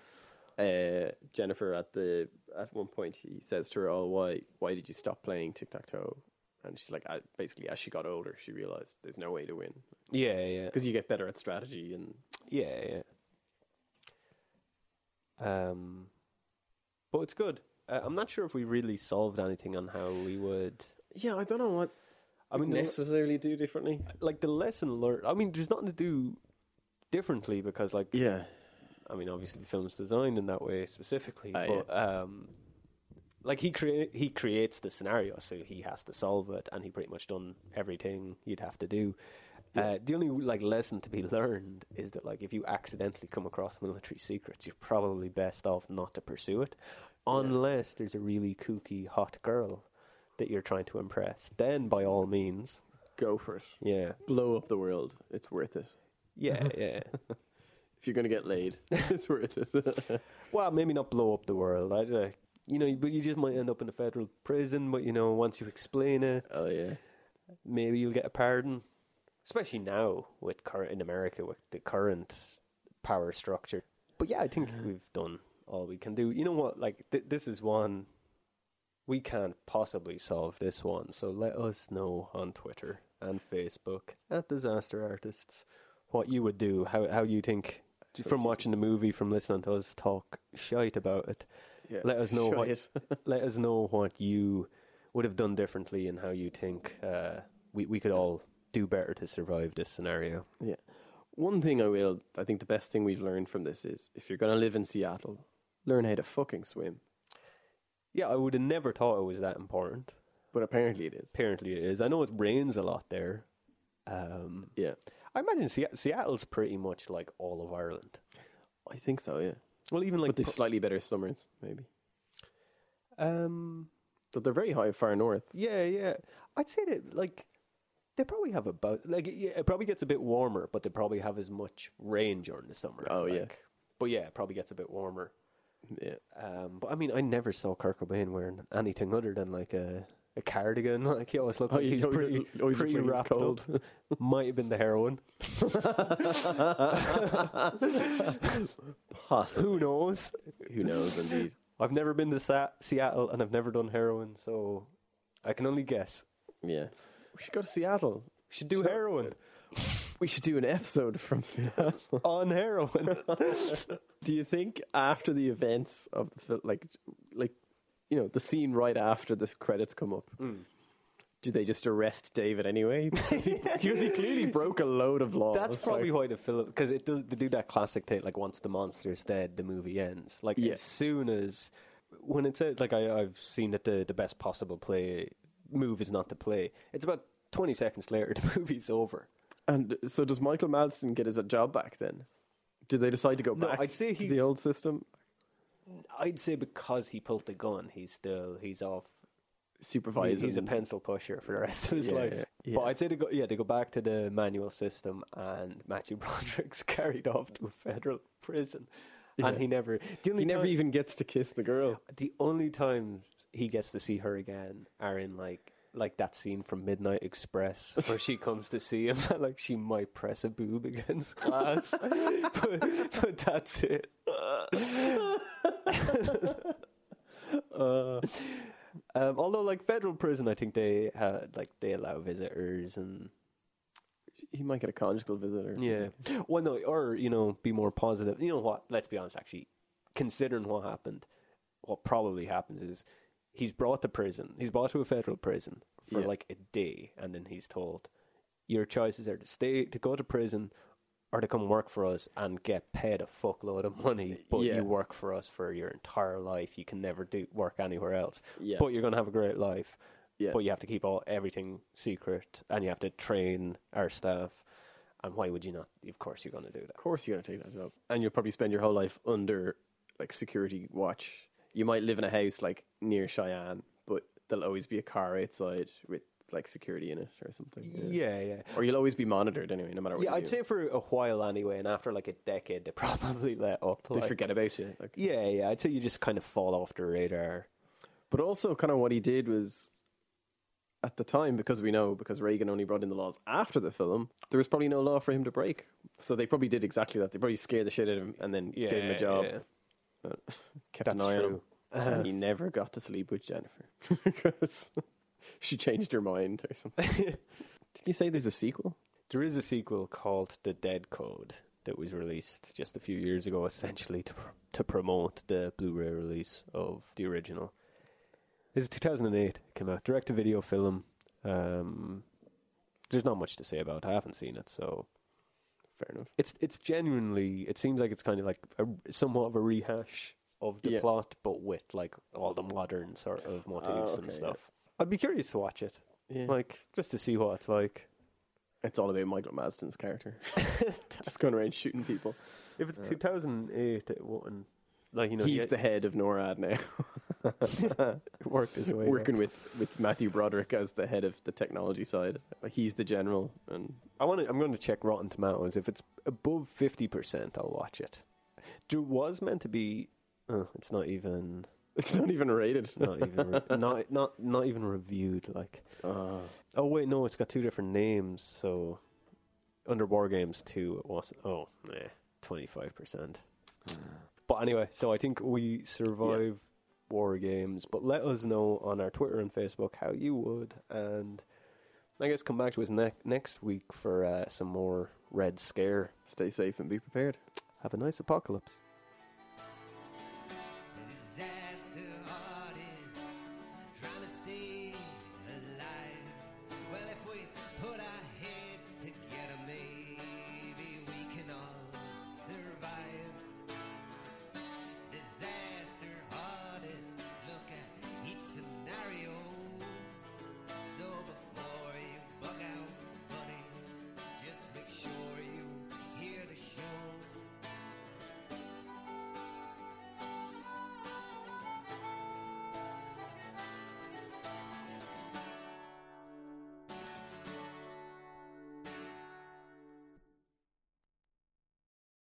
uh, Jennifer at the at one point he says to her, "Oh, why why did you stop playing tic tac toe?" And she's like, I, basically, as she got older, she realized there's no way to win Yeah, yeah, because you get better at strategy and yeah, yeah. Um, but it's good. Uh, I'm not sure if we really solved anything on how we would. yeah, I don't know what I mean, the- necessarily do differently. like the lesson learned. I mean, there's nothing to do differently because, like, Yeah, I mean, obviously the film's designed in that way specifically, Ah, but um, like he crea- he creates the scenario, so he has to solve it, and he pretty much done everything you'd have to do. Uh, the only like lesson to be [laughs] learned is that like if you accidentally come across military secrets, you're probably best off not to pursue it, unless there's a really kooky hot girl that you're trying to impress. Then by all means, go for it, yeah, blow up the world. It's worth it yeah, yeah. if you're gonna get laid. [laughs] it's worth it. [laughs] Well, maybe not blow up the world. I, uh, you know, but you just might end up in a federal prison. But you know, once you explain it, oh yeah, maybe you'll get a pardon. Especially now with current in America with the current power structure. But yeah, I think we've done all we can do. You know what? Like th- this is one we can't possibly solve this one. So let us know on Twitter and Facebook at Disaster Artists what you would do, how how you think from watching the movie, from listening to us talk shite about it. yeah. Let us know Shut what- it. [laughs] Let us know what you would have done differently and how you think uh, we we could all do better to survive this scenario. Yeah. One thing I will, I think the best thing we've learned from this is if you're going to live in Seattle, learn how to fucking swim. Yeah, I would have never thought it was that important. But apparently it is. Apparently, it is. I know it rains a lot there. Um, Yeah. I imagine Se- Seattle's pretty much like all of Ireland. I think so, yeah. Well, even like But they've pu- slightly better summers, maybe. um, But they're very high far north. yeah, yeah. I'd say that like they probably have about like yeah, it probably gets a bit warmer, but they probably have as much rain during the summer. Oh, yeah. like. but yeah, it probably gets a bit warmer. [laughs] Yeah. Um, but I mean, I never saw Kurt Cobain wearing anything other than like a, a cardigan. [laughs] Like he always Oh, looked like Oh, he was pretty, pretty wrapped cold. [laughs] Might have been the heroin. Possibly. Who knows? [laughs] Who knows, indeed. [laughs] I've never been to Sa- Seattle and I've never done heroin, so I can only guess. Yeah. We should go to Seattle. Should do [laughs] heroin We should do an episode from Seattle. on [laughs] heroin. do you think after the events of the film, like, like, you know, the scene right after the credits come up, Hmm. do they just arrest David anyway? Because [laughs] he, because he clearly broke a load of laws. That's probably Like, why the film because it does they do that classic take like once the monster's dead, the movie ends. Like Yeah. as soon as when it's out, like I, I've seen that the the best possible play move is not to play. It's about twenty seconds later [laughs] the movie's over. and so does Michael Madsen get his job back then? Did they decide to go No, back I'd say to he's- the old system? I'd say because he pulled the gun, he's still he's off. he- Supervising. He's a pencil pusher for the rest of his Yeah, life. yeah. But I'd say to go yeah to go back to the manual system and Matthew [laughs] Broderick's carried off to a federal prison. And he never, the only he never time- even gets to kiss the girl. the only times he gets to see her again are in like like that scene from Midnight Express where she comes to see him [laughs] and like she might press a boob against glass. [laughs] but, but that's it. [laughs] Uh, um, although like federal prison I think they uh, like they allow visitors and He might get a conjugal visitor. yeah. Well, no, or you know, be more positive. You know what? Let's be honest. Actually, considering what happened, what probably happens is he's brought to prison. He's brought to a federal prison for Yeah. like a day, and then he's told your choices are to stay, to go to prison, or to come work for us and get paid a fuckload of money. But Yeah. you work for us for your entire life. You can never do work anywhere else. Yeah. But you're gonna have a great life. Yeah. But you have to keep all everything secret, and you have to train our staff. And why would you not? Of course, you're going to do that. Of course you're going to take that job. And you'll probably spend your whole life under, like, security watch. You might live in a house, like, near Cheyenne, but there'll always be a car outside with, like, security in it or something. Yeah, yeah. Or you'll always be monitored anyway, no matter what Yeah, you I'd do. say for a while anyway, and after like a decade, they [laughs] probably let up. They like- forget about you. Like, Yeah, yeah. I'd say you just kind of fall off the radar. But also, kind of what he did was at the time, because we know, because Reagan only brought in the laws after the film, there was probably no law for him to break. So they probably did exactly that. They probably scared the shit out of him and then gave him a job. yeah. [laughs] Kept That's an eye true. on him. [laughs] And he never got to sleep with Jennifer [laughs] because she changed her mind [laughs] or something. Didn't you say there's a sequel? There is a sequel called The Dead Code that was released just a few years ago, essentially to pr- to promote the Blu-ray release of the original. It's 2008 came out direct-to-video film. Um, there's not much to say about. it. I haven't seen it, so Fair enough. it's it's genuinely. It seems like it's kind of like a, somewhat of a rehash of the Yeah. plot, but with like all the modern sort of motifs Ah, okay, and yeah. stuff. I'd be curious to watch it, Yeah. like just to see what it's like. It's all about Michael [laughs] Madsen's character. [laughs] Just going around shooting people. If it's 2008, it wouldn't. Like you know, He's yeah, the head of NORAD now, [laughs] worked his way. working with, with Matthew Broderick as the head of the technology side. Like, He's the general, and [laughs] I want. to. I'm going to check Rotten Tomatoes. If it's above 50, percent I'll watch it. There was meant to be. Oh, it's not even. it's not even rated. Not even. [laughs] Re- not not not even reviewed. Like. Uh, Oh wait, no. It's got two different names. So, under War Games Two, it was. Oh, eh, 25 percent. But anyway, so I think we survive war games. But let us know on our Twitter and Facebook how you would, and I guess come back to us ne- next week for uh, some more Red Scare. stay safe and be prepared. Have a nice apocalypse.